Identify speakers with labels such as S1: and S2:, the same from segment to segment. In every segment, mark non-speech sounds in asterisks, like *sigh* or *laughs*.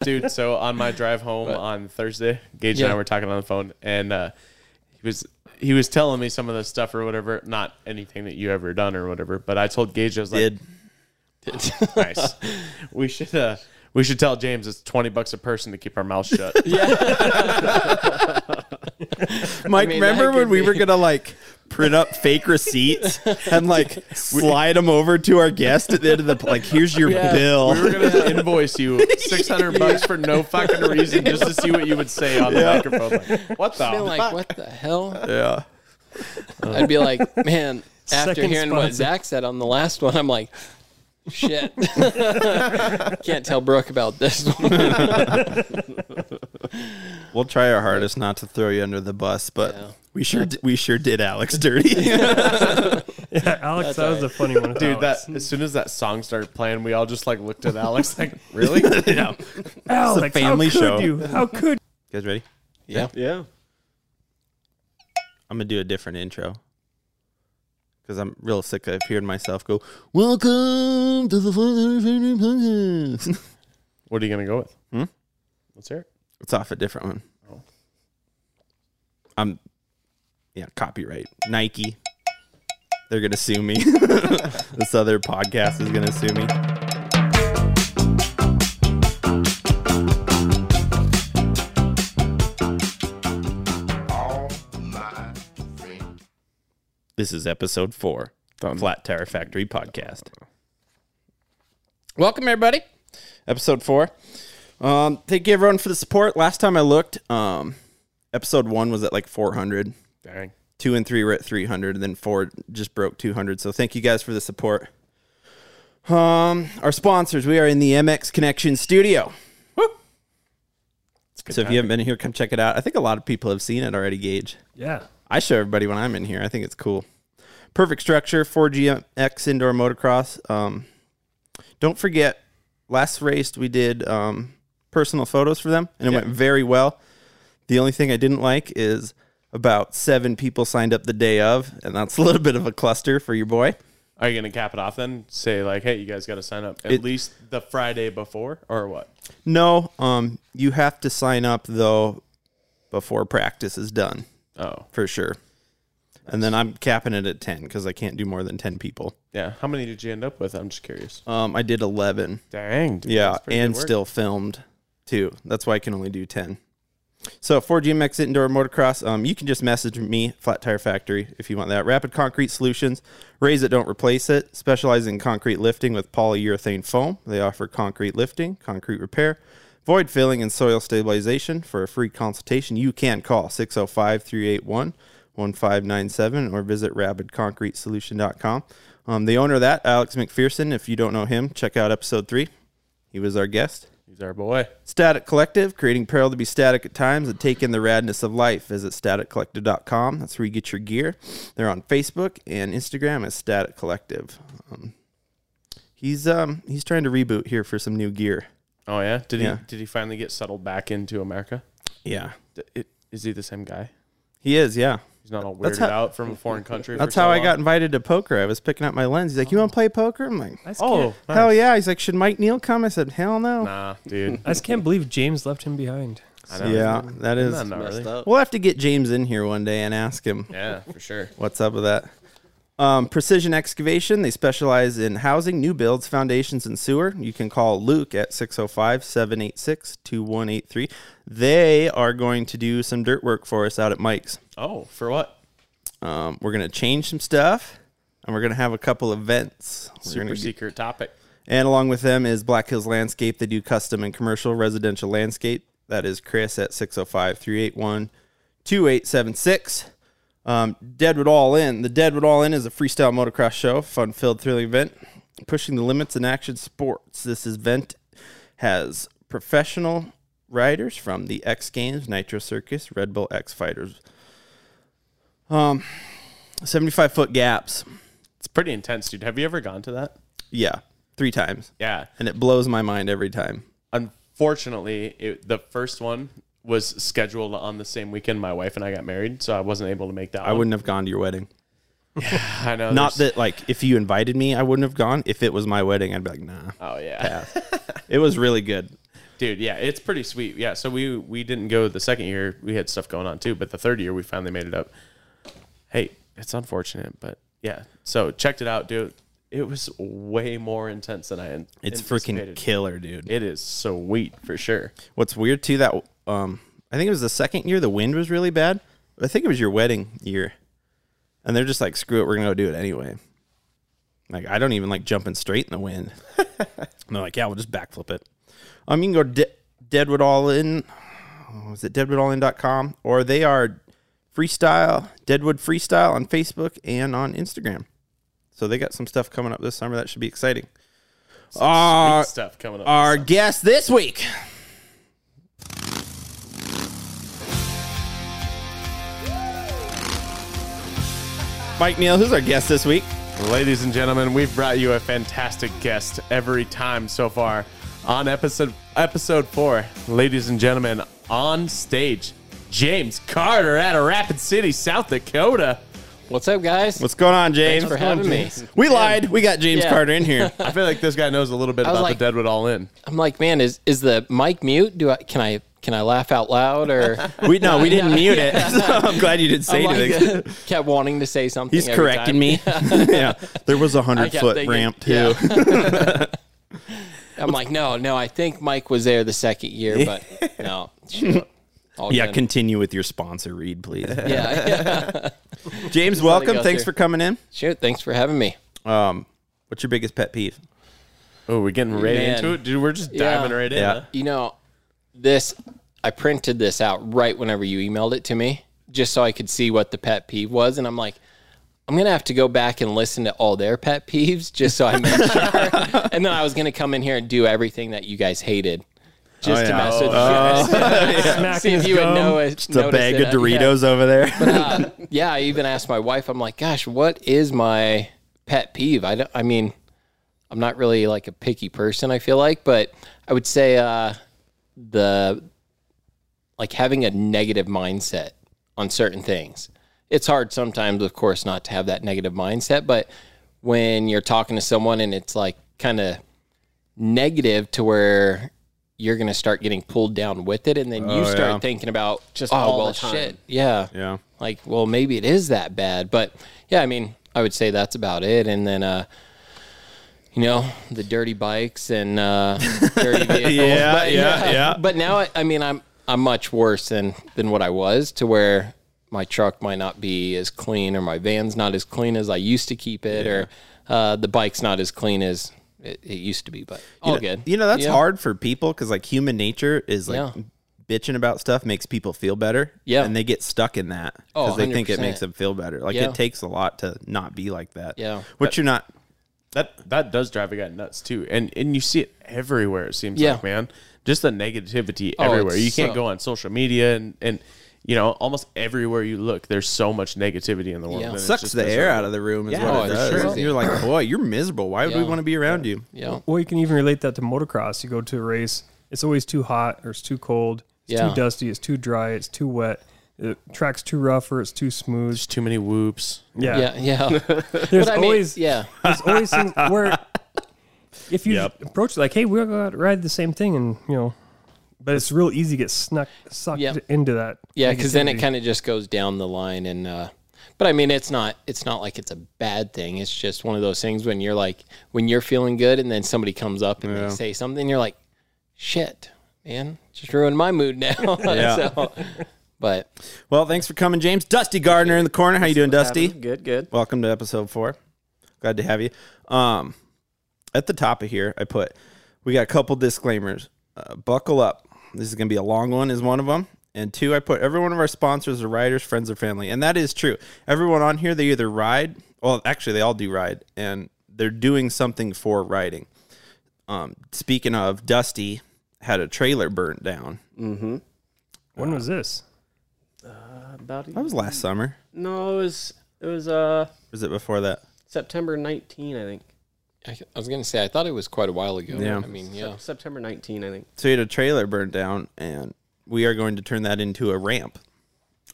S1: dude. So on my drive home on Thursday, Gage and
S2: Yeah.
S1: I were talking on the phone, and uh, he was he was telling me some of the stuff or whatever. Not anything that you ever done or whatever, but I told Gage I was like,
S3: Did
S1: *laughs* nice. we should uh, we should tell James it's twenty bucks a person to keep our mouth shut.
S3: Mike?
S2: mean,
S3: remember
S2: that
S3: when
S2: could
S3: we
S2: be-
S3: were gonna like *laughs* print up fake receipts and *laughs* like slide them over to our guest at the end of the like? Here's your
S2: Yeah.
S3: bill. *laughs*
S1: We were gonna invoice you six hundred bucks for no fucking reason just to see what you would say on the
S3: Yeah.
S1: microphone. Like, what the
S2: I feel like,
S1: fuck?
S2: what the
S3: *laughs*
S2: hell?
S3: yeah.
S2: I'd be like, man, after
S4: Second
S2: hearing what
S4: sponsor.
S2: Zach said on the last one, I'm like, shit. *laughs* Can't tell Brooke about this *laughs* one.
S3: We'll try our hardest not to throw you under the bus, but
S2: Yeah.
S3: we sure di- we sure did Alex *laughs* dirty.
S4: Yeah, *laughs* Alex, that was
S2: all right.
S4: a
S2: *laughs*
S4: funny one. with
S1: Dude,
S4: Alex.
S1: that as soon as that song started playing, we all just like looked at Alex like, *laughs* really?
S3: yeah.
S4: Alex,
S3: family
S4: how could
S3: show.
S4: you?
S2: *laughs*
S4: How could
S3: You guys ready?
S2: yeah.
S1: yeah.
S3: I'm gonna do a different intro because I'm real sick of hearing myself go, "Welcome to the Father Family Podcast." *laughs*
S1: What are you gonna go with?
S3: Hmm?
S1: Let's hear it.
S3: it's off a different one.
S1: Oh.
S3: I'm, yeah, copyright Nike. They're gonna sue me. *laughs* this other podcast is gonna sue me. This is episode four,
S1: Done.
S3: Flat Tire Factory podcast.
S2: Welcome, everybody.
S3: episode four. Um, thank you everyone for the support. Last time I looked, um, episode one was at like 400.
S1: Dang.
S3: Two and three were at 300, and then four just broke 200. So thank you guys for the support. Um, our sponsors, we are in the MX Connection Studio.
S1: It's good
S3: So if you haven't been here, come check it out. I think a lot of people have seen it already, Gage.
S4: yeah?
S3: I show everybody when I'm in here. I think it's cool. Perfect structure, 4GX indoor motocross. Um, don't forget, last race we did um, personal photos for them, and it went very well. The only thing I didn't like is about seven people signed up the day of, and that's *laughs* a little bit of a cluster for your boy.
S1: Are you gonna cap it off then? Say like, hey, you guys gotta sign up at
S3: It-
S1: least the Friday before or what?
S3: No, um, you have to sign up though before practice is done
S1: Oh.
S3: for sure. And then I'm capping it at ten because I can't do more than ten people.
S1: Yeah. How many did you end up with? I'm just curious.
S3: Um, I did eleven.
S1: Dang. dude,
S3: Yeah,
S1: that's pretty good
S3: and
S1: work.
S3: still filmed too. That's why I can only do 10. So, 4GMX Indoor Motocross, um, you can just message me, Flat Tire Factory, if you want that. Rapid Concrete Solutions, raise it, don't replace it. Specialize in concrete lifting with polyurethane foam. They offer concrete lifting, concrete repair, void filling, and soil stabilization. For a free consultation, you can call 605 381 1597 or visit rabidconcretesolution.com. Um, the owner of that, Alex McPherson, if you don't know him, check out episode three. He was our guest.
S1: he's our boy.
S3: Static Collective, creating peril to be static at times and take in the radness of life. Visit staticcollective.com. That's where you get your gear. They're on Facebook and Instagram as Static Collective. Um, he's um he's trying to reboot here for some new gear.
S1: Oh yeah? Did
S3: Yeah.
S1: he did he finally get settled back into America?
S3: Yeah,
S1: D- it- Is he the same guy?
S3: he is. Yeah,
S1: He's not all weirded
S3: That's how-
S1: out from a foreign country.
S3: that's
S1: for
S3: how
S1: so
S3: I
S1: long?
S3: got invited to poker. I was picking up my lens. He's like, "You want to play poker?" I'm like,
S4: I just,
S1: Oh,
S4: can't,
S1: nice.
S3: "Hell yeah!" He's like, "Should Mike Neal come?" I said, "Hell
S1: *laughs*
S3: no."
S1: nah, *laughs* dude.
S4: I just can't believe James left
S2: *laughs*
S4: him behind.
S1: I
S3: yeah, that is.
S1: Not gnarly.
S3: We'll have to get James in here one day and ask him.
S1: Yeah, for sure.
S3: What's up with that? Um, Precision Excavation, they specialize in housing, new builds, foundations, and sewer. You can call Luke at 605 786 2183. They are going to do some dirt work for us out at Mike's.
S1: Oh, for what?
S3: Um, we're going to change some stuff and we're going to have a couple events. We're
S1: Super
S3: gonna get-
S1: secret topic.
S3: and along with them is Black Hills Landscape. They do custom and commercial residential landscape. That is Chris at 605 381 2876. Um, Deadwood All In. The Deadwood All In is a freestyle motocross show, fun filled thrilling event, pushing the limits in action sports. This event has professional riders from the X Games, Nitro Circus, Red Bull X Fighters. Um, 75 foot gaps.
S1: It's pretty intense, dude. Have you ever gone to that?
S3: Yeah, three times.
S1: Yeah.
S3: And it blows my mind every time.
S1: Unfortunately, it, the first one was scheduled on the same weekend my wife and I got married, so I wasn't able to make that.
S3: I wouldn't have gone to your wedding.
S1: *laughs* I know.
S3: Not
S1: there's-
S3: that like if you invited me, I wouldn't have gone. If it was my wedding, I'd be like, nah.
S1: Oh yeah.
S3: It was really good.
S1: *laughs* dude yeah it's pretty sweet yeah so we we didn't go the second year we had stuff going on too but the third year we finally made it up hey it's unfortunate but yeah so checked it out dude it was way more intense than i had
S3: It's freaking
S1: anticipated.
S3: killer, dude.
S1: it is sweet for sure
S3: What's weird too that um, I think it was the second year the wind was really bad. I think it was your wedding year, and they're just like, "Screw it, we're gonna go do it anyway." Like I don't even like jumping straight in the wind. and they're like, "Yeah, we'll just backflip it." Um, you can go to De- Deadwood All In. Oh, is it deadwoodallin.com or they are freestyle Deadwood Freestyle on Facebook and on Instagram. So they got some stuff coming up this summer that should be exciting. Uh,
S1: sweet stuff coming up
S3: our guest this week. Mike Neal, who's our guest this week?
S1: Ladies and gentlemen, we've brought you a fantastic guest every time so far on episode episode 4. Ladies and gentlemen, on stage, James Carter out of Rapid City, South Dakota.
S2: What's up, guys?
S3: What's going on, James?
S2: Thanks for having me.
S3: we lied. We got James
S2: Yeah.
S3: Carter
S2: *laughs*
S3: in here.
S1: I feel like this guy knows a little bit
S2: was
S1: about
S2: like-
S1: the Deadwood All In.
S2: I'm like, man, is is the mic mute? Do I can I can I laugh out loud or?
S3: We no, we didn't
S2: Yeah. *laughs*
S3: mute it. *laughs* So I'm glad you didn't say
S2: I'm like,
S3: anything.
S2: *laughs* kept wanting to say something.
S3: He's
S2: every
S3: correcting
S2: time. *laughs*
S3: me. *laughs* yeah, there was a
S2: I
S3: hundred
S2: kept
S3: foot
S2: thinking-
S3: ramp too.
S2: yeah. *laughs* I'm like, no, no. I think Mike was there the second year, but no. Shoot. All
S3: Yeah,
S2: good.
S3: continue with your sponsor read, please.
S2: *laughs* yeah, yeah.
S3: James,
S2: let it
S3: welcome.
S2: go
S3: Thanks
S2: through.
S3: for coming in.
S2: Shoot, thanks for having me.
S3: Um, what's your biggest pet peeve?
S1: Oh, we're getting right
S2: Man.
S1: into it. Dude, we're just
S2: Yeah.
S1: diving right in.
S3: Yeah.
S1: huh?
S2: You know, this I printed this out right whenever you emailed it to me, just so I could see what the pet peeve was, and I'm like, I'm gonna have to go back and listen to all their pet peeves just so I
S3: *laughs*
S2: make sure. and then I was gonna come in here and do everything that you guys hated, just to
S3: yeah.
S2: mess with you guys. see
S4: Smacking
S2: if
S4: his
S2: you would
S4: gum.
S2: notice.
S3: It's a
S2: notice
S3: bag
S2: it. uh,
S3: of Doritos over there.
S2: Yeah. yeah, I even asked my wife. I'm like, gosh, what is my pet peeve? I don't. I mean, I'm not really like a picky person. I feel like, but I would say uh, the like having a negative mindset on certain things. It's hard sometimes, of course, not to have that negative mindset, but when you're talking to someone and it's like kind of negative to where you're going to start getting pulled down with it and then you
S3: Oh,
S2: start
S3: yeah.
S2: thinking about
S5: Just
S2: oh
S5: all
S2: well
S5: the time.
S2: shit yeah
S3: *laughs* yeah.
S2: like well maybe it is that bad but yeah i mean i would say that's about it and then uh you know the dirty bikes and
S3: *laughs*
S2: uh dirty vehicles
S3: Yeah, yeah, yeah.
S2: but now I, I mean i'm i'm much worse than than what i was to where my truck might not be as clean or my van's not as clean as i used to keep it or uh the bike's not as clean as it, it used to be but all good
S3: You know, that's
S2: Yeah.
S3: hard for people because like human nature is like
S2: Yeah.
S3: bitching about stuff makes people feel better.
S2: Yeah.
S3: And they get stuck in that
S2: Oh,
S3: because they think it
S2: 100%.
S3: makes them feel better. Like
S2: Yeah.
S3: it takes a lot to not be like that.
S2: Yeah.
S3: Which you're not.
S1: That that does drive a guy nuts too. And and you see it everywhere, it seems
S2: Yeah. Oh,
S1: like, man. Just the negativity everywhere.
S2: it's
S1: You can't
S2: so-
S1: go on social media and, and you know, almost everywhere you look, there's so much negativity in the world.
S2: Yeah.
S1: and it's
S3: Sucks
S1: just
S3: the
S1: miserable.
S3: air out of the room is
S1: Yeah.
S3: what
S2: Oh,
S3: it
S2: it's
S3: does.
S2: crazy.
S3: You're like, boy, you're miserable. Why would we
S2: Yeah.
S3: want to be around you?
S2: yeah
S4: Well, you can even relate that to motocross. You go to a race, it's always too hot or it's too cold, it's
S2: Yeah.
S4: too dusty, it's too dry, it's too wet, the track's too rough or it's too smooth.
S1: There's too many whoops.
S4: Yeah.
S2: yeah
S3: *laughs*
S2: yeah
S4: There's
S2: but i mean
S4: always
S2: yeah
S4: there's
S2: *laughs*
S4: always things where if you
S3: Yep.
S4: approach it like, hey, we're going to ride the same thing and, you know, but it's real easy to get snuck sucked
S2: Yep.
S4: into that.
S2: Yeah, because then it
S4: negativity.
S2: kind of just goes down the line, and uh, but I mean, it's not it's not like it's a bad thing. It's just one of those things when you're like when you're feeling good, and then somebody comes up and
S3: Yeah.
S2: they say something, you're like, shit, man, just ruined my mood now. *laughs* so, but
S3: Well, thanks for coming, James. Dusty Gardner in the corner. How you doing, Dusty?
S5: Good, good.
S3: Welcome to episode four. Glad to have you. Um, at the top of here, I put we got a couple disclaimers. Uh, buckle up. This is going to be a long one, is one of them. And two, I put every one of our sponsors are riders, friends, or family, and that is true. Everyone on here, they either ride. Well, actually, they all do ride, and they're doing something for riding. Um, speaking of, Dusty had a trailer burnt down.
S4: When was this?
S5: About
S3: That was last summer.
S5: no, it was it was uh
S3: Was it before that?
S5: September 19, I think.
S2: I, I was gonna say I thought it was quite a while ago.
S3: Yeah.
S2: I mean, yeah,
S5: September 19, I think.
S3: So he had a trailer burnt down, and we are going to turn that into a ramp.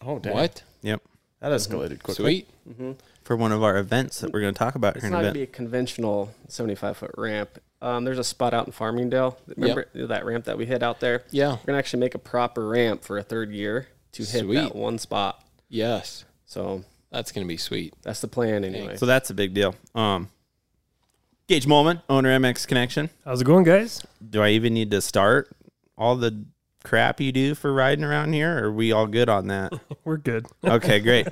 S1: Oh damn.
S2: what
S3: Yep.
S1: Mhm. That escalated quickly.
S2: sweet.
S3: for one of our events that we're going to talk about here
S5: It's
S3: in
S5: not
S3: a
S5: going
S3: bit.
S5: to be a conventional 75 foot ramp. Um, there's a spot out in Farmingdale. Remember that ramp that we hit out there?
S2: Yeah.
S5: We're going to actually make a proper ramp for a third year to hit
S2: Sweet.
S5: that one spot.
S2: Yes.
S5: So
S2: That's going to be sweet.
S3: *laughs*
S5: that's the plan anyway.
S3: so that's a big deal. Um, Gage Molman, owner MX Connection.
S4: How's it going, guys?
S3: Do I even need to start all the crap you do for riding around here? Or are we all good on
S5: *laughs*
S3: that?
S4: We're good.
S3: Okay, great.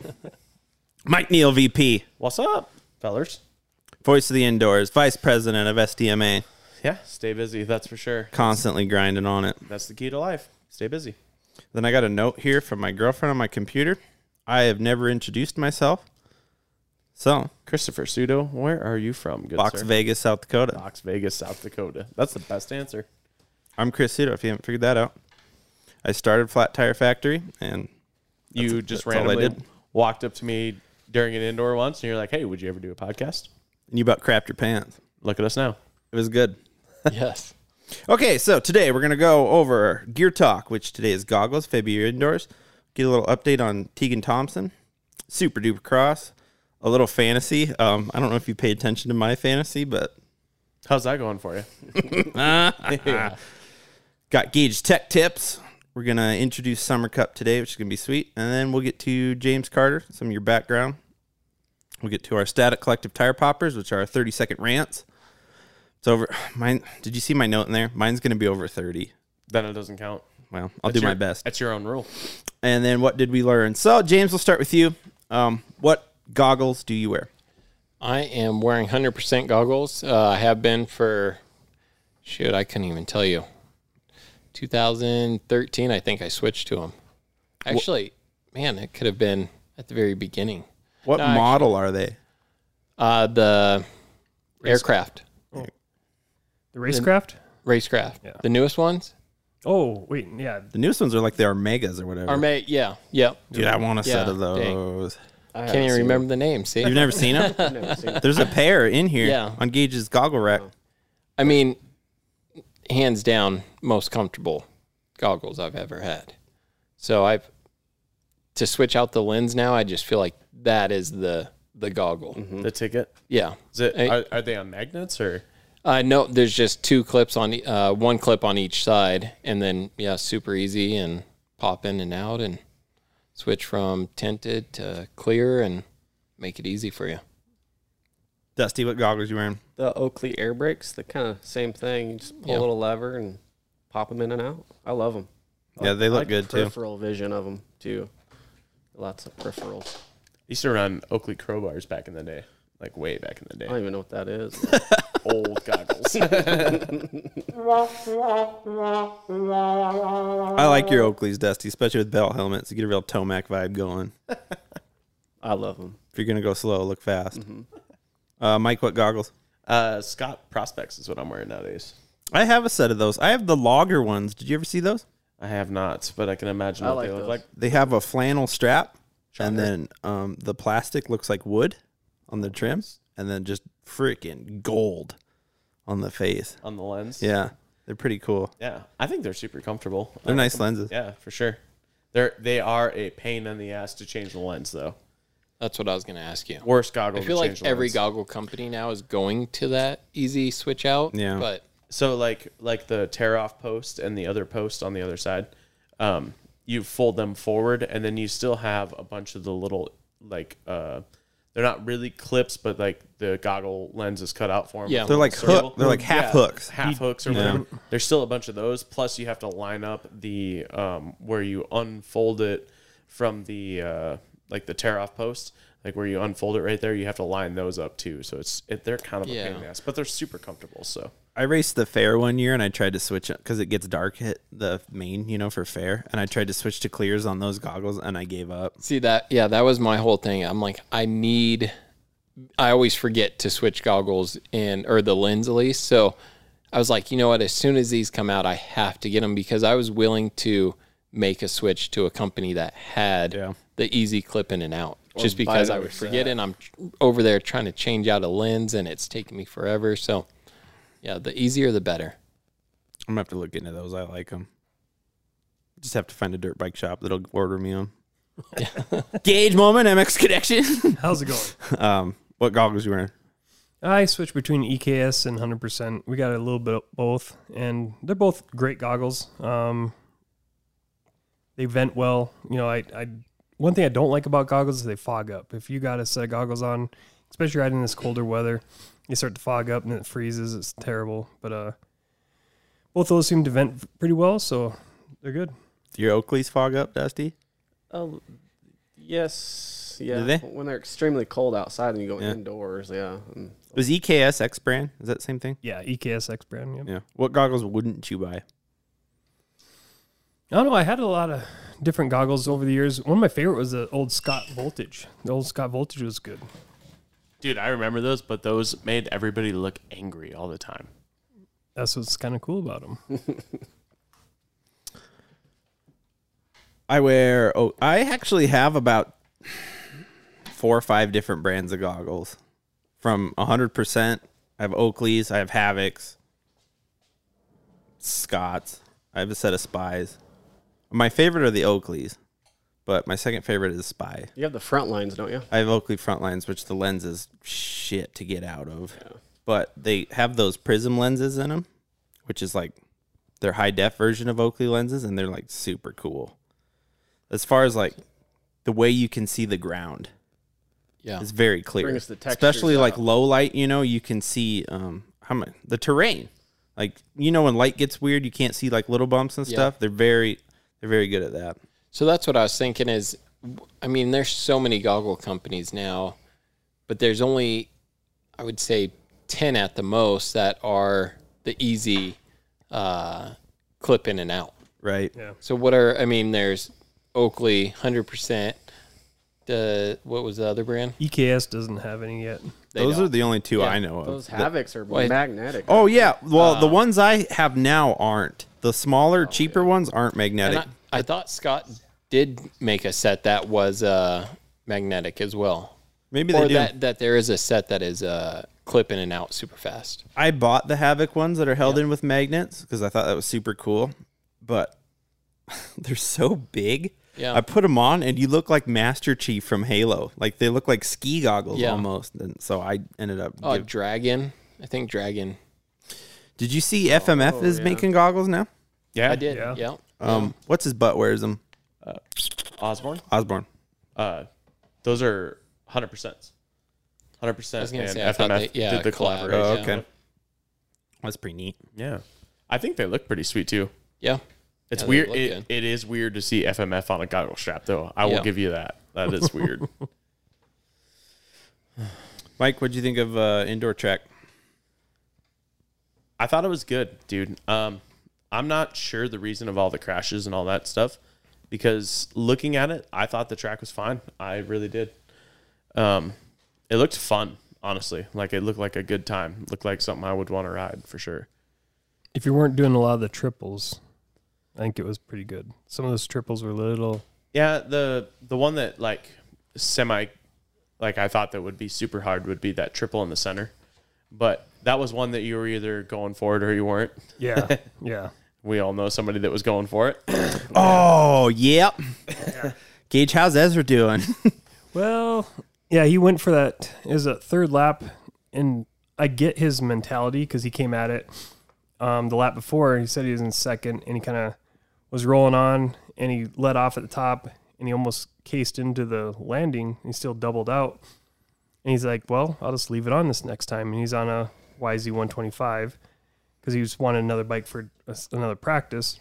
S3: Mike Neal, VP,
S1: What's up, fellers?
S3: voice of the indoors, vice president of SDMA,
S1: Yeah, stay busy. That's for sure.
S3: constantly grinding on it.
S1: That's the key to life. Stay busy.
S3: Then I got a note here from my girlfriend on my computer. I have never introduced myself. So,
S1: Christopher Pseudo, where are you from? Good
S3: Box
S1: sir?
S3: Vegas, South Dakota.
S1: Box Vegas, South Dakota. That's the best answer.
S3: I'm Chris Sudo, if you haven't figured that out. I started Flat Tire Factory, and
S1: you
S3: That's-
S1: just
S3: that's all I
S1: randomly
S3: did.
S1: walked up to me during an indoor once, and you're like, "Hey, would you ever do a podcast?"
S3: you about crapped your pants.
S1: Look at us now.
S3: It was good.
S2: yes.
S3: Okay, so today we're going to go over Gear Talk, which today is goggles, February indoors. Get a little update on Tegan Thompson, Super Duper Cross, a little fantasy. Um, I don't know if you pay attention to my fantasy, but
S1: How's that going for you?
S3: Got Gage Tech Tips. We're going to introduce Summer Cup today, which is going to be sweet. And then we'll get to James Carter, some of your background. We'll get to our static collective tire poppers, which are 30 second rants. It's over. *sighs* Mine. Did you see my note in there? Mine's going to be over 30.
S1: Then it doesn't count.
S3: Well, I'll
S1: That's
S3: do my
S1: your-
S3: best.
S1: That's your own rule.
S3: And then what did we learn? So, James, we'll start with you. Um, what goggles do you wear?
S2: I am wearing 100% goggles. Uh, I have been for, shoot, I couldn't even tell you. 2013, I think I switched to them. Actually, man, it could have been at the very beginning.
S3: What model are they?
S2: Uh, the aircraft,
S4: The racecraft?
S2: racecraft, the newest ones
S4: Oh, wait. Yeah.
S3: The newest ones are like the Armegas or whatever.
S2: are made. Yeah, yeah.
S3: Dude, I want a set
S2: Yeah,
S3: of
S2: dang.
S3: those.
S5: I
S2: Can't even remember the name. See,
S3: You've never seen
S2: *laughs*
S3: them?
S5: never seen it.
S3: There's a pair in here
S2: Yeah.
S3: on Gage's goggle rack.
S2: I mean, hands down, most comfortable goggles I've ever had. So I've to switch out the lens now. I just feel like that is the the goggle.
S1: The ticket.
S2: Yeah.
S1: Is it?
S2: Hey.
S1: Are, are they on magnets or?
S2: Uh, no, there's just two clips on e- uh, one clip on each side, and then yeah, super easy and pop in and out and switch from tinted to clear and make it easy for you.
S3: Dusty, what goggles you wearing?
S5: The Oakley air brakes, the kind of same thing. You just pull
S2: Yeah.
S5: a little lever and pop them in and out. I love them.
S3: Yeah, they look good
S5: peripheral
S3: too.
S5: Peripheral vision of them too. Lots of peripherals.
S1: I used to run Oakley crowbars back in the day, like way back in the
S5: I don't
S1: day.
S5: even know what that is.
S1: Old goggles.
S3: I like your Oakleys, Dusty, especially with belt helmets. You get a real Tomac vibe going.
S5: I love them.
S3: If you're gonna go slow, look fast. Uh, Mike, what goggles?
S1: *laughs* uh, Scott Prospects is what I'm wearing nowadays.
S3: I have a set of those. I have the logger ones. Did you ever see those?
S1: I have not, but I can imagine
S5: I
S1: what
S5: like
S1: they look
S5: those.
S1: like.
S3: They have a flannel strap, and then um, the plastic looks like wood on the trim, and then just freaking gold on the face.
S1: on the lens.
S3: Yeah, they're pretty cool.
S1: Yeah. I think they're super comfortable.
S3: They're nice lenses.
S1: Yeah, for sure. They're they are a pain in the ass to change the lens though.
S2: That's what I was going to ask you.
S1: Worst goggle.
S2: I feel
S1: to
S2: like
S1: change the
S2: every
S1: lens.
S2: goggle company now is going to that easy switch out.
S3: Yeah.
S2: But
S1: So like like the tear off post and the other post on the other side, um, you fold them forward and then you still have a bunch of the little like uh, they're not really clips, but like the goggle lens is cut out for them.
S2: Yeah.
S3: They're like
S1: Circle.
S3: hook. They're like half
S1: Yeah,
S3: hooks.
S1: half hooks or whatever. There's still a bunch of those. Plus, you have to line up the um, where you unfold it from the uh, like the tear off post, like where you unfold it right there. You have to line those up too. So it's it, they're kind of a pain in the
S2: Yeah.
S1: ass, but they're super comfortable. So
S3: I raced the fair one year and I tried to switch it because it gets dark at the main, you know, for fair. And I tried to switch to clears on those goggles and I gave up.
S2: see that, yeah, that was my whole thing. I'm like, I need, I always forget to switch goggles in or the lens at least. So I was like, you know what? As soon as these come out, I have to get them because I was willing to make a switch to a company that had
S3: Yeah.
S2: the easy clip in and out just because I would forget it. And I'm tr- over there trying to change out a lens and it's taking me forever. So yeah, the easier, the better.
S3: I'm gonna have to look into those. I like them. Just have to find a dirt bike shop that'll order me them. Gage moment, MX connection. *laughs*
S4: How's it going? *laughs*
S3: um, what goggles you wearing?
S4: I switch between EKS and 100%. We got a little bit of both, and they're both great goggles. Um, they vent well. You know, I, I one thing I don't like about goggles is they fog up. If you got a set of goggles on, especially riding in this colder weather, you start to fog up and it freezes. It's terrible. But uh, both those seem to vent pretty well, so they're good.
S3: Do your Oakleys fog up, Dusty?
S5: Oh, yes, yeah.
S3: Do they?
S5: When they're extremely cold outside and you go
S3: Yeah.
S5: indoors, yeah. And
S3: Was EKS X brand? Is that the same thing?
S4: Yeah, EKS X brand. Yep.
S3: Yeah. What goggles wouldn't you buy?
S4: I don't know. I had a lot of different goggles over the years. One of my favorite was the old Scott Voltage. The old Scott Voltage was good.
S1: Dude, I remember those, but those made everybody look angry all the time.
S4: That's what's kind of cool about them.
S3: I wear. Oh, I actually have about four or five different brands of goggles. From hundred percent, I have Oakleys. I have Havocs, Scotts. I have a set of Spies. My favorite are the Oakleys, but my second favorite is Spy.
S5: you have the front lines, don't you?
S3: I have Oakley front lines, which the lens is shit to get out of. But they have those prism lenses in them, which is like their high def version of Oakley lenses, and they're like super cool. As far as like the way you can see the ground,
S2: Yeah.
S3: it's very clear.
S5: Brings the textures
S3: Especially like
S5: out.
S3: low light, you know, you can see um how much the terrain. Like you know, when light gets weird, you can't see like little bumps and stuff. They're very, they're very good at that.
S2: So that's what I was thinking is I mean, there's so many goggle companies now, but there's only I would say 10 at the most that are the easy uh, clip in and out.
S3: Right.
S2: So what are I mean, there's Oakley 100% the what was the other brand?
S4: EKS E doesn't have any yet.
S2: They
S3: Those
S2: don't.
S3: are the only two I know of.
S5: Those
S3: that-
S5: Havocs are
S2: Wait.
S5: magnetic.
S3: Oh yeah. Well,
S2: Um,
S3: the ones I have now aren't. The smaller, cheaper ones aren't
S2: Oh, And
S3: magnetic.
S2: I, I thought Scott did make a set that was uh, magnetic as well.
S3: Maybe they
S2: Or
S3: do.
S2: that, that there is a set that is uh, clip in and out super fast.
S3: I bought the Havoc ones that are held in with magnets because I thought that was super cool, but *laughs* they're so big.
S2: Yeah.
S3: I put them on, and you look like Master Chief from Halo. Like they look like ski goggles
S2: Yeah.
S3: almost. And so I ended up.
S2: Oh,
S3: give-
S2: Dragon. I think Dragon.
S3: did you see FMF is making goggles now?
S1: Yeah,
S2: I did. Oh, Yeah.
S4: Yeah.
S3: Um, what's his butt wears them?
S1: Osborne.
S3: Osborne.
S1: Uh, those are hundred percent, hundred
S2: I
S1: percent.
S2: was gonna
S1: And
S2: say, I thought
S1: FMF
S2: they- yeah,
S1: did the
S2: collab.
S1: collaboration.
S3: Oh,
S2: Yeah.
S3: okay. That's pretty neat.
S1: Oh, Yeah, I think they look pretty sweet too.
S2: Yeah.
S1: It's
S2: Yeah, they
S1: weird.
S2: look
S1: It,
S2: good.
S1: it is weird to see FMF on a goggle strap, though. I will
S2: Yeah.
S1: give you that. That is
S2: *laughs*
S1: weird.
S3: Mike, what'd you think of uh, indoor track?
S1: I thought it was good, dude. Um, I'm not sure the reason of all the crashes and all that stuff because looking at it, I thought the track was fine. I really did. Um, it looked fun, honestly. Like it looked like a good time. It looked like something I would want to ride for sure.
S4: If you weren't doing a lot of the triples, I think it was pretty good. Some of those triples were little.
S1: Yeah, the the one that like semi like I thought that would be super hard would be that triple in the center. But that was one that you were either going for it or you weren't.
S4: Yeah. yeah.
S1: We all know somebody that was going for it.
S3: Oh, yep. Gage, how's
S2: *laughs*
S3: Ezra doing?
S4: Well, yeah, he went for that is a third lap, and I get his mentality because he came at it um, the lap before. He said he was in second, and he kind of was rolling on, and he let off at the top, and he almost cased into the landing. And he still doubled out, and he's like, "Well, I'll just leave it on this next time." And he's on a YZ 125 because he just wanted another bike for a s- another practice,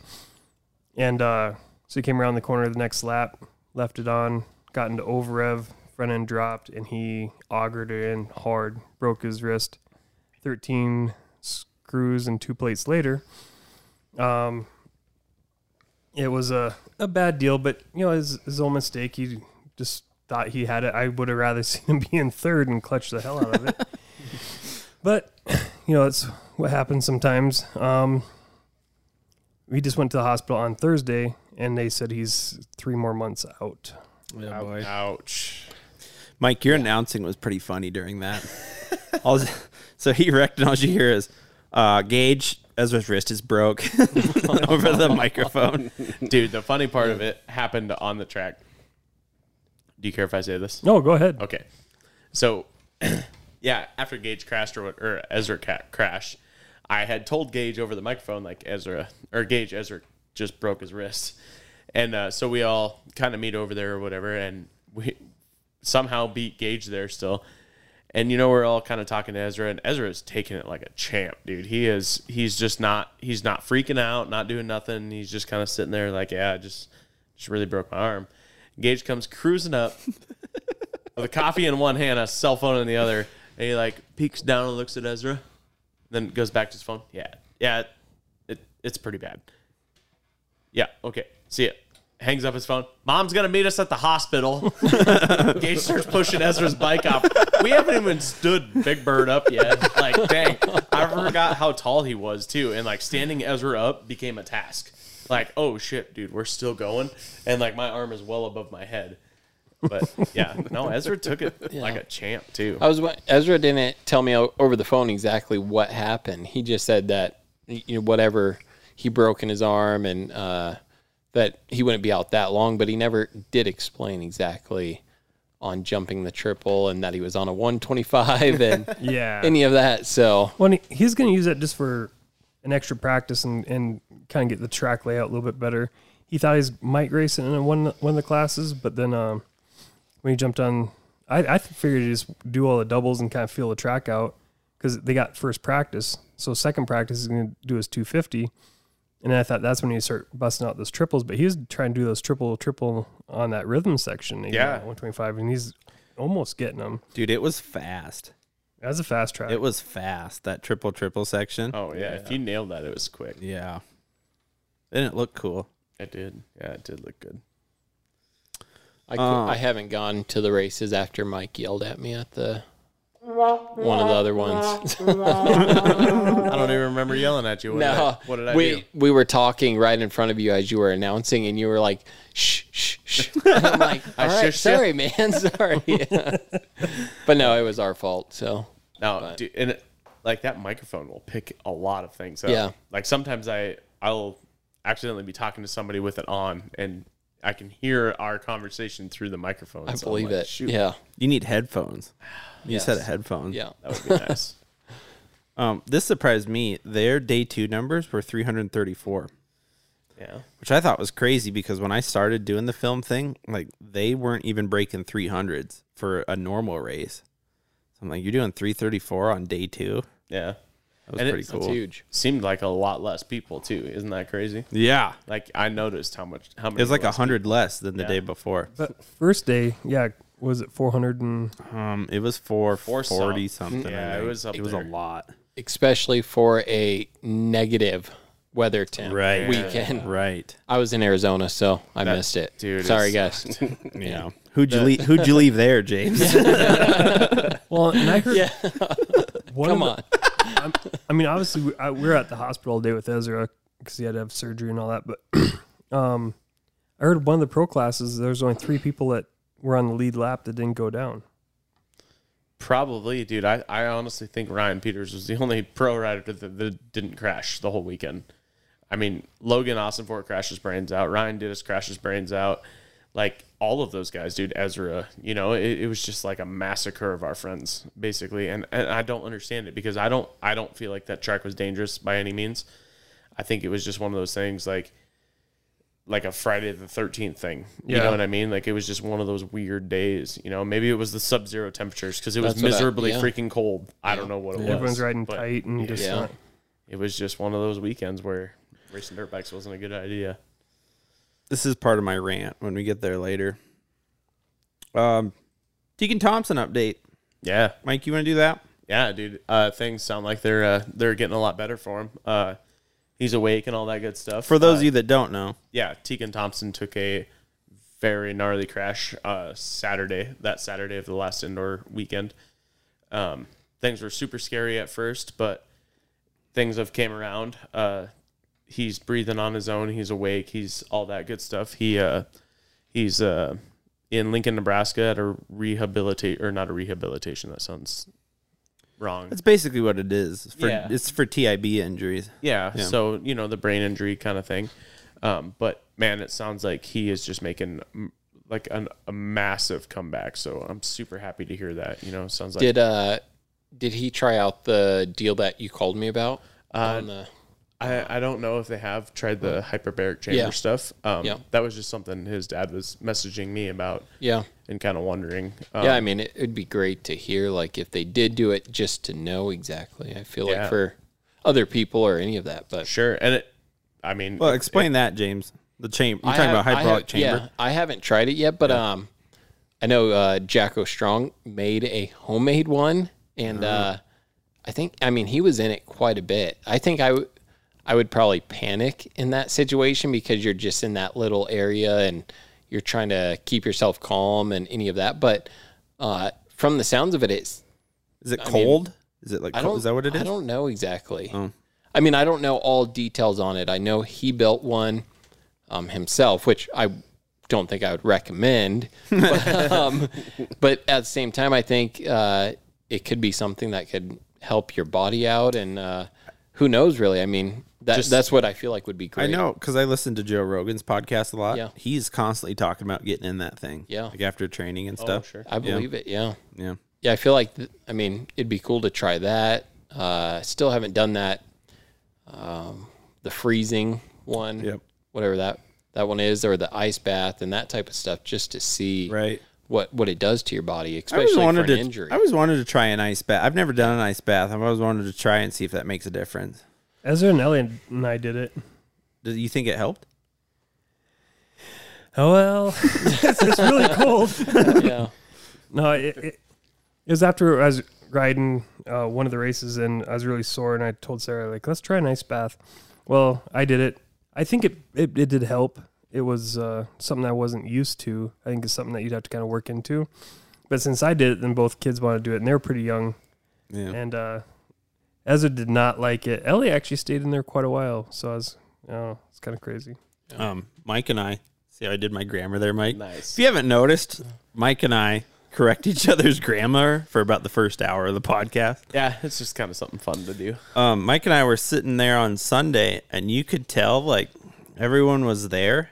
S4: and uh, so he came around the corner the next lap, left it on, got into overrev, front end dropped, and he augered it in hard, broke his wrist. 13 screws and two plates later. Um, it was a, a bad deal, but, you know, his, his own mistake. He just thought he had it. I would have rather *laughs* seen him be in third and clutch the hell out of it. but, you know, it's what happens sometimes. Um, we just went to the hospital on Thursday, and they said he's three more months out.
S1: Ouch.
S3: Mike, your announcing was pretty funny during that. all, so he wrecked, and all you hear is uh, Gage, Ezra's wrist is broke *laughs* over the microphone.
S1: Dude, the funny part of it happened on the track. Do you care if I say this?
S4: No, go ahead.
S1: Okay. So, *clears throat* yeah, after Gage crashed or, or Ezra ca- crashed, I had told Gage over the microphone, like, Ezra, or Gage, Ezra just broke his wrist. And uh, so we all kind of meet over there or whatever, and we somehow beat Gage there still. And you know we're all kind of talking to Ezra, and Ezra is taking it like a champ, dude. He is. He's just not. He's not freaking out, not doing nothing. He's just kind of sitting there, like, yeah, I just, just really broke my arm. Gage comes cruising up, with a coffee in one hand, a cell phone in the other, and he like peeks down and looks at Ezra, then goes back to his phone. Yeah, yeah, it, it it's pretty bad. Yeah, okay, see it. Hangs up his phone. Mom's gonna meet us at the hospital. *laughs* Gage starts pushing Ezra's bike off. We haven't even stood Big Bird up yet. Like, dang, I forgot how tall he was too, and like standing Ezra up became a task. Like, oh shit, dude, we're still going, and like my arm is well above my head. But yeah, no, Ezra took *laughs* it like a champ too.
S2: I was wa- Ezra didn't tell me o- over the phone exactly what happened. He just said that you know whatever he broke in his arm and uh, that he wouldn't be out that long, but he never did explain exactly on jumping the triple and that he was on a 125 and
S4: Yeah.
S2: any of that. So
S4: Well, and he- he's going to use that just for an extra practice and, and kind of get the track layout a little bit better. He thought he might race it in one one of the classes, but then um, when he jumped on, I, I figured he just do all the doubles and kind of feel the track out because they got first practice. So second practice is going to do his 250, and then I thought that's when he start busting out those triples. But he was trying to do those triple triple on that rhythm section.
S1: Yeah.
S4: 125, and he's almost getting them.
S3: Dude, it was fast.
S4: That's a fast track.
S3: It was fast. That triple triple section.
S1: Oh yeah, if you nailed that, it was quick.
S3: Yeah. Didn't it look cool?
S1: It did. Yeah, it did look good.
S2: I, cou-
S3: Oh.
S2: I haven't gone to the races after Mike yelled at me at the one of the other ones.
S1: I don't even remember yelling at you. What did I,
S2: no,
S1: what did I
S2: we
S1: do?
S2: we were talking right in front of you as you were announcing, and you were like, "Shh, shh,
S1: *laughs*
S2: shh." And I'm like,
S1: I
S2: "All right,
S1: shushed ya."
S2: sorry, man, *laughs* sorry."
S1: *laughs*
S2: Yeah. But no, it was our fault. So
S1: No, dude, and it, like that microphone will pick a lot of things up.
S2: Yeah.
S1: Like sometimes I I'll accidentally be talking to somebody with it on, and I can hear our conversation through the microphone.
S2: I believe it.
S1: Shoot,
S2: Yeah,
S3: You need headphones. You said
S2: Yes.
S3: headphones.
S2: yeah.
S1: that would *laughs* be nice.
S3: Um, this surprised me. Their day two numbers were 334,
S1: yeah.
S3: which I thought was crazy because when I started doing the film thing, like they weren't even breaking 300s for a normal race. So I'm like, you're doing 334 on day two?
S1: Yeah.
S3: That was
S1: And it-
S3: pretty
S2: It's
S3: cool.
S2: huge.
S1: Seemed like a lot less people too. Isn't that crazy?
S3: Yeah.
S1: Like I noticed how much how many.
S3: It was like
S1: less-
S3: 100 less than the
S1: Yeah.
S3: day before.
S4: But first day, yeah, was it 400 and
S3: Um, it was 440
S1: Four some.
S3: something. I
S1: Yeah, it
S3: think.
S1: was up
S3: It was a
S1: there.
S3: lot.
S2: especially for a negative weather temp
S3: Right.
S1: *laughs*
S2: weekend.
S3: Right.
S2: I was in Arizona, so I missed it.
S1: dude,
S2: sorry
S1: it's- *laughs*
S2: guys.
S3: Yeah. Who'd you leave? Who'd you leave there, James?
S4: Well, and
S2: *laughs*
S4: I heard. *laughs* one
S2: Come
S4: of
S2: on.
S4: the- I mean, obviously, we, I, we were at the hospital all day with Ezra because he had to have surgery and all that. But *clears throat* um, I heard one of the pro classes, there was only three people that were on the lead lap that didn't go down.
S1: Probably, dude. I, I honestly think Ryan Peters was the only pro rider that, that didn't crash the whole weekend. I mean, Logan Austin Fort crashed his brains out. Ryan Dittus crashed his brains out. Like all of those guys, dude. Ezra, you know, it, it was just like a massacre of our friends, basically. And, and I don't understand it because I don't I don't feel like that track was dangerous by any means. I think it was just one of those things like like a Friday the thirteenth thing. You
S4: Yeah.
S1: know what I mean? Like it was just one of those weird days. You know, maybe it was the sub zero temperatures because it was
S2: That's what I-
S1: miserably
S2: yeah.
S1: freaking cold. I don't know what it was.
S4: Everyone's riding
S1: but
S4: tight and just
S2: Yeah.
S4: not-
S1: It was just one of those weekends where racing dirt bikes wasn't a good idea.
S3: this is part of my rant when we get there later. Um, Deacon Thompson update.
S1: Yeah.
S3: Mike, you want to do that?
S1: Yeah, dude. Uh, things sound like they're uh, they're getting a lot better for him. Uh, he's awake and all that good stuff.
S3: For those
S1: Uh,
S3: of you that don't know,
S1: yeah, Tegan Thompson took a very gnarly crash uh, Saturday, that Saturday of the last indoor weekend. Um, things were super scary at first, but things have came around. Uh, he's breathing on his own. He's awake. He's all that good stuff. He uh, he's uh, in Lincoln, Nebraska, at a rehabilitate or not a rehabilitation. That sounds wrong.
S3: that's basically what it is. For,
S1: Yeah.
S3: It's for TIB injuries.
S1: Yeah,
S3: Yeah.
S1: So, you know, the brain injury kind of thing. Um, but man, it sounds like he is just making mm, like an, a massive comeback. So I'm super happy to hear that. You know, sounds like
S2: Did uh, did he try out the deal that you called me about?
S1: Uh,
S2: on the,
S1: I, I don't know if they have tried the hyperbaric chamber
S2: Yeah.
S1: stuff. Um,
S2: Yeah.
S1: That was just something his dad was messaging me about
S2: yeah.
S1: and kind of wondering. Um,
S2: yeah, I mean, it would be great to hear, like, if they did do it, just to know exactly. I feel
S1: Yeah.
S2: like for other people or any of that, but
S1: Sure. And it, I mean,
S3: Well,
S1: it-
S3: explain that, James. The chamber. You're
S2: I
S3: talking about
S2: have- I have-
S3: hydraulic chamber.
S2: Yeah, I haven't tried it yet, but um, I know uh, Jacko Strong made a homemade one, and
S3: Uh-huh.
S2: uh, I think I mean he was in it quite a bit. I think I w- I would probably panic in that situation because you're just in that little area and you're trying to keep yourself calm and any of that. But uh, from the sounds of it, it's
S3: Is it cold? is it like
S2: I
S3: cold?
S2: don't.
S3: Is that what it is? Oh.
S2: I don't know exactly. I mean, I don't know all details on it. I know he built one um, himself, which I don't think I would
S3: *laughs*
S2: recommend. but, um, but at the same time, I think uh, it could be something that could help your body out, and uh, who knows, really? I mean, that, that's what I feel like would be
S3: I
S2: great.
S3: know because I listen to Joe Rogan's podcast a lot.
S2: Yeah.
S3: He's constantly talking about getting in that thing.
S2: Yeah. Oh,
S3: Like after training and stuff.
S1: sure.
S2: I believe it. Yeah.
S3: Yeah.
S2: yeah, I feel like th- I mean it'd be cool to try that. Uh, still haven't done that. Um, the freezing one,
S3: Yep.
S2: whatever that that one is, or the ice bath and that type of stuff, just to see
S3: Right.
S2: what what it does to your body,
S3: I always
S2: especially for
S3: wanted
S2: an
S3: to.
S2: injury.
S3: I always wanted to try an ice bath. I've never done an ice bath. I've always wanted to try and see if that makes a difference.
S4: Ezra and Ellie and I did it.
S3: Do you think it helped?
S4: Oh well, *laughs* it's, it's really cold.
S2: yeah,
S4: No, it, it, it was after I was riding uh, one of the races and I was really sore, and I told Sarah like, "Let's try an ice bath." Well, I did it. I think it it, it did help. It was uh, something I wasn't used to. I think it's something that you'd have to kind of work into. But since I did it, then both kids wanted to do it, and they were pretty young.
S3: Yeah.
S4: And uh, Ezra did not like it. Ellie actually stayed in there quite a while, so I was, oh, it's kind of crazy.
S3: Um, Mike and I. See how I did my grammar there, Mike.
S5: Nice.
S3: If you haven't noticed, Mike and I correct each other's grammar for about the first hour of the podcast.
S1: yeah, it's just kind of something fun to do.
S3: um, Mike and I were sitting there on Sunday, and you could tell like everyone was there,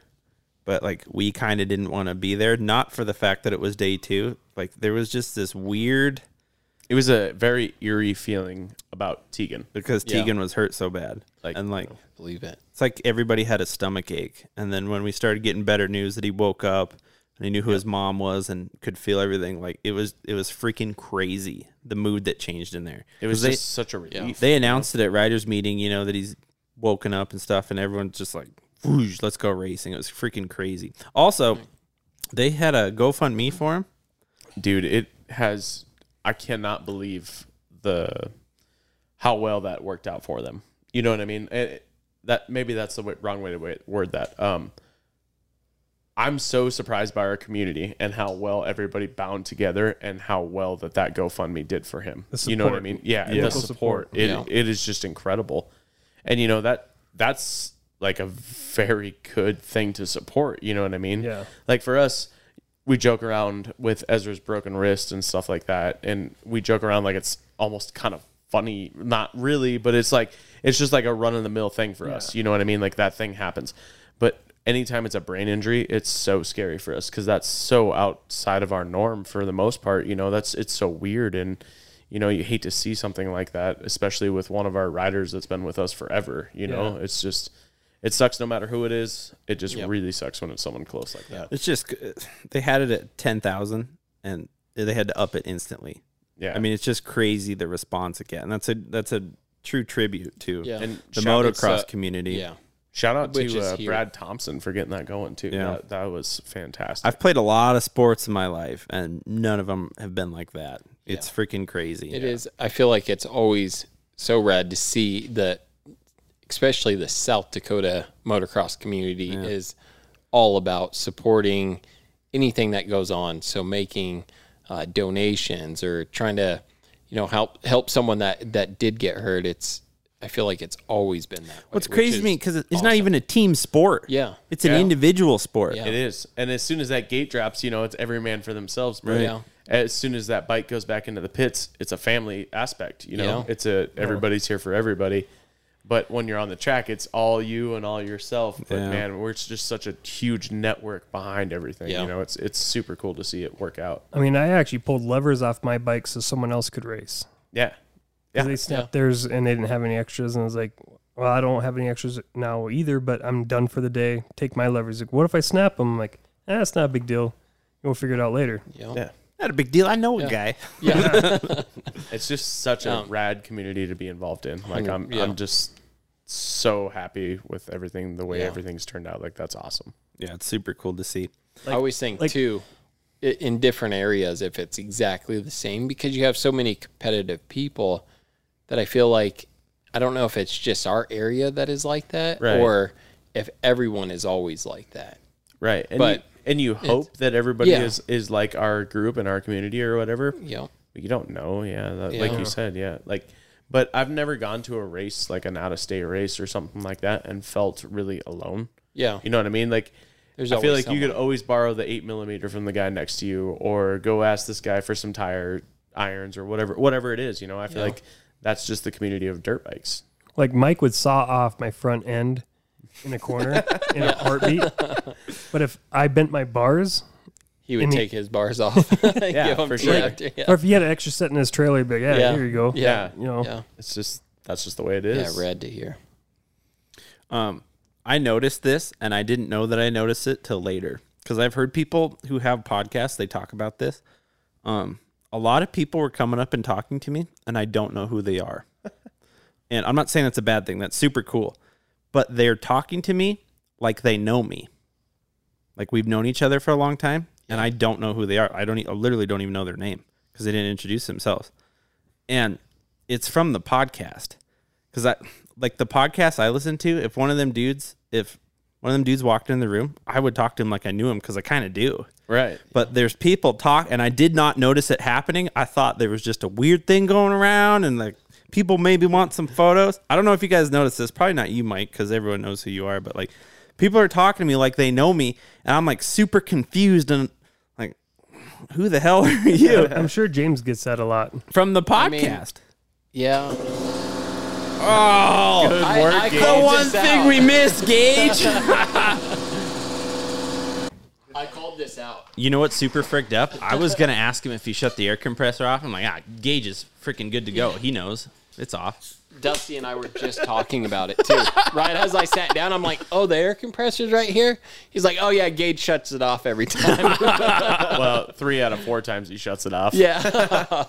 S3: but like we kind of didn't want to be there. Not for the fact that it was day two. Like there was just this weird
S1: It was a very eerie feeling about Tegan.
S3: because
S2: Yeah.
S3: Tegan was hurt so bad, like and like
S2: believe it.
S3: it's like everybody had a stomach ache. And then when we started getting better news that he woke up and he knew who his mom was and could feel everything, like it was it was freaking crazy. The mood that changed in there.
S1: It was
S3: They-
S1: just such a relief.
S3: they announced it at riders meeting you know that he's woken up and stuff and everyone's just like Whoosh, let's go racing it was freaking crazy also
S1: Hmm.
S3: they had a gofundme for him
S1: Dude, it has. I cannot believe the how well that worked out for them. You know what I mean? It- that maybe that's the way, wrong way to wa- word that. Um, I'm so surprised by our community and how well everybody bound together and how well that that GoFundMe did for him. You know what I
S4: support.
S1: mean? Yeah, and the
S4: Local
S1: support.
S4: support.
S1: It
S2: Yeah.
S1: it is just incredible, and you know that that's like a very good thing to support. You know what I mean?
S4: Yeah.
S1: Like for us, we joke around with Ezra's broken wrist and stuff like that, and we joke around like it's almost kind of funny, not really, but it's like it's just like a run of the mill thing for us. You know what I mean? Like that thing happens, but anytime it's a brain injury, it's so scary for us because that's so outside of our norm for the most part. You know, that's it's so weird and. You know, you hate to see something like that, especially with one of our riders that's been with us forever. You know, it's just, it sucks no matter who it is. It just really sucks when it's someone close like that.
S3: it's just uh, they had it at 10000 and they had to up it instantly
S1: Yeah.
S3: i mean it's just crazy the response again that's a that's a true tribute to
S2: Yeah.
S1: and
S3: the
S1: shout-
S3: motocross
S1: it's, uh,
S3: community
S2: Yeah,
S1: Shout out
S2: Which
S1: to
S2: is
S1: uh,
S2: here.
S1: Brad Thompson for getting that going too.
S3: Yeah.
S1: That, that was fantastic.
S3: I've played a lot of sports in my life, and none of them have been like that. It's freaking crazy.
S2: It is. I feel like it's always so rad to see the, especially the South Dakota motocross community is all about supporting anything that goes on. So making uh, donations or trying to, you know, help help someone that that did get hurt. It's. I feel like it's always been that. Way,
S3: What's
S2: which
S3: crazy
S2: is-
S3: to me because it's not even a team sport.
S2: Yeah.
S3: it's an individual sport.
S2: Yeah.
S1: it is. And as soon as that gate drops, you know, it's every man for themselves. But
S2: Yeah.
S1: as soon as that bike goes back into the pits, it's a family aspect. You know,
S2: Yeah.
S1: it's a everybody's here for everybody. But when you're on the track, it's all you and all yourself. But
S3: Yeah.
S1: man, we're it's just such a huge network behind everything.
S2: Yeah.
S1: You know, it's it's super cool to see it work out.
S4: I mean, I actually pulled levers off my bike so someone else could race.
S1: Yeah.
S4: 'Cause
S1: Yeah.
S4: They snapped theirs and they didn't have any extras. And I was like, well, I don't have any extras now either, but I'm done for the day. Take my levers. Like, what if I snap them? I'm like, eh, it's not a big deal. We'll figure it out later.
S2: Yeah.
S1: Yeah.
S3: Not a big deal. I know a
S2: Yeah. *laughs*
S3: guy. *laughs*
S2: Yeah.
S1: It's just such a
S2: Um,
S1: rad community to be involved in. Like
S2: Hundred-
S1: I'm
S2: yeah.
S1: I'm just so happy with everything the way
S2: Yeah.
S1: everything's turned out. Like that's awesome.
S3: Yeah, it's super cool to see.
S2: I always think
S4: like-
S2: too, i- in different areas, if it's exactly the same, because you have so many competitive people that I feel like I don't know if it's just our area that is like that,
S1: Right.
S2: or if everyone is always like that.
S1: Right. And
S2: But
S1: you, and you hope that everybody
S2: yeah.
S1: is is like our group and our community or whatever.
S2: You know,
S1: You don't know, yeah. that-
S2: Yeah.
S1: Like you said, yeah. Like, but I've never gone to a race like an out of state race or something like that and felt really alone.
S2: yeah.
S1: You know what I mean? Like,
S2: There's
S1: I feel like
S2: always
S1: you could always borrow the eight millimeter from the guy next to you, or go ask this guy for some tire irons or whatever, whatever it is. You know, I feel
S2: Yeah.
S1: like that's just the community of dirt bikes.
S4: Like, Mike would saw off my front end in a corner in
S2: *laughs*
S4: a heartbeat. But if I bent my bars,
S2: He would
S4: And he-
S2: take his bars *laughs* off. yeah,
S1: for sure.
S4: or if he had an extra set in his trailer, he'd be like, yeah,
S2: Yeah.
S4: here you go.
S2: Yeah.
S4: You know,
S2: Yeah.
S1: It's just that's just the way it
S2: Yeah,
S1: is.
S2: rad to hear.
S3: Um, I noticed this, and I didn't know that I noticed it till later because I've heard people who have podcasts they talk about this. Um, a lot of people were coming up and talking to me, and I don't know who they are. and I'm not saying that's a bad thing. That's super cool, but they're talking to me like they know me, like we've known each other for a long time, and I don't know who they are. I don't. e- I literally don't even know their name because they didn't introduce themselves, and it's from the podcast because I like the podcast I listen to. If one of them dudes, if one of them dudes walked in the room, I would talk to him like I knew him because I kind of do.
S1: Right.
S3: But there's people talk, and I did not notice it happening. I thought there was just a weird thing going around, and like people maybe want some photos. I don't know if you guys noticed this. Probably not you, Mike, because everyone knows who you are. But like, people are talking to me like they know me, and I'm like super confused and like, who the hell are you
S4: *laughs* I'm sure James gets that a lot.
S3: from the podcast?
S2: mean- Yeah.
S3: oh,
S1: Good
S2: I-
S1: work,
S2: I
S1: Gabe.
S2: called
S3: the one
S2: this
S3: thing
S2: out.
S3: we missed, Gage.
S2: I called this out.
S3: You know what's super fricked up? I was gonna ask him if he shut the air compressor off. I'm like, ah, Gage is freaking good to go. He knows it's off.
S2: Dusty and I were just talking about it too. Right as I sat down, I'm like, "Oh, the air compressor's right here." He's like, "Oh yeah, Gage shuts it off every time."
S1: well, three out of four times he shuts it off.
S2: yeah. yeah,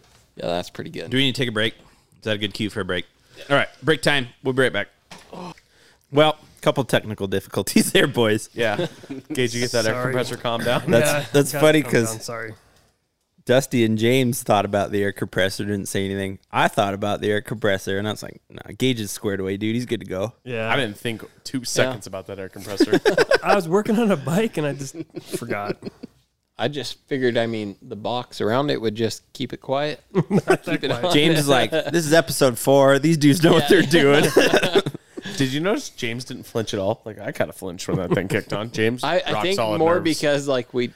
S2: *laughs* that's pretty good.
S3: Do we need to take a break? Is that a good cue for a break? All right, break time. We'll be right back. Well, couple technical difficulties *laughs* there, boys.
S2: *laughs*
S1: Yeah. Gage, you get that air
S4: Sorry.
S1: compressor calmed down.
S3: That's that's
S4: Got-
S3: funny
S4: I'm done,
S3: because
S4: sorry.
S3: Dusty and James thought about the air compressor, didn't say anything. I thought about the air compressor, and I was like, Nah, Gage is squared away, dude. He's good to go.
S4: Yeah.
S1: *laughs* I didn't think two seconds about that air
S2: *laughs*
S1: compressor.
S4: I was working on a bike and I just forgot.
S2: I just figured, I mean, the box around it would just keep it *laughs* quiet. keep it on.
S3: James is *laughs* like, This is episode four. These dudes know what they're doing. *laughs*
S1: Did you notice James didn't flinch at all? Like I kind of flinched when that thing kicked on. James,
S2: I, I
S1: rock
S2: think
S1: solid
S2: more
S1: nerves.
S2: because like we,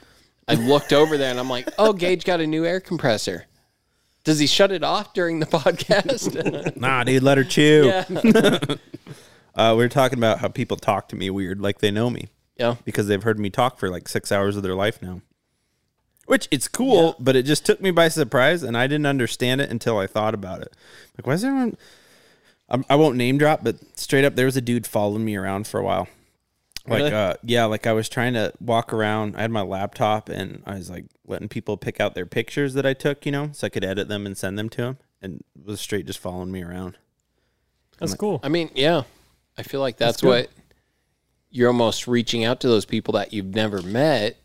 S2: I looked over there and I'm like, "Oh, Gage got a new air compressor." Does he shut it off during the *laughs* podcast?
S3: nah, dude, let her chew. *laughs* Uh, we were talking about how people talk to me weird, like they know me
S2: yeah.
S3: because they've heard me talk for like six hours of their life now. Which it's cool, but it just took me by surprise, and I didn't understand it until I thought about it. Like, why is everyone? I'm, I won't name drop, but straight up, there was a dude following me around for a while. Like,
S1: Really?
S3: uh, yeah, like I was trying to walk around. I had my laptop, and I was like letting people pick out their pictures that I took, you know, so I could edit them and send them to him. And was straight just following me around.
S4: That's cool.
S2: I mean, yeah. I feel like that's, what you're almost reaching out to those people that you've never met.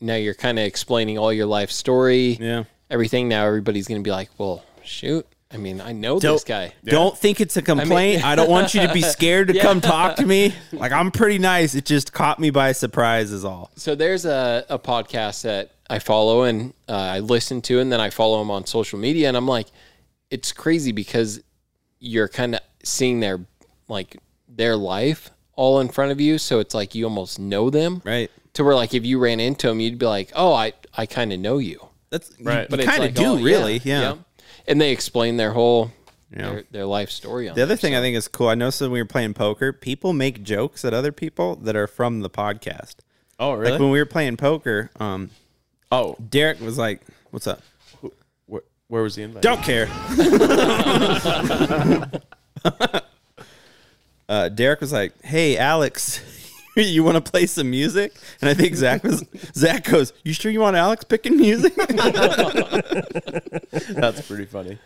S2: Now you're kind of explaining all your life story,
S3: Yeah.
S2: everything. Now everybody's going to be like, well, shoot. I mean, I know this guy.
S3: Don't think it's a complaint. I, don't want you to *laughs* be scared to come talk to me. *laughs* Like I'm pretty nice. It just caught me by surprise is all.
S2: So there's a, a podcast that I follow and uh, I listen to, and then I follow them on social media. And I'm like, it's crazy because you're kind of seeing their like their life all in front of you. So it's like you almost know them.
S3: Right.
S2: to where like if you ran into him, you'd be like, "Oh, I I kind of know you."
S3: That's
S1: Right.
S3: But
S1: But
S3: you
S2: it's
S3: kind of
S2: like,
S3: do
S2: oh,
S3: really. Yeah.
S2: And they explain their whole
S3: Yeah.
S2: their, their life story on
S3: The other
S2: there,
S3: thing
S2: so-
S3: I think is cool, I noticed when we were playing poker, people make jokes at other people that are from the podcast.
S1: Oh, really?
S3: Like when we were playing poker, um,
S1: oh,
S3: Derek was like, "What's up?
S1: wh- where was the invite?
S3: Don't care." *laughs* uh, Derek was like, "Hey, Alex, *laughs* you want to play some music?" And I think Zach was Zach goes, "You sure you want Alex picking music?" *laughs*
S1: That's pretty funny.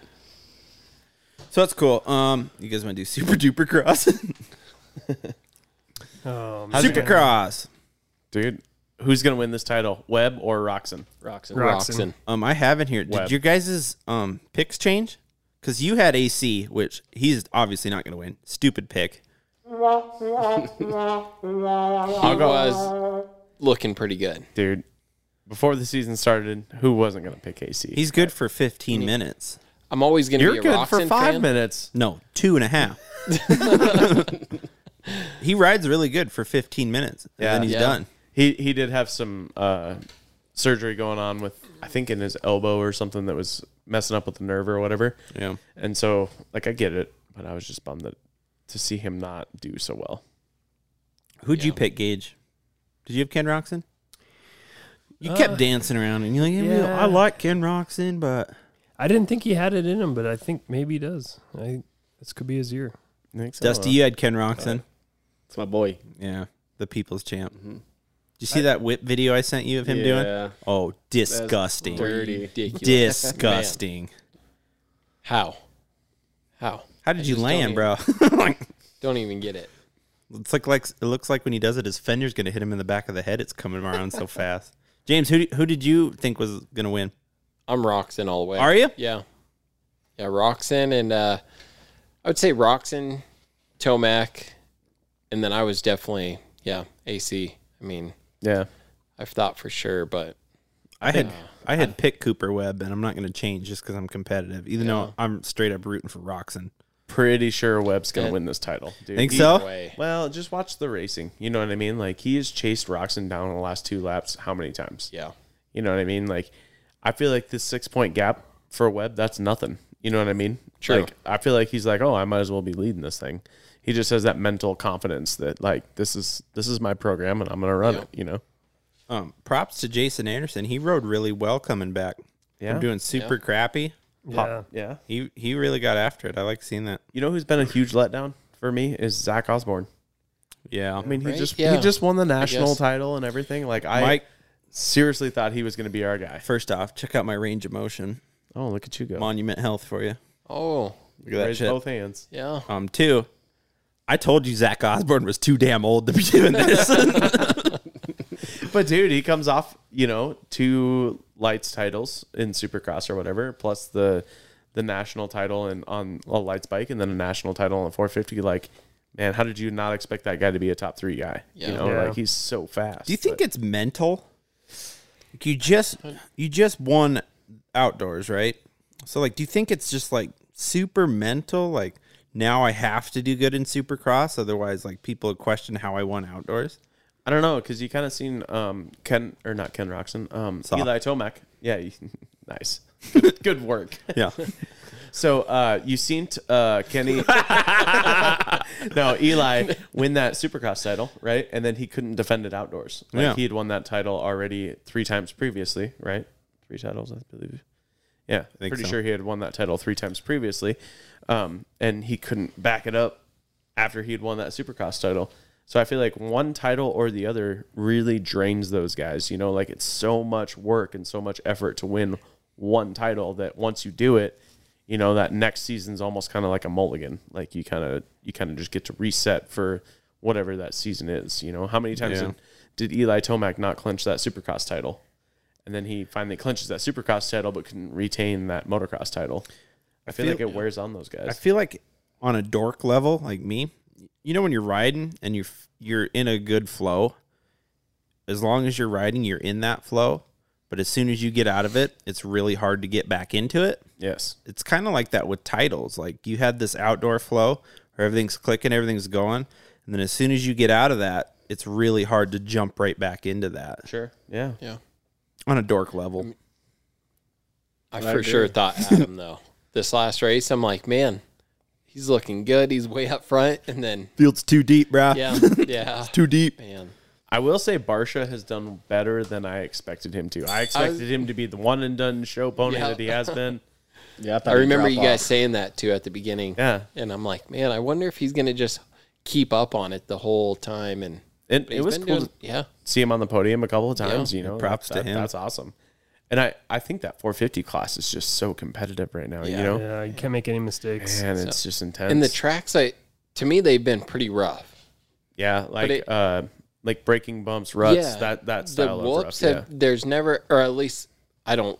S3: so that's cool. Um, you guys want to do Super Duper *laughs* Cross?
S4: Oh, man.
S3: Super Cross.
S1: Dude, who's going to win this title, Webb or Roxon?
S5: Roxon.
S4: Roxon.
S2: Roxon.
S3: Um, I have in here. Did
S1: Web.
S3: your guys' um picks change? Because you had AC, which he's obviously not going to win. Stupid pick.
S2: He was looking pretty good.
S1: Dude, before the season started, who wasn't going to pick AC?
S3: He's good for 15 minutes.
S2: I'm always going to
S1: You're
S2: be a
S1: good
S2: Roxon
S1: for five
S2: fan.
S1: minutes.
S3: No, two and a *laughs* half. he rides really good for 15 minutes, and then he's
S2: Yeah.
S3: done.
S1: He he did have some uh, surgery going on with I think in his elbow or something that was messing up with the nerve or whatever.
S3: Yeah.
S1: And so like I get it, but I was just bummed that to see him not do so well.
S3: Who'd you pick, Gage? Did you have Ken Roxon? You kept dancing around, and you're like, Uh, "Yeah,
S4: yeah.
S3: I like Ken Roxon, but
S4: I didn't think he had it in him, but I think maybe he does. I this could be his year.
S3: Dusty, you had Ken Roxon.
S5: It's my boy. Mm-hmm.
S3: Yeah, the people's champ. Did you see that whip video I sent you of him doing?
S5: Yeah.
S3: Oh, disgusting.
S5: Dirty.
S2: Ridiculous. Man,
S3: Disgusting.
S2: How? How?
S3: How did you
S2: just
S3: land, bro? *laughs*
S2: Don't even get it.
S3: it's like, like it looks like when he does it, his fender's gonna hit him in the back of the head. It's coming around so *laughs* fast. James, who who did you think was gonna win?
S2: I'm Roxon all the way.
S3: Are you?
S2: Yeah. Yeah, Roxon and uh I would say Roxon, Tomac, and then I was definitely yeah, AC. I mean,
S1: Yeah.
S2: I've thought for sure, but
S3: I had I had picked Cooper Webb, and I'm not gonna change just because I'm competitive. Even though I'm straight up rooting for Roxon.
S1: Pretty sure Webb's gonna win this title. Dude.
S3: Think
S1: He-
S3: so?
S2: way.
S1: Well, just watch the racing. You know what I mean? Like he has chased Roxon down in the last two laps how many times?
S2: Yeah.
S1: You know what I mean? Like, I feel like this six point gap for Webb, that's nothing. You know what I mean?
S2: True.
S1: Like, I feel like he's like, oh, I might as well be leading this thing. He just has that mental confidence that like this is this is my program and I'm gonna run
S2: Yeah.
S1: it. You know?
S3: Um, props to Jason Anderson. He rode really well coming back.
S1: Yeah.
S3: I'm doing super crappy.
S4: Yeah.
S1: Yeah.
S3: He he really got after it. I like seeing that.
S1: You know who's been a huge letdown for me is Zach Osborne.
S3: Yeah.
S1: I mean, he
S2: Right?
S1: just
S2: Yeah.
S1: he just won the national
S2: guess.
S1: title and everything. Like I
S3: Mike,
S1: seriously thought he was gonna be our guy.
S3: first off, check out my range of motion.
S1: Oh, look at you go!
S3: Monument Health for you.
S2: Oh,
S3: Look at that
S1: Raise
S3: shit.
S1: both hands.
S2: yeah.
S3: Um, two, I told you Zach Osborne was too damn old to be *laughs* doing this.
S1: *laughs* But dude, he comes off, you know, two lights titles in Supercross or whatever, plus the the national title and on a lights bike, and then a national title on 450. Like, man, how did you not expect that guy to be a top three guy? You
S2: Yeah.
S1: know,
S4: Yeah.
S1: like he's so fast.
S3: Do you think
S1: but-
S3: it's mental? Like you just you just won outdoors, right? So like, do you think it's just like super mental? Like now I have to do good in Supercross, otherwise like people would question how I won outdoors.
S1: I don't know because you kind of seen um Ken or not Ken Roxon, um
S3: Saw.
S1: Eli Tomac. Yeah, you- *laughs* nice, *laughs* good, good work.
S3: Yeah,
S1: So uh, you seen t- uh, *laughs* Kenny? no, Eli win that Supercross title, right? And then he couldn't defend it outdoors. Like
S3: Yeah.
S1: he had won that title already three times previously, right? Three titles, I believe. Yeah,
S3: think
S1: pretty
S3: so.
S1: sure he had won that title three times previously, um, and he couldn't back it up after he had won that Supercross title. So I feel like one title or the other really drains those guys. You know, like it's so much work and so much effort to win one title that once you do it, you know that next season's almost kind of like a mulligan. Like you kind of you kind of just get to reset for whatever that season is. You know, how many times
S3: Yeah.
S1: did- did Eli Tomac not clinch that Supercross title? And then he finally clinches that Supercross title, but couldn't retain that motocross title. I feel,
S3: feel-
S1: like it wears on those guys.
S3: I feel like on a dork level, like me, you know, when you're riding and you're you're in a good flow, as long as you're riding, you're in that flow. But as soon as you get out of it, it's really hard to get back into it.
S1: yes.
S3: It's kind of like that with titles. Like you had this outdoor flow where everything's clicking, everything's going, and then as soon as you get out of that, it's really hard to jump right back into that
S1: Sure. Yeah.
S2: Yeah.
S3: on a dork level.
S2: I for sure thought Adam though. This last race, I'm like, man, he's looking good. He's way up front, and then
S3: Field's too deep, bruh.
S2: yeah, *laughs* yeah,
S3: too deep.
S2: man.
S1: I will say Barsha has done better than I expected him to. I expected him to be the one and done show pony
S2: Yeah.
S1: that he has been.
S5: Yeah,
S2: I remember you guys saying that too at the beginning.
S1: *laughs* Yeah.
S2: and I'm like, man, I wonder if he's gonna just keep up on it the whole time. And
S1: It,
S2: he's
S1: it was
S2: been
S1: cool
S2: doing-
S1: to
S2: yeah,
S1: see him on the podium a couple of times, you know.
S3: Props to
S1: that-
S3: him.
S1: That's awesome. And I, I think that 450 class is just so competitive right now, you
S2: Yeah.
S1: know?
S4: Yeah, you can't make any mistakes.
S1: And it's just intense.
S2: and the tracks, I to me they've been pretty rough.
S1: yeah, like
S2: it-
S1: uh like breaking bumps, ruts,
S2: Yeah.
S1: that that
S2: the
S1: style of rough.
S2: whoops
S1: Yeah.
S2: have, there's never or at least i don't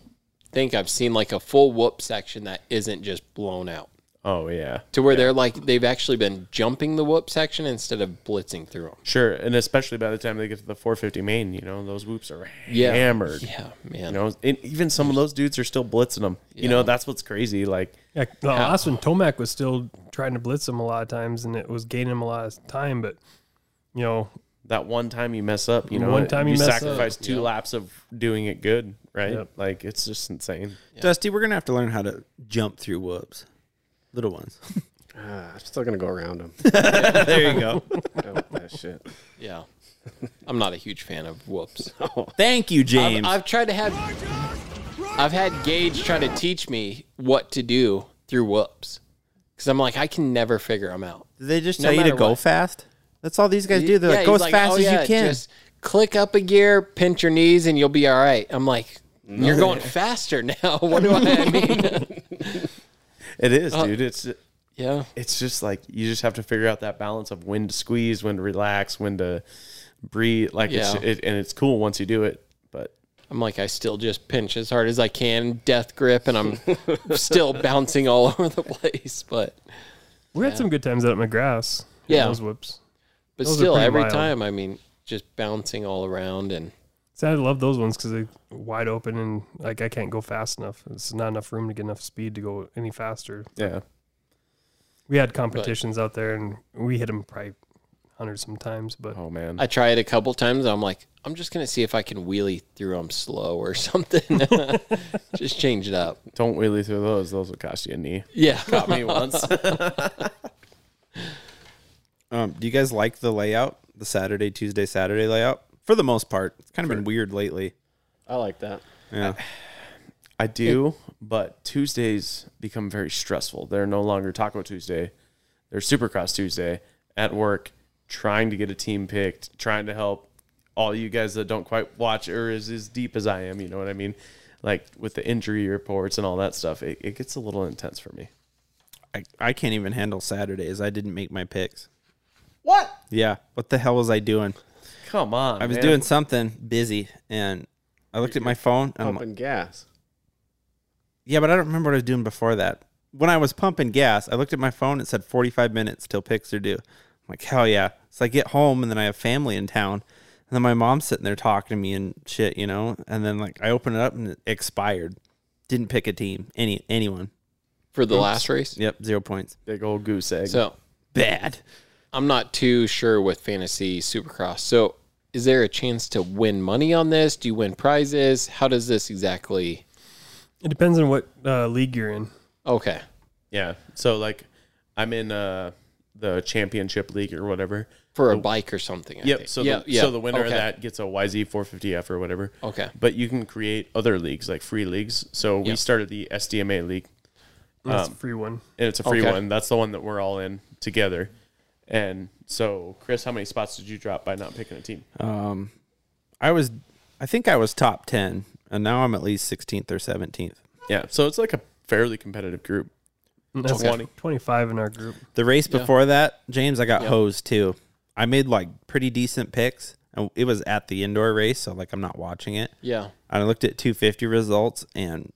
S2: think i've seen like a full whoop section that isn't just blown out
S1: Oh yeah.
S2: to where they're like they've actually been jumping the whoop section instead of blitzing through them
S1: Sure, and especially by the time they get to the 450 main, you know, those whoops are
S2: Yeah.
S1: hammered.
S2: yeah man
S1: You know, and even some of those dudes are still blitzing them. You know, that's what's crazy. Like,
S4: Yeah, the last one, Tomac was still trying to blitz him a lot of times, and it was gaining him a lot of time. But you know,
S1: that one time you mess up, you know,
S4: One time
S1: you,
S4: you mess up.
S1: sacrifice two laps of doing it good, right?
S4: Yep.
S1: Like it's just insane.
S3: Dusty, we're gonna have to learn how to jump through whoops, little ones.
S5: Ah, I'm still gonna go around him.
S3: there you go.
S5: Oh, that shit.
S2: yeah i'm not a huge fan of whoops
S3: *laughs* Thank you,
S2: I've,
S3: James.
S2: I've tried to have i've had gage try to teach me what to do through whoops because i'm like i can never figure them out
S3: Did they just
S2: No
S3: tell you to
S2: matter
S3: go
S2: what.
S3: fast? That's all these guys do. They're
S2: Yeah,
S3: like, go
S2: he's
S3: as fast
S2: "Oh,
S3: as
S2: yeah,
S3: you can.
S2: Just click up a gear, pinch your knees, and you'll be all right. I'm like, you're
S3: *laughs*
S2: going faster now. *laughs* What do I, I mean? *laughs*
S1: It is,
S2: Uh,
S1: dude. It's
S2: yeah.
S1: it's just like you just have to figure out that balance of when to squeeze, when to relax, when to breathe. Like,
S2: Yeah.
S1: it's, it, and it's cool once you do it, but
S2: I'm like, I still just pinch as hard as I can, death grip, and
S3: *laughs*
S2: I'm still bouncing all *laughs* over the place. But
S4: we had some good times out at McGrath. in
S2: Yeah.
S4: those whoops.
S2: but
S4: Those are
S2: still,
S4: pretty
S2: every
S4: wild.
S2: time, I mean, just bouncing all around and
S4: So I love those ones because they're wide open and like I can't go fast enough. It's not enough room to get enough speed to go any faster.
S1: yeah,
S4: We had competitions out there and we hit them probably hundred sometimes, but
S1: oh man,
S2: I try it a couple times. I'm like, I'm just gonna see if I can wheelie through them slow or *laughs* something. just change it up.
S1: don't wheelie through those. Those will cost you a knee.
S2: Yeah.
S1: Got me *laughs* once.
S3: Um, do you guys like the layout? The Saturday, Tuesday, Saturday layout? For the most part, it's kind of been weird lately.
S5: I like that.
S3: Yeah.
S1: I do, but Tuesdays become very stressful. They're no longer Taco Tuesday. They're Supercross Tuesday at work, trying to get a team picked, trying to help all you guys that don't quite watch or is as deep as I am. You know what I mean? Like with the injury reports and all that stuff, it, it gets a little intense for me.
S3: I, I can't even handle Saturdays. I didn't make my picks. What? Yeah. What the hell was I doing?
S1: Come on.
S3: I was
S1: man.
S3: doing something busy and I looked at my phone. And I'm like,
S5: Pumping gas.
S3: yeah, but I don't remember what I was doing before that. When I was pumping gas, I looked at my phone. It said 45 minutes till picks are due. I'm like, hell yeah. So I get home and then I have family in town. And then my mom's sitting there talking to me and shit, you know? And then like I open it up and it expired. Didn't pick a team, any anyone.
S2: For the last race.
S3: Yep, zero points.
S1: big old goose egg.
S2: So
S3: Bad.
S2: I'm not too sure with fantasy supercross. So, is there a chance to win money on this? Do you win prizes? How does this exactly?
S4: it depends on what uh, league you're in.
S2: Okay.
S1: yeah. So like I'm in uh the championship league or whatever.
S2: For a bike or something. I
S1: Oh. Yep.
S2: think.
S1: So
S2: Yeah,
S1: the,
S2: yeah,
S1: so the winner of
S2: okay.
S1: that gets a YZ 450F or whatever.
S2: Okay.
S1: But you can create other leagues like free leagues. So we
S2: Yep.
S1: started the SDMA league, Um,
S4: That's a free one.
S1: and it's a free
S2: Okay.
S1: one. That's the one that we're all in together. And so, Chris, how many spots did you drop by not picking a team?
S3: Um, I was, I think I was top ten, and now I'm at least 16th or 17th.
S1: Yeah. So it's like a fairly competitive group.
S4: That's
S1: 20.
S4: 25 in our group.
S3: The race before that, James, I got hosed too. I made like pretty decent picks, and it was at the indoor race, so like I'm not watching it.
S2: Yeah.
S3: And I looked at 250 results, and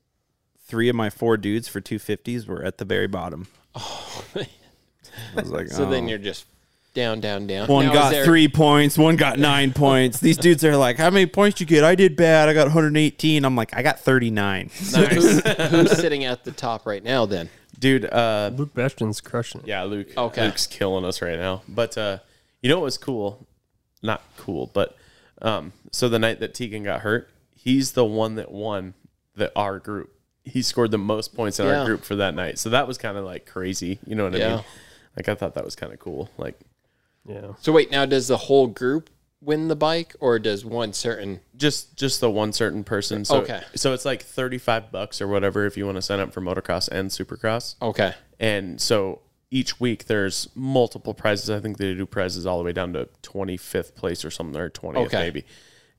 S3: three of my four dudes for 250s were at the
S2: *laughs*
S3: very bottom. I was like,
S2: Oh, So then
S3: "Oh."
S2: you're just down, down, down.
S3: One
S2: Now, is
S3: got
S2: there-
S3: three points. One got nine points. These dudes are like, "How many points you get?" I did bad. I got 118. I'm like, I
S2: *laughs*
S3: got 39.
S2: *laughs* Who, who's sitting at the top right now then?
S1: Dude, uh,
S4: Luke Bashton's crushing it.
S1: Yeah, Luke.
S2: Okay.
S1: Luke's killing us right now. But uh, you know what was cool? Not cool, but um, so the night that Tegan got hurt, he's the one that won the our group. he scored the most points in
S2: Yeah.
S1: our group for that night. So that was kind of like crazy. You know what I
S2: Yeah.
S1: mean? Like I thought that was kind of cool. Like
S4: Yeah.
S2: So wait, now does the whole group win the bike, or does one certain?
S1: just just the one certain person. So,
S2: Okay.
S1: So it's like thirty five bucks or whatever if you want to sign up for motocross and supercross.
S2: Okay,
S1: And so each week there's multiple prizes. I think they do prizes all the way down to 25th place or something, or 20th
S2: Okay.
S1: maybe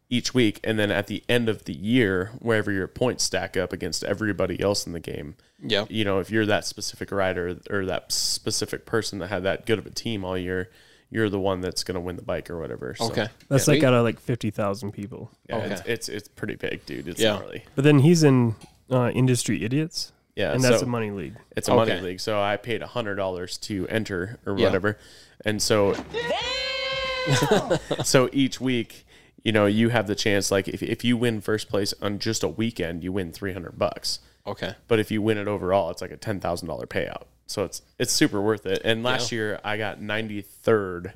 S1: each week. And then at the end of the year, wherever your points stack up against everybody else in the game,
S2: Yep.
S1: you know, if you're that specific rider or that specific person that had that good of a team all year, you're the one that's going to win the bike or whatever. So,
S2: okay,
S4: That's
S2: Yeah.
S4: like out of like 50,000 people.
S1: Yeah,
S2: Okay.
S1: It's, it's, it's pretty big, dude. It's
S2: Yeah.
S1: gnarly.
S4: But then he's in uh, Industry Idiots,
S1: Yeah.
S4: and that's
S1: so-
S4: a money league.
S1: It's a money
S2: Okay.
S1: league, so I paid hundred dollars to enter or
S2: Yeah.
S1: whatever, and so *laughs* so each week, you know, you have the chance. Like if if you win first place on just a weekend, you win three hundred bucks.
S2: okay,
S1: But if you win it overall, it's like a ten thousand dollar payout. So it's it's super worth it. And last year I got ninety third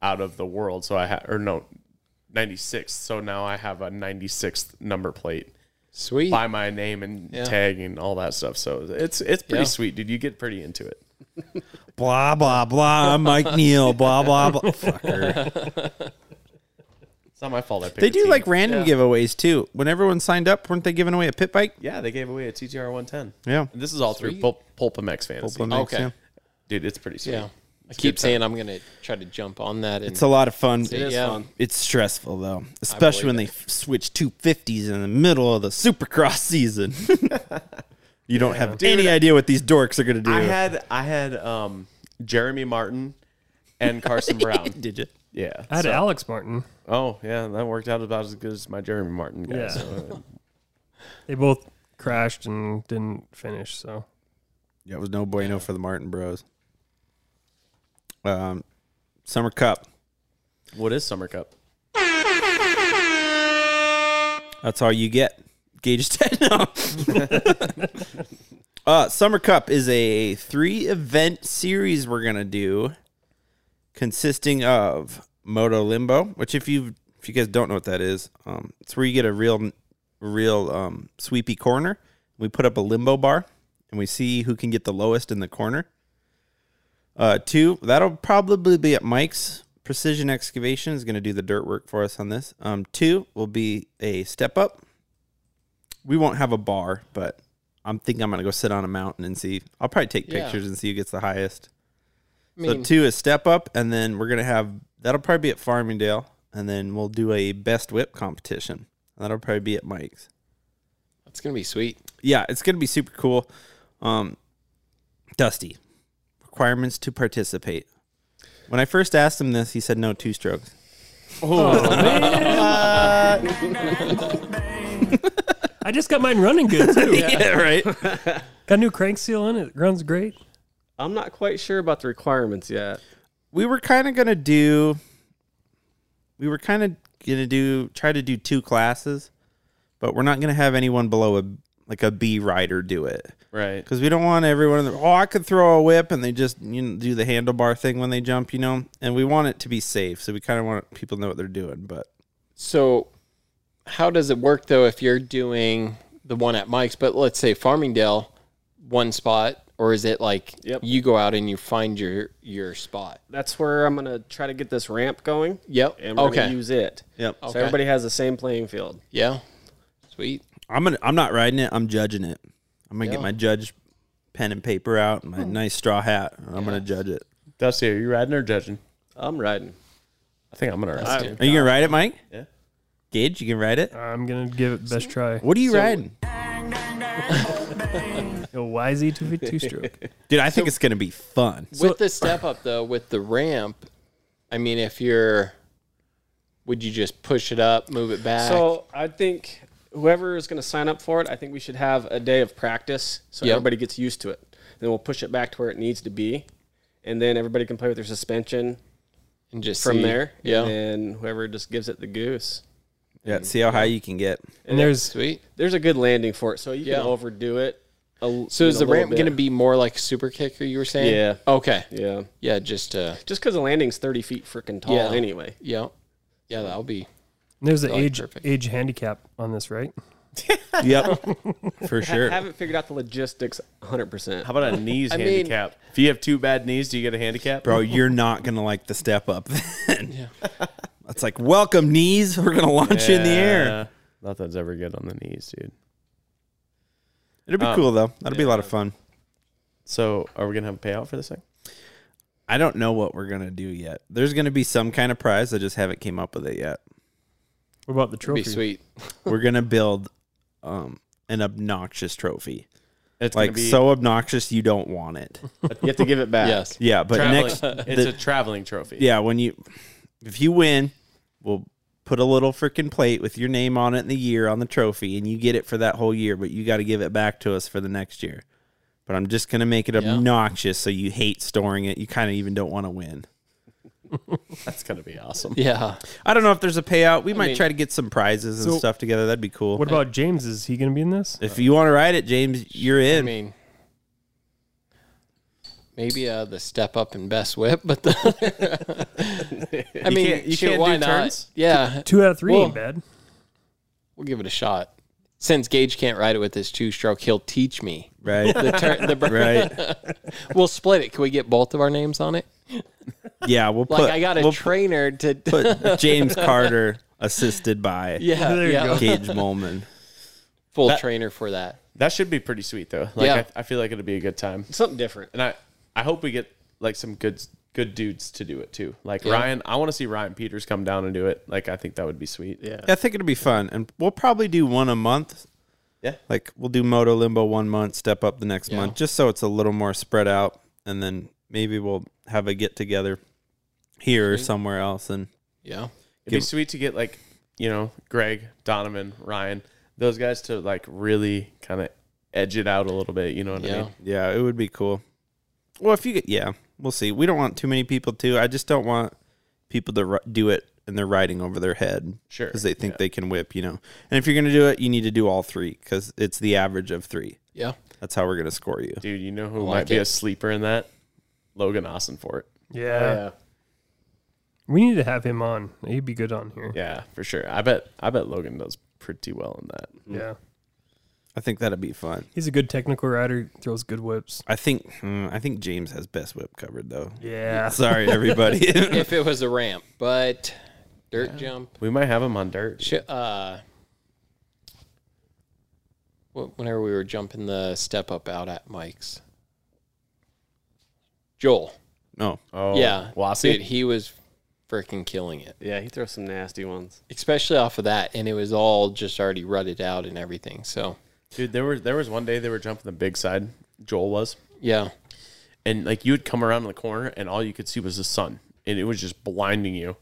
S1: out of the world, so I had or no ninety sixth. So now I have a ninety sixth number plate
S2: sweet.
S1: by my name and tag and all that stuff. So it's it's pretty
S2: Yeah.
S1: sweet, dude. You get pretty into it.
S3: Blah blah blah. I'm Mike Neal. Blah blah
S2: *laughs*
S3: blah. Fucker.
S1: It's not my fault. I picked
S3: They
S1: a
S3: do
S1: team.
S3: like random giveaways too. When everyone signed up, weren't they giving away a pit bike?
S1: yeah. They gave away a TTR 110.
S3: Yeah.
S1: And this is all through Pul- Pulpamex fantasy.
S2: Okay.
S3: Yeah.
S1: dude, it's pretty sweet.
S2: yeah, I keep saying I'm gonna try to jump on that. And
S3: It's a lot of fun.
S2: yeah,
S3: It's stressful though, especially when they f- switch two fifties in the middle of the Supercross *laughs* season. you don't have any idea what these dorks are going to do.
S1: I had I had um Jeremy Martin *laughs* and Carson Brown.
S3: *laughs* Did you?
S1: yeah.
S4: I had
S1: so-
S4: Alex Martin.
S1: oh yeah, that worked out about as good as my Jeremy Martin guy.
S4: Yeah.
S1: *laughs* So, uh,
S4: They both crashed and didn't finish. So
S3: Yeah, it was no bueno for the Martin Bros. Um, Summer Cup.
S1: uh, what is Summer Cup?
S3: That's all you get. *laughs* Gage ten. No. uh, Summer Cup is a three event series we're gonna do, consisting of Moto Limbo, which if you if you guys don't know what that is, um, it's where you get a real real um, sweepy corner. We put up a limbo bar, and we see who can get the lowest in the corner. Uh, two, that'll probably be at Mike's. Precision Excavation is going to do the dirt work for us on this. Um, two will be a step up. We won't have a bar, but I'm thinking I'm going to go sit on a mountain and see. I'll probably take
S2: Yeah.
S3: pictures and see who gets the highest.
S2: I mean,
S3: so two is step up, and then we're going to have that'll probably be at Farmingdale, and then we'll do a best whip competition. That'll probably be at Mike's
S2: it's gonna be sweet.
S3: yeah, it's gonna be super cool. Um, Dusty, requirements to participate. When I first asked him this, he said no two strokes.
S4: I just got mine running
S1: *laughs*
S4: good too.
S3: Yeah, right.
S4: Got a new crank seal in it. Runs great.
S5: I'm not quite sure about the requirements yet.
S3: *laughs* we were kind of gonna do. We were kind of gonna do try to do two classes, but we're not gonna have anyone below a like a B rider do it
S1: Right.
S3: because we don't want everyone. In the, oh, I could throw a whip, and they just you know, do the handlebar thing when they jump, you know. And we want it to be safe, so we kind of want people to know what they're doing, but.
S2: So, how does it work though if you're doing the one at Mike's, but let's say Farmingdale, one spot, or is it like
S5: Yep.
S2: you go out and you find your your spot?
S5: That's where I'm gonna try to get this ramp going,
S2: Yep.
S5: and we're
S2: Okay.
S5: gonna use it.
S3: Yep.
S5: So everybody has the same playing field.
S2: yeah. Sweet.
S3: I'm gonna. I'm not riding it. I'm judging it. I'm gonna
S2: Yeah.
S3: get my judge pen and paper out, and my
S1: Hmm.
S3: nice straw hat, and I'm gonna judge it.
S1: Dusty, are you riding or judging?
S5: I'm riding.
S1: I think I'm gonna ride.
S2: good.
S3: Are you gonna ride it, Mike?
S1: Yeah.
S3: Gage, you can ride it.
S4: I'm gonna give it best try.
S3: What are you riding,
S4: A YZ two two stroke.
S1: *laughs*
S3: dude? I think it's gonna be fun.
S2: with the step up though, with the ramp, I mean, if you're, would you just push it up, move it back?
S5: So I think whoever is gonna sign up for it, I think we should have a day of practice so
S2: Yep.
S5: everybody gets used to it. Then we'll push it back to where it needs to be, and then everybody can play with their suspension
S2: and just
S5: from
S2: see-
S5: there.
S2: Yeah.
S5: And then whoever just gives it the goose.
S3: Yeah. See how high you
S1: *laughs*
S3: can get.
S4: And there's
S2: Sweet.
S5: There's a good landing for it, so you
S2: Yeah.
S5: can overdo it. A,
S2: So is the ramp going to be more like super kicker? You were saying?
S5: Yeah.
S2: Okay.
S5: Yeah.
S2: Yeah. Just uh.
S5: Just because the landing's 30 feet freaking tall
S2: Yeah.
S5: anyway.
S2: Yeah. Yeah. That'll be.
S4: there's an
S2: Like,
S4: age
S2: perfect.
S4: age handicap on this, right?
S1: *laughs*
S3: Yep, for
S5: I
S3: sure.
S5: haven't figured out the logistics 100%.
S1: How about a *laughs* knees
S2: I mean-
S1: handicap? if you have two bad knees, do you get a handicap?
S3: Bro, you're not gonna like the step up then. *laughs* It's like welcome knees. We're gonna launch you in the air.
S1: Yeah. Nothing's ever good on the knees, dude.
S3: It'll be
S1: Um,
S3: cool though. That'll be a lot of fun.
S1: So, are we gonna have a payout for this thing?
S3: I don't know what we're gonna do yet. There's gonna be some kind of prize. I just haven't came up with it yet.
S4: What about the
S2: Be
S4: trophy?
S2: sweet.
S3: We're gonna build um, an obnoxious trophy,
S1: It's gonna
S3: like
S1: *laughs* be,
S3: so obnoxious you don't want it.
S1: You have to give it back.
S2: Yes.
S3: Yeah, but
S1: Traveling-
S3: next,
S1: it's
S3: the-
S1: a traveling trophy.
S3: yeah, when you if you win, we'll put a little freaking plate with your name on it and the year on the trophy, and you get it for that whole year. But you got to give it back to us for the next year. But I'm just gonna make it obnoxious so you hate storing it. You kind of even don't want to win.
S1: That's gonna be awesome.
S2: Yeah.
S3: I don't know if there's a payout. We might
S2: mean-
S3: try to get some prizes and
S4: So-
S3: stuff together. That'd be cool.
S4: What about James? Is he going to be in this?
S3: if you want to ride it, James, you're in.
S2: I mean, maybe uh, the step up in best whip, but the *laughs* I mean,
S1: can't- you
S2: shit,
S1: can't
S2: why
S1: do
S2: not?
S1: turns?
S2: Yeah,
S4: Two out of three
S2: Well-
S4: ain't bad.
S2: we'll give it a shot. Since Gage can't ride it with his two stroke, he'll teach me. *laughs*
S3: right,
S2: The turn, the br-
S3: right.
S2: we'll split it. Can we get both of our names on it?
S3: Yeah, we'll
S2: Like
S3: put
S2: I got a
S3: we'll
S2: trainer to.
S3: put *laughs* James Carter assisted by
S2: yeah,
S4: There you
S2: yeah.
S4: go.
S3: Cage Molman.
S2: *laughs* Full
S1: That-
S2: trainer for that.
S1: That should be pretty sweet though. Like
S2: Yeah.
S1: I, I feel like it'll be a good time.
S5: Something different.
S1: And I I hope we get like some good good dudes to do it too. Like
S2: Yeah.
S1: Ryan, I want to see Ryan Peters come down and do it. Like I think that would be sweet.
S5: Yeah.
S3: I think it'll be fun, and we'll probably do one a month.
S1: Yeah.
S3: like we'll do Moto Limbo one month, step up the next
S2: Yeah.
S3: month, just so it's a little more spread out, and then maybe we'll have a get together here or somewhere else, and
S2: Yeah,
S1: It'd be sweet to get like, you know, Greg, Donovan, Ryan, those guys to like really kind of edge it out a little bit, you know what I
S2: yeah.
S1: mean?
S3: Yeah, it would be cool. Well, if you get, yeah, we'll see. We don't want too many people to. I just don't want people to ri- do it and they're riding over their head.
S1: Sure,
S3: Because they think
S1: yeah.
S3: they can whip, you know. And if you're going to do it, you need to do all three because it's the average of three.
S2: Yeah.
S3: That's how we're going to score you.
S1: Dude, you know who
S2: like
S1: might be
S2: it.
S1: a sleeper in that? Logan Austin for it.
S4: Yeah.
S5: Yeah.
S4: We need to have him on. He'd be good on here.
S1: Yeah, for sure. I bet I bet Logan does pretty well in that.
S4: Yeah.
S3: I think that'd be fun.
S4: He's a good technical rider, throws good whips.
S3: I think hmm, I think James has best whip covered though.
S4: Yeah. *laughs*
S3: Sorry, everybody.
S2: If it was a ramp, but dirt jump.
S1: We might have him on dirt.
S2: Sh- uh, wh- whenever we were jumping the step up out at Mike's, Joel.
S3: *laughs* no,
S1: Oh,
S2: yeah, dude,
S1: Wasi.
S2: he was freaking killing it,
S5: Yeah, he throws some nasty ones.
S2: especially off of that, and it was all just already rutted out and everything. So
S1: Dude, there was there was one day they were jumping the big side. Joel was,
S2: yeah,
S1: and like you would come around the corner, and all you could see was the sun, and it was just blinding you.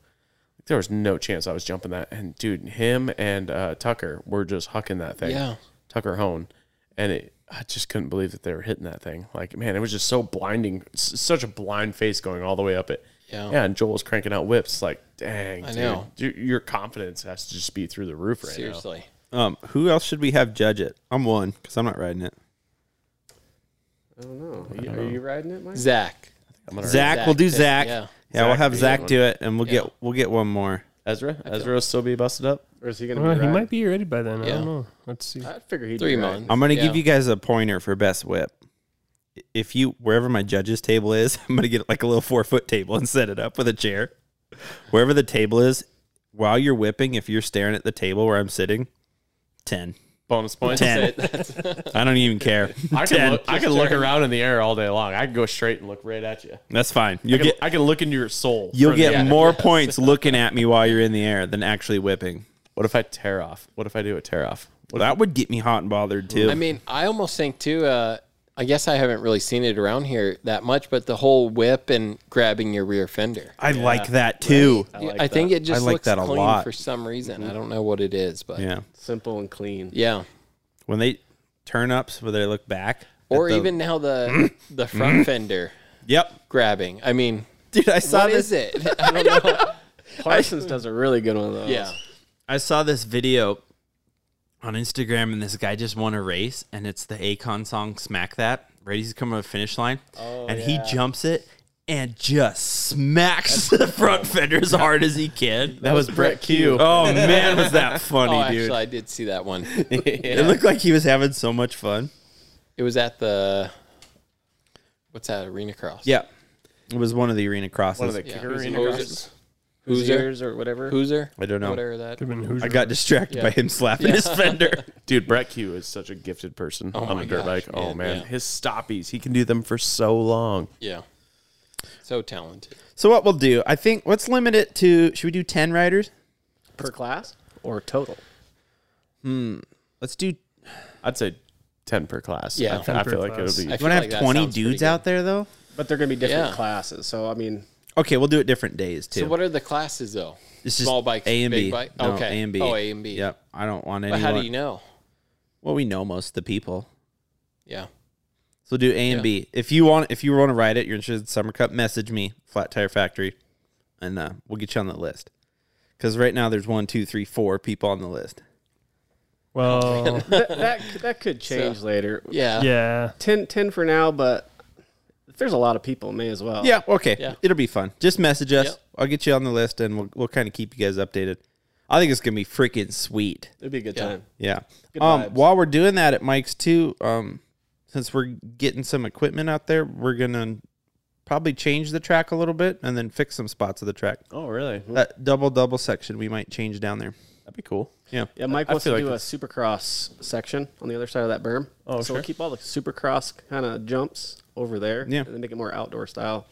S1: There was no chance I was jumping that. And dude, him and uh, Tucker were just hucking that thing.
S2: Yeah.
S1: Tucker Hone, and it, I just couldn't believe that they were hitting that thing. Like man, it was just so blinding, s- such a blind face going all the way up it.
S2: Yeah.
S1: Yeah, and Joel's cranking out whips. Like, dang,
S2: I
S1: dude,
S2: know.
S1: Your- your confidence has to just be through the roof right now.
S2: seriously,
S3: um, who else should we have judge it? I'm one because I'm not riding it.
S5: I don't know. Are Oh, you,
S2: Uh-huh.
S5: are you riding it, Mike?
S2: Zach.
S1: I'm gonna
S3: Zach,
S2: Zach,
S3: we'll do
S2: that-
S3: Zach.
S2: yeah.
S3: Yeah, we'll
S1: Zach
S3: have
S1: would be
S3: Zach
S1: good
S3: do it, and we'll
S2: Yeah.
S3: get we'll get one more.
S1: Ezra, Ezra will still be busted up.
S5: Or is he going to
S4: Well, Uh,
S5: be
S4: he
S5: riding?
S4: might be ready by then. I
S2: Yeah.
S4: don't know. Let's see.
S5: I figure he'd
S2: Three
S5: be
S2: months.
S3: I'm gonna
S2: Yeah.
S3: give you guys a pointer for best whip. If you wherever my judges table is, *laughs* I'm gonna get like a little four foot table and set it up with a chair. Wherever the table is, while you're whipping, if you're staring at the table where I'm sitting, ten.
S1: Bonus points.
S3: Ten.
S1: *laughs*
S3: I don't even care.
S1: I can
S3: Ten.
S1: look, I can look around in the air all day long. I can go straight and look right at you.
S3: That's fine.
S1: I
S3: You
S1: can,
S3: get
S1: I can look into your soul.
S3: you'll
S1: from the
S3: get
S1: air.
S3: more points looking at me while you're in the air than actually whipping.
S1: What if I tear off? What if I do a tear off?
S3: Well, that would get me hot and bothered too.
S2: I mean, I almost think too. Uh, I guess I haven't really seen it around here that much, but the whole whip and grabbing your rear fender.
S3: I like that too.
S2: I, think it just
S3: I like
S2: looks
S3: that a
S2: clean
S3: lot. Mm-hmm.
S2: for some reason. I don't know what it is, but yeah,
S3: Yeah.
S5: Simple and clean.
S3: When they turn ups where they look back. at
S2: or
S3: the-
S2: even now the
S3: *clears throat*
S2: the front fender
S3: Yep.
S2: grabbing. I mean,
S3: Dude, I saw
S2: what is
S3: this *laughs*
S2: it? *laughs* I don't know.
S5: Parsons does a really good one of those.
S2: Yeah,
S3: I saw this video on Instagram, and this guy just won a race,
S2: Oh,
S3: and it's the Akon song "Smack That." Right, he's coming to the finish line, and he jumps it,
S6: and just smacks the front fender as hard as he can.
S3: That was Brett Q.
S6: Oh man, was that funny,
S2: *laughs* Oh,
S6: dude!
S2: actually, I did see that one.
S3: *laughs* yeah.
S6: It looked like he was having so much fun.
S2: It was at the what's that arena cross?
S3: yeah. It was one of the arena crosses.
S1: One of the
S2: yeah.
S1: kicker
S2: Who's-
S1: arena
S2: who's-
S1: crosses.
S2: Hooser,
S5: Hoosiers or whatever.
S2: Hooser,
S3: I don't know.
S2: whatever that.
S4: Could've been Hoosier.
S3: I got distracted by him slapping his
S2: *laughs*
S3: fender.
S1: Dude, Brett Q is such a gifted person on
S2: my
S1: a dirt
S2: gosh,
S1: bike. Oh
S2: man,
S1: man,
S2: yeah.
S1: his stoppies, he can do them for so long.
S2: Yeah, so talented.
S3: so what we'll do, I think, let's limit it to. Should we do ten riders?
S5: per class or total?
S3: Let's do. You
S1: I'd say ten per class.
S2: Yeah.
S1: I,
S2: 10
S1: I
S4: per
S1: feel like
S4: class.
S1: it'll be.
S2: I feel
S3: want to
S2: like
S3: have
S2: that
S3: twenty
S2: sounds pretty
S3: dudes
S2: good.
S3: out there though.
S5: But they're going to be different
S2: Yeah.
S5: classes. So I mean,
S3: Okay, we'll do it different days too.
S2: So what are the classes though?
S3: It's just
S2: Small bikes,
S3: A and
S2: big
S3: B.
S2: bike.
S3: No,
S2: okay,
S3: A and B.
S2: Oh, A and B.
S3: Yep. I don't want
S2: But
S3: anyone.
S2: how do you know?
S3: Well, we know most of the people.
S2: Yeah.
S3: So do A and B. If you want, if you want to ride it, you're interested in Summer Cup. Message me, Flat Tire Factory, and uh, we'll get you on the list. Because right now there's one, two, three, four people on the list.
S4: Well,
S5: that that, that could change later.
S2: Yeah.
S4: yeah.
S5: 10, 10 for now, but if there's a lot of people, may as well.
S3: Yeah. Okay.
S2: Oh. Yeah.
S3: It'll be fun. Just message us.
S2: Yep.
S3: I'll get you on the list, and we'll we'll kind of keep you guys updated. I think it's gonna be freaking sweet.
S5: It'd be a good time.
S3: Yeah. Um,
S5: vibes.
S3: while we're doing that at Mike's too, um, since we're getting some equipment out there, we're gonna probably change the track a little bit and then fix some spots of the track.
S1: Oh really?
S3: That double double section we might change down there.
S1: That'd be cool.
S3: Yeah.
S5: Yeah, Mike
S1: I
S5: wants to
S1: feel
S5: do a
S1: like
S5: supercross section on the other side of that berm.
S1: Oh,
S5: so
S1: sure.
S5: we'll keep all the supercross kind of jumps over there.
S3: Yeah.
S5: And then make it more outdoor style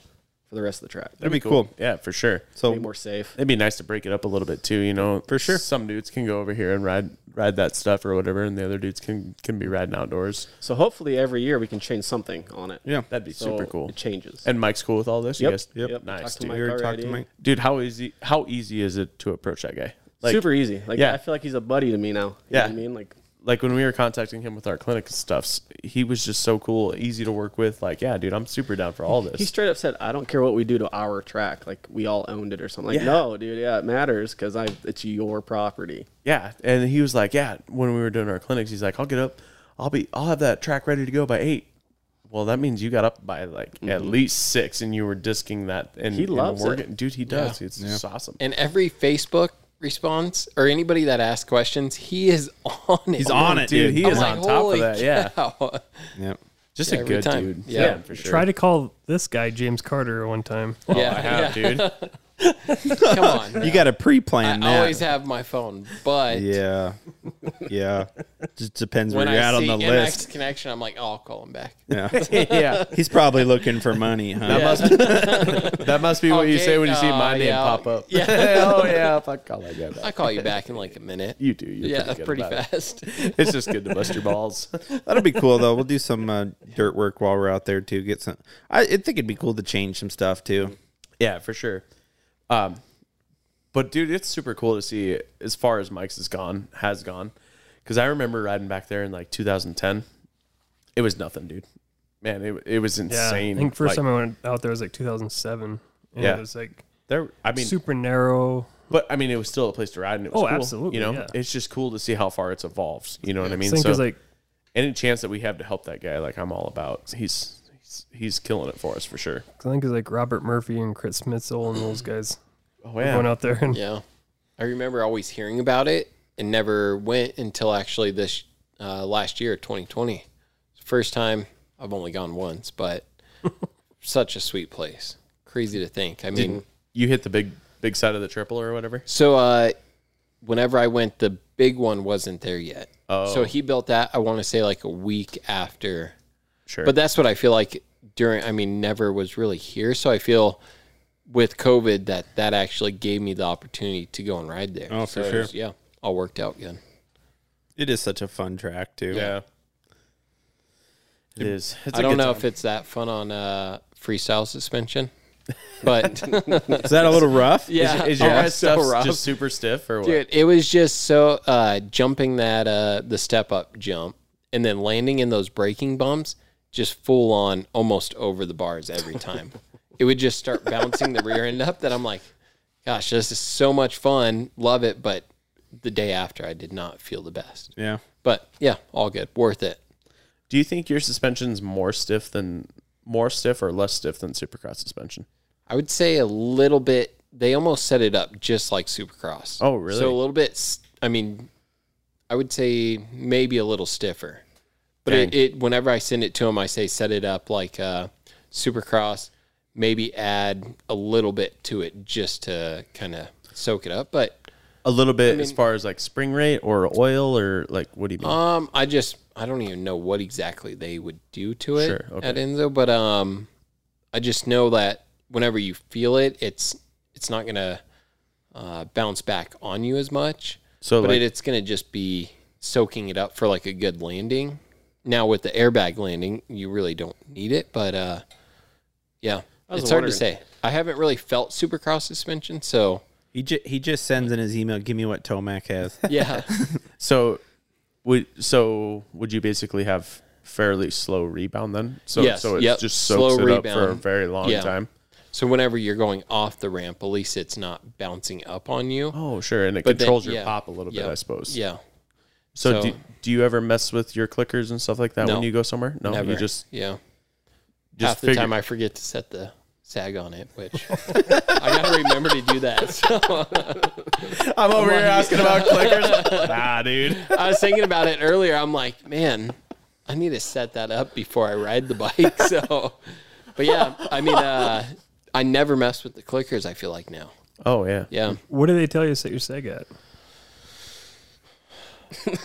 S5: for the rest of the track.
S3: That'd, be cool.
S1: Yeah, for sure.
S5: Be
S3: So
S5: more safe.
S1: It'd be nice to break it up a little bit too, you know. For sure. Some dudes can go over here and ride ride that stuff or whatever, and the other dudes can can be riding outdoors.
S5: So hopefully every year we can change something on it.
S3: yeah,
S1: That'd be
S5: So
S1: super cool.
S5: It changes.
S1: And Mike's cool with all this.
S5: Yep.
S1: You guys,
S5: Yep. Yep.
S1: Nice,
S5: Talked to
S1: dude.
S5: Mike.
S3: we already talked
S5: already.
S3: to Mike.
S1: Dude, how easy how easy is it to approach that guy? Like,
S5: super easy. Like
S1: Yeah.
S5: I feel like he's a buddy to me now. You
S1: Yeah.
S5: Know what I mean, like
S1: like when we were contacting him with our clinic and stuffs, he was just so cool, easy to work with. Like, yeah, dude, I'm super down for all this.
S5: he straight up said, "I don't care what we do to our track. Like we all owned it or something." Like no, dude. Yeah, it matters because I it's your property.
S1: Yeah, and he was like, "Yeah." When we were doing our clinics, he's like, "I'll get up, I'll be, I'll have that track ready to go by eight. Well, that means you got up by like at least six, and you were disking that. And
S5: Mm-hmm. He
S1: and
S5: loves
S1: working-
S5: it.
S1: dude. He does. It's just awesome.
S2: And every Facebook response or anybody that asks questions, he is on it.
S3: he's on it, dude.
S1: dude, he
S2: I'm
S1: is
S2: like,
S1: on top
S2: "Holy
S1: of that. Yeah,
S2: cow."
S3: yeah.
S1: just a
S2: every
S1: good
S2: time.
S1: dude.
S2: Yeah.
S1: for sure.
S4: Try to call this guy James Carter one time.
S2: *laughs* yeah.
S1: I have, dude.
S2: Come on.
S3: You got to pre-plan
S2: I
S3: that.
S2: always have my phone, but
S3: yeah, yeah. Just depends
S2: when
S3: where you're
S2: I
S3: at on
S2: see
S3: the
S2: MX
S3: list.
S2: connection, I'm like, oh, I'll call him back.
S1: *laughs*
S2: *laughs*
S3: Yeah,
S1: yeah,
S3: he's probably looking for money. Huh?
S1: *laughs*
S2: Yeah.
S1: that must be what you
S2: Okay,
S1: say when you see
S2: uh,
S1: my name
S2: yeah.
S1: pop up. *laughs*
S2: Yeah. *laughs*
S1: oh yeah, fuck all that guy.
S2: I call you back in like a minute.
S1: *laughs* You do. You're
S2: yeah,
S1: pretty, good
S2: pretty
S1: about it.
S2: fast.
S1: It's just good to bust your balls. *laughs*
S3: That'll be cool though. We'll do some uh, dirt work while we're out there too. Get some. I, I think it'd be cool to change some stuff too.
S1: Yeah, for sure. Um, but dude, it's super cool to see as far as Mike's has gone has gone. Because I remember riding back there in like 2010. It was nothing, dude. Man, it, it was
S4: Yeah,
S1: insane.
S4: I think first
S1: Like,
S4: time I went out there was like 2007. And
S1: Yeah.
S4: it was like
S1: there, I mean,
S4: super narrow.
S1: but I mean, it was still a place to ride, and it was
S4: Oh,
S1: cool,
S4: absolutely,
S1: You know,
S4: yeah.
S1: it's just cool to see how far it's evolved. You know what I mean?
S4: Same
S1: So
S4: because like
S1: any chance that we have to help that guy, like I'm all about. He's he's, he's killing it for us for sure.
S4: 'cause I think it's like Robert Murphy and Chris Mitchell and
S2: *clears throat*
S4: those guys
S1: Oh
S4: going out there and
S2: Yeah. I remember always hearing about it and never went until actually this uh, last year, 2020. First time I've only gone once, but such a sweet place. Crazy to think. I mean,
S1: You hit the big big side of the triple or whatever.
S2: so uh, whenever I went, the big one wasn't there yet. Oh. So he built that, I want to say like a week after.
S1: Sure.
S2: But that's what I feel like during, I mean, never was really here. So I feel with COVID that that actually gave me the opportunity to go and ride there.
S3: Oh, for
S2: So it
S3: sure.
S2: was- yeah. All worked out good.
S3: It is such a fun track too.
S1: Yeah. Uh, It is. It's
S2: I don't know if it's that fun on uh, freestyle suspension,
S3: *laughs*
S2: but *laughs*
S3: Is that a little rough?
S2: yeah,
S1: Is your
S2: Oh,
S1: guys
S2: it's so
S1: stuff
S2: rough.
S1: just super stiff or what?
S2: dude, it was just so uh, jumping that uh, the step up jump and then landing in those braking bumps, just full on, almost over the bars every time. it would just start bouncing the rear end up. That I'm like, gosh, this is so much fun, love it. But the day after, I did not feel the best.
S3: Yeah.
S2: But yeah, all good, worth it.
S1: Do you think your suspension's more stiff than more stiff or less stiff than Supercross suspension?
S2: I would say a little bit. They almost set it up just like Supercross.
S1: Oh, really?
S2: So a little bit. s- I mean, I would say maybe a little stiffer. But it, it, whenever I send it to them, I say set it up like uh, Supercross. Maybe add a little bit to it just to kind of soak it up. But
S1: A little bit as far as like spring rate or oil or like what do you mean?
S2: Um, I just I don't even know what exactly they would do to it
S1: Sure, okay.
S2: at Enzo, but um, I just know that whenever you feel it, it's it's not gonna uh, bounce back on you as much.
S1: So,
S2: but
S1: like-
S2: it, it's gonna just be soaking it up for like a good landing. Now with the airbag landing, you really don't need it, but uh, yeah,
S5: was
S2: it's hard to
S5: wondering.
S2: say. I haven't really felt Supercross suspension, so
S3: He ju- he just sends in his email, "Give me what Tomac has."
S2: yeah,
S1: so would so would you basically have fairly slow rebound then? So
S2: Yes,
S1: so it
S2: yep,
S1: just
S2: slow
S1: soaks it up for a
S2: rebound.
S1: very long
S2: Yeah.
S1: time.
S2: *laughs* so whenever you're going off the ramp, at least it's not bouncing up on you.
S1: Oh, sure, and it
S2: But then-
S1: controls your
S2: yeah,
S1: pop a little bit,
S2: yeah,
S1: I suppose.
S2: Yeah.
S1: So,
S2: So-
S1: do, do you ever mess with your clickers and stuff like that
S2: No.
S1: when you go somewhere? No,
S2: Never.
S1: you just
S2: yeah.
S1: just
S2: Half the
S1: figure-
S2: time I forget to set the sag on it,
S1: *laughs*
S2: which I gotta remember to do that. *laughs* So
S1: I'm over here asking
S2: *laughs*
S1: about clickers. nah, dude.
S2: I was thinking about it earlier. I'm like, man, I need to set that up before I ride the bike. *laughs* So, but yeah, I mean, uh, I never mess with the clickers. I feel like now,
S1: Oh yeah. *laughs*
S2: yeah,
S4: What do they tell you to set your seg at?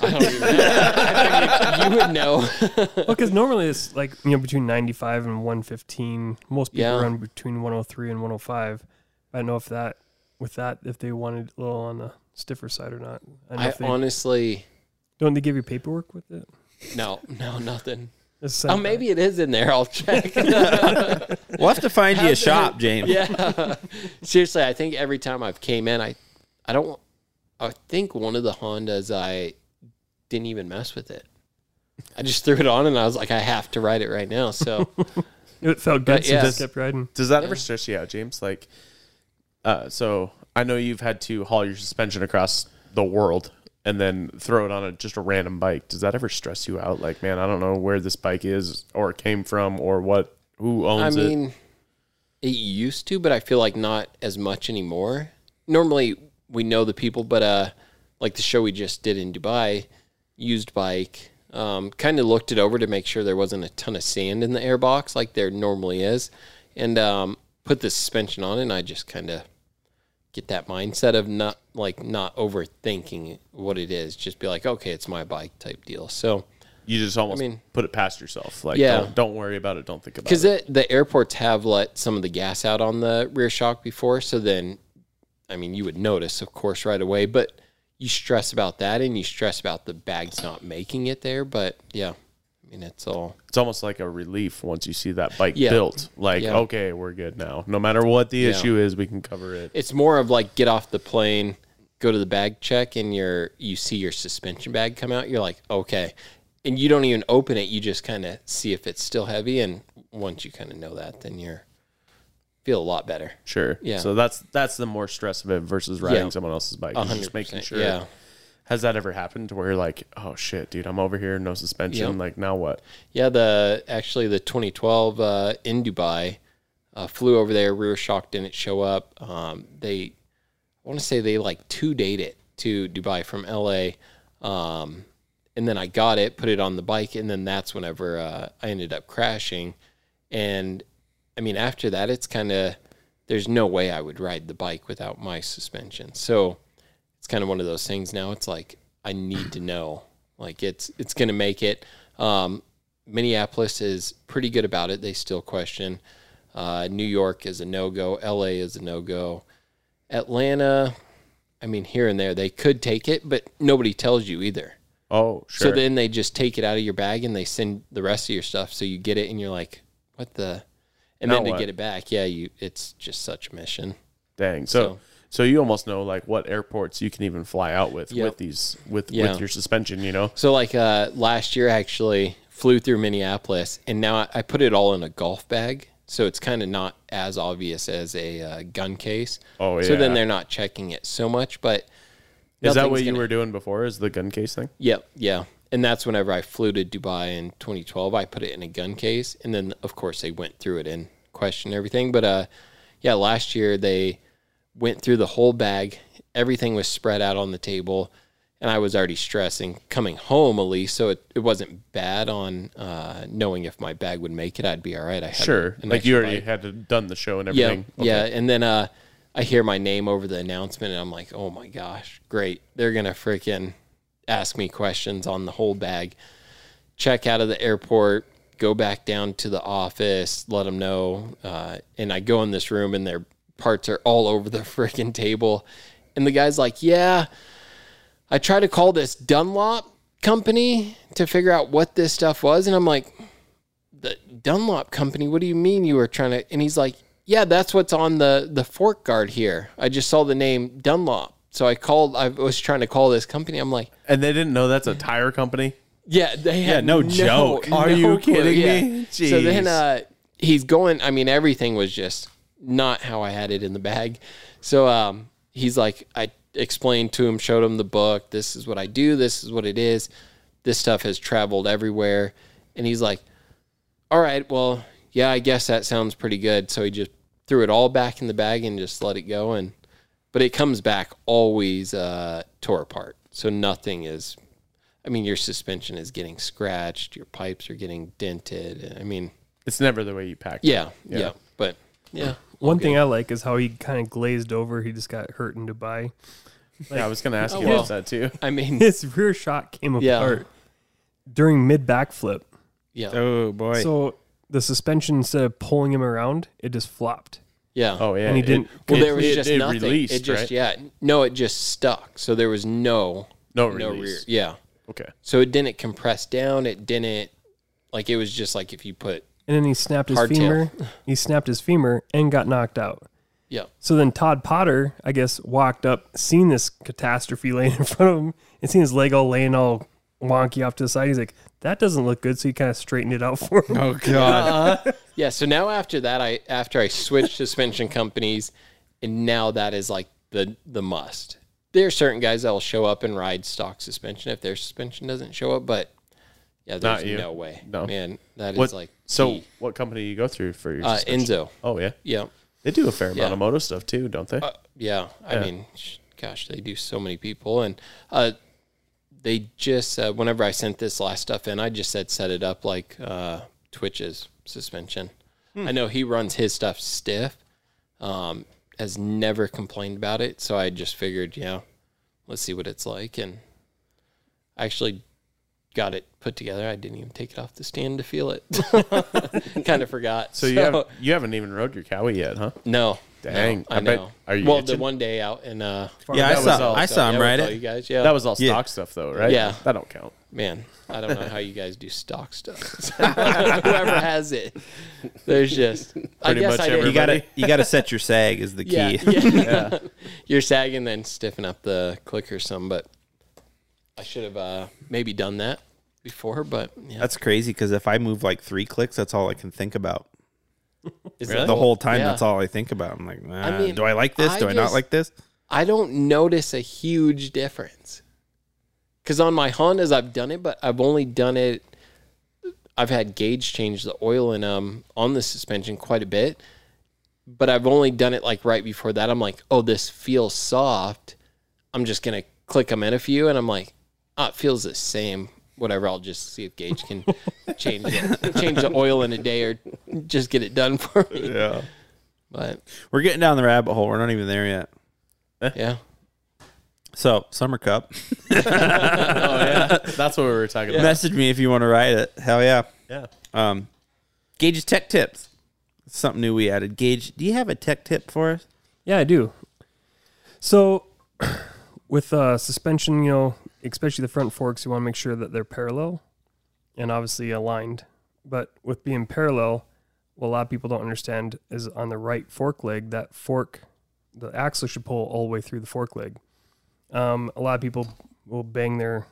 S2: I don't even know. I think you would
S1: *laughs*
S2: know.
S4: Well, because normally it's like you know between 95 and 115. Most people
S2: Yeah.
S4: run between 103 and 105. I don't know if that with that if they wanted a little on the stiffer side or not. I, know
S2: I
S4: if they,
S2: honestly,
S4: don't they give you paperwork with it?
S2: no, no, nothing.
S4: It's
S2: Oh,
S4: sent
S2: maybe it is in there. I'll check.
S1: *laughs*
S3: We'll have to find you a shop, James.
S2: *laughs* yeah. Seriously, I think every time I've came in, I, I don't, I think one of the Hondas I didn't even mess with it. I just threw it on and I was like, I have to ride it right now. So
S4: back. It felt good,
S2: But
S4: so you
S2: yeah.
S4: just kept riding.
S1: Does that ever stress you out, James? Like, uh, so I know you've had to haul your suspension across the world and then throw it on a just a random bike. Does that ever stress you out? Like, man, I don't know where this bike is or came from or what who
S2: I
S1: owns it.
S2: mean, it used to, but I feel like not as much anymore. Normally, we know the people, but uh, like the show we just did in Dubai, used bike. Um, kind of looked it over to make sure there wasn't a ton of sand in the airbox like there normally is, and um, put the suspension on, and I just kind of get that mindset of not like not overthinking what it is. Just be like, okay, it's my bike type deal. So.
S1: You just almost
S2: I mean-
S1: put it past yourself. Like,
S2: Yeah.
S1: don't, don't worry about it. Don't think about
S2: Because
S1: it.
S2: the, the airports have let some of the gas out on the rear shock before, so then, I mean, you would notice, of course, right away. But you stress about that, and you stress about the bags not making it there. But yeah, I mean, it's all
S1: It's almost like a relief once you see that bike
S2: Yeah.
S1: built. Like,
S2: Yeah.
S1: okay, we're good now. No matter what the issue is, we can cover it.
S2: it's more of like get off the plane, go to the bag check, and your you see your suspension bag come out. You're like, okay, and you don't even open it. You just kind of see if it's still heavy, and once you kind of know that, then you're feel a lot better.
S1: Sure.
S2: Yeah.
S1: So that's that's the more stress of it versus riding
S2: Yeah.
S1: someone else's bike.
S2: A
S1: is
S2: hundred
S1: Just making
S2: percent.
S1: sure.
S2: Yeah.
S1: Has that ever happened to where you're like, oh shit, dude, I'm over here, no suspension.
S2: Yep.
S1: Like now what?
S2: Yeah, the actually the 2012 uh, in Dubai uh, flew over there. Rear shock didn't show up. Um, they, I want to say they like two date it to Dubai from LA, um, and then I got it, put it on the bike, and then that's whenever uh, I ended up crashing. And I mean, after that, it's kind of there's no way I would ride the bike without my suspension. So it's kind of one of those things now. It's like I need to know. Like it's it's going to make it. Um, Minneapolis is pretty good about it. They still question. Uh, New York is a no go. L.A. is a no go. Atlanta, I mean, here and there they could take it, but nobody tells you either.
S1: Oh, sure.
S2: So then they just take it out of your bag and they send the rest of your stuff. So you get it and you're like, what the? And
S1: Now
S2: then to
S1: what?
S2: get it back, yeah, you it's just such a mission.
S1: Dang. So, so
S2: so-
S1: you almost know like what airports you can even fly out with
S2: Yep.
S1: with these with
S2: Yeah.
S1: with your suspension. You know.
S2: So like uh, last year, I actually flew through Minneapolis, and now I, I put it all in a golf bag, so it's kind of not as obvious as a uh, gun case.
S1: Oh,
S2: So
S1: yeah.
S2: then they're not checking it so much, but
S1: Is that
S2: Nothing's
S1: what you
S2: gonna-
S1: were doing before? Is the gun case thing?
S2: Yep. Yeah. And that's whenever I flew to Dubai in 2012. I put it in a gun case. And then, of course, they went through it and questioned everything. But uh, yeah, last year they went through the whole bag. Everything was spread out on the table. And I was already stressing coming home, at least. So it, it wasn't bad on uh, knowing if my bag would make it. I'd be all right. I had
S1: Sure.
S2: an
S1: Like you
S2: extra
S1: already
S2: bite.
S1: had done the show and
S2: Yeah,
S1: everything.
S2: yeah. And then uh, I hear my name over the announcement, and I'm like, oh my gosh, great! They're gonna freaking ask me questions on the whole bag. Check out of the airport, go back down to the office, let them know. Uh, and I go in this room, and their parts are all over the *laughs* freaking table. And the guy's like, yeah, I tried to call this Dunlop company to figure out what this stuff was, and I'm like the Dunlop company. What do you mean you were trying to? And he's like, yeah, that's what's on the the fork guard here. I just saw the name Dunlop, so I called. I was trying to call this company. I'm like,
S1: And they didn't know
S2: *laughs*
S1: that's a tire company.
S2: yeah, they had *laughs*
S3: no joke. Are you
S2: clue.
S3: kidding
S2: Yeah.
S3: me?
S2: So then
S3: Jeez.
S2: uh, he's going. I mean, everything was just not how I had it in the bag. So um, he's like, I explained to him, showed him the book. This is what I do. This is what it is. This stuff has traveled everywhere. And he's like, All right, well, yeah, I guess that sounds pretty good. So he just threw it all back in the bag and just let it go. And but it comes back always uh, tore apart. So nothing is I mean, your suspension is getting scratched, your pipes are getting dented. I mean,
S1: It's never the way you pack. it.
S2: yeah, yeah, but yeah,
S4: One thing I like is how he kind of glazed over. He just got hurt in Dubai. *laughs*
S1: Yeah, I was going to ask you
S2: Oh, well.
S1: about that too.
S2: I
S1: *laughs*
S2: mean,
S4: His rear shot came
S2: Yeah.
S4: apart during mid backflip.
S2: yeah,
S3: Oh boy.
S4: So the suspension, instead of pulling him around, it just flopped.
S2: yeah.
S1: Oh, yeah.
S4: And he didn't-
S2: well, there was
S1: it-
S2: just
S1: it
S2: nothing.
S1: released,
S2: it just
S1: right?
S2: yeah, no, it just stuck. So there was no
S1: No
S2: no
S1: release.
S2: rear. Yeah,
S1: Okay.
S2: so it didn't compress down. It didn't like it was just like if you put
S4: And then he snapped his
S2: Hardtail.
S4: femur. He snapped his femur and got knocked out.
S2: yeah
S4: So then Todd Potter, I guess, walked up, seen this catastrophe *laughs* laying in front of him, and seen his leg all laying all wonky off to the side. He's like, "That doesn't look good." So he kind of straightened it out *laughs* for him.
S3: oh god.
S2: yeah. So now after that, I after I switched suspension companies, and now that is like the the must. There are certain guys that will show up and ride stock suspension if their suspension doesn't show up, but yeah, there's
S1: Not you.
S2: no way.
S1: No.
S2: man, that is
S1: What,
S2: like
S1: so,
S2: key.
S1: what company you go through for your
S2: uh,
S1: suspension?
S2: Enzo.
S1: Oh, yeah.
S2: Yeah,
S1: They do a fair amount
S2: Yeah. Uh,
S1: of moto stuff too, don't they?
S2: yeah. I mean, sh- gosh, they do so many people, and uh, they just uh, whenever I sent this last stuff in, I just said set it up like uh, Twitch's suspension.
S1: Hmm.
S2: I know he runs his stuff stiff, um, has never complained about it, so I just figured, yeah, let's see what it's like, and I actually got it put together. I didn't even take it off the stand to feel it. *laughs* kind of forgot.
S1: so you have you haven't even rode your cowie yet, huh?
S2: No.
S1: Dang,
S2: No, I,
S1: I bet-
S2: know.
S1: are you
S2: well, the
S1: itching?
S2: one day out in uh
S3: yeah, I
S1: That was
S3: saw.
S1: all-
S3: I saw
S2: yeah,
S3: him
S2: with
S3: ride
S2: all You
S3: it.
S2: guys, yeah.
S1: That was all
S3: Yeah.
S1: stock stuff though, right?
S2: Yeah.
S1: That don't count.
S2: man. I don't
S3: *laughs*
S2: know how you guys do stock stuff. *laughs* Whoever has it, there's just
S3: *laughs*
S2: I
S1: Pretty
S2: guess
S1: much
S2: I did.
S3: You gotta *laughs* you gotta set your sag is the
S2: *laughs*
S3: key.
S2: yeah, yeah.
S3: *laughs*
S2: *laughs* You're sagging, then stiffen up the clicker some. But I should have uh, maybe done that before. But yeah,
S3: That's crazy because if I move like three clicks, that's all I can think about.
S2: Is
S3: The whole time,
S2: Yeah.
S3: that's all I think about. I'm like, ah,
S2: mean,
S3: do I like this?
S2: I
S3: do I not
S2: just-
S3: like this?
S2: I don't notice a huge difference. Cause on my Hondas I've done it, but I've only done it. I've had gauge change the oil in um on the suspension quite a bit, but I've only done it like right before that. I'm like, oh, this feels soft. I'm just gonna click them in a few, and I'm like, ah, it feels the same. Whatever, I'll just see if Gage can change it, change the oil in a day, or just get it done for me.
S3: *laughs* Yeah.
S2: But
S3: We're getting down the rabbit hole. We're not even there yet.
S2: yeah,
S3: So, Summer Cup,
S1: That's what we were talking about.
S3: message me if you want to ride it. Hell yeah.
S1: Yeah.
S3: Um, Gage's tech tips. Something new we added. Gage, do you have a tech tip for us?
S4: Yeah, I do. So, *clears throat* with uh, suspension, you know, especially the front forks, you want to make sure that they're parallel and obviously aligned. But with being parallel, what a lot of people don't understand is on the right fork leg, that fork, the axle should pull all the way through the fork leg. Um, a lot of people will bang their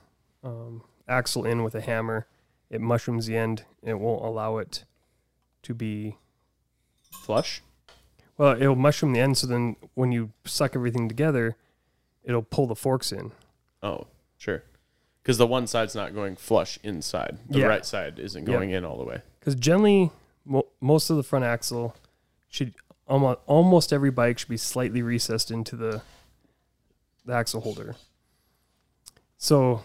S4: um, axle in with a hammer. It mushrooms the end. and It won't allow it to be
S1: Flush.
S4: well, it'll mushroom the end, so then when you suck everything together, it'll pull the forks in.
S1: Oh, sure. Because the one side's not going flush inside. The
S4: Yeah.
S1: right side isn't going in all the way.
S4: because generally mo- most of the front axle should almost almost every bike should be slightly recessed into the the axle holder. So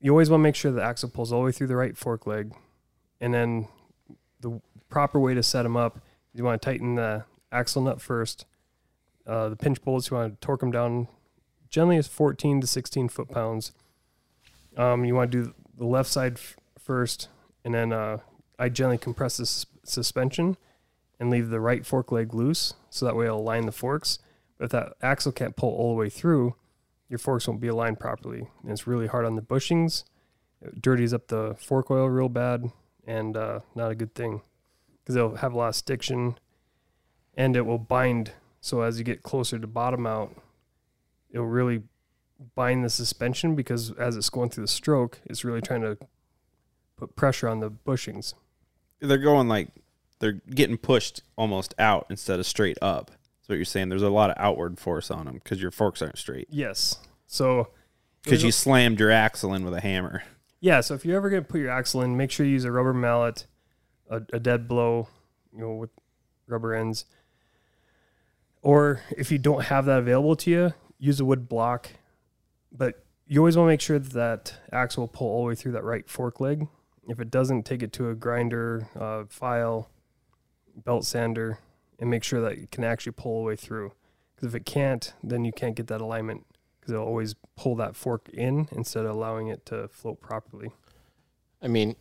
S4: you always want to make sure the axle pulls all the way through the right fork leg, and then the proper way to set them up you want to tighten the axle nut first. Uh, the pinch bolts you want to torque them down. Generally, it's 14 to 16 foot pounds. Um, you want to do the left side f- first, and then uh, I generally compress the sus- suspension and leave the right fork leg loose, so that way I'll align the forks. But if that axle can't pull all the way through, your forks won't be aligned properly, and it's really hard on the bushings. It dirties up the fork oil real bad, and uh, not a good thing because it'll have a lot of stiction, and it will bind. So as you get closer to bottom out, it'll really bind the suspension because as it's going through the stroke, it's really trying to put pressure on the bushings.
S3: They're going like they're getting pushed almost out instead of straight up. That's what you're saying. There's a lot of outward force on them because your forks aren't straight.
S4: Yes. So
S3: Because you slammed your axle in with a
S2: *laughs*
S3: hammer. *laughs*
S4: yeah, so if you're ever gonna put your axle in, make sure you use a rubber mallet, a, a dead blow, you know, with rubber ends. Or if you don't have that available to you, use a wood block. But you always want to make sure that that axle will pull all the way through that right fork leg. If it doesn't, take it to a grinder, uh, file, belt sander, and make sure that it can actually pull all the way through. Because if it can't, then you can't get that alignment because it'll always pull that fork in instead of allowing it to float properly.
S2: I mean,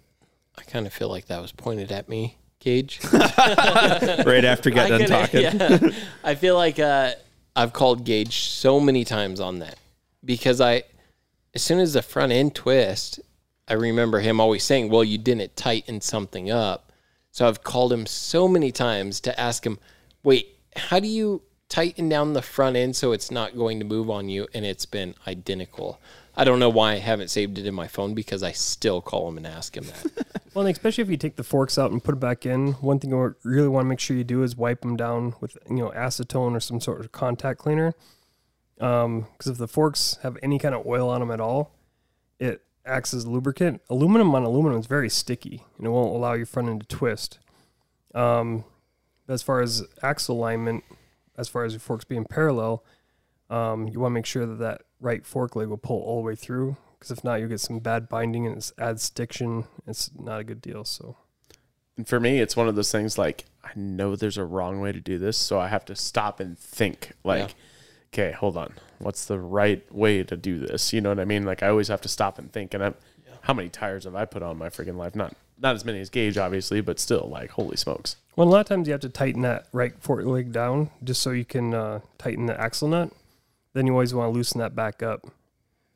S2: I kind of feel like that was pointed at me, Cage.
S3: Right after you got done
S2: I
S3: talking.
S2: *laughs* could- yeah. I feel like uh, I've called Gage so many times on that because I, as soon as the front end twist, I remember him always saying, "Well, you didn't tighten something up." So I've called him so many times to ask him, "Wait, how do you tighten down the front end so it's not going to move on you?" And it's been identical. I don't know why I haven't saved it in my phone because I still call him and ask him that.
S4: Well, and especially if you take the forks out and put it back in, one thing you really want to make sure you do is wipe them down with you know acetone or some sort of contact cleaner. Because if the forks have any kind of oil on them at all, it acts as lubricant. Aluminum on aluminum is very sticky and it won't allow your front end to twist. Um, as far as axle alignment, as far as your forks being parallel, um, you want to make sure that that right fork leg will pull all the way through. Because if not, you'll get some bad binding and it adds stiction. It's not a good deal. So
S1: And for me, it's one of those things like I know there's a wrong way to do this, so I have to stop and think. Like, okay, hold on, what's the right way to do this? You know what I mean? Like, I always have to stop and think. And I'm, how many tires have I put on my freaking life? Not not as many as Gage, obviously, but still, like, holy smokes.
S4: Well, a lot of times you have to tighten that right fork leg down just so you can uh, tighten the axle nut. Then you always want to loosen that back up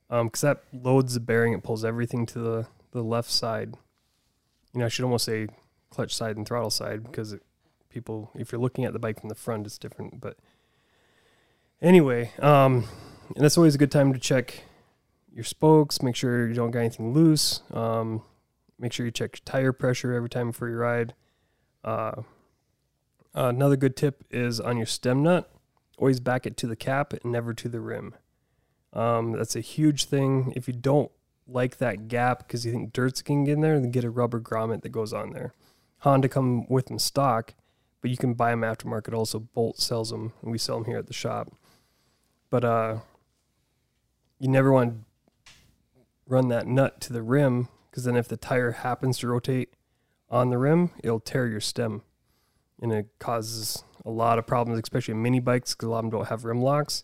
S4: because that loads the bearing. It pulls everything to the, the left side. You know, I should almost say clutch side and throttle side because it, people, if you're looking at the bike from the front, it's different. But anyway, um, and that's always a good time to check your spokes, make sure you don't got anything loose. Um, make sure you check your tire pressure every time before you ride. Uh, another good tip is on your stem nut, always back it to the cap and never to the rim. Um, that's a huge thing. If you don't like that gap because you think dirt's going to get in there, then get a rubber grommet that goes on there. Honda come with them stock, but you can buy them aftermarket also. Bolt sells them, and we sell them here at the shop. But uh, you never want to run that nut to the rim because then if the tire happens to rotate on the rim, it'll tear your stem and it causes a lot of problems, especially in mini bikes because a lot of them don't have rim locks.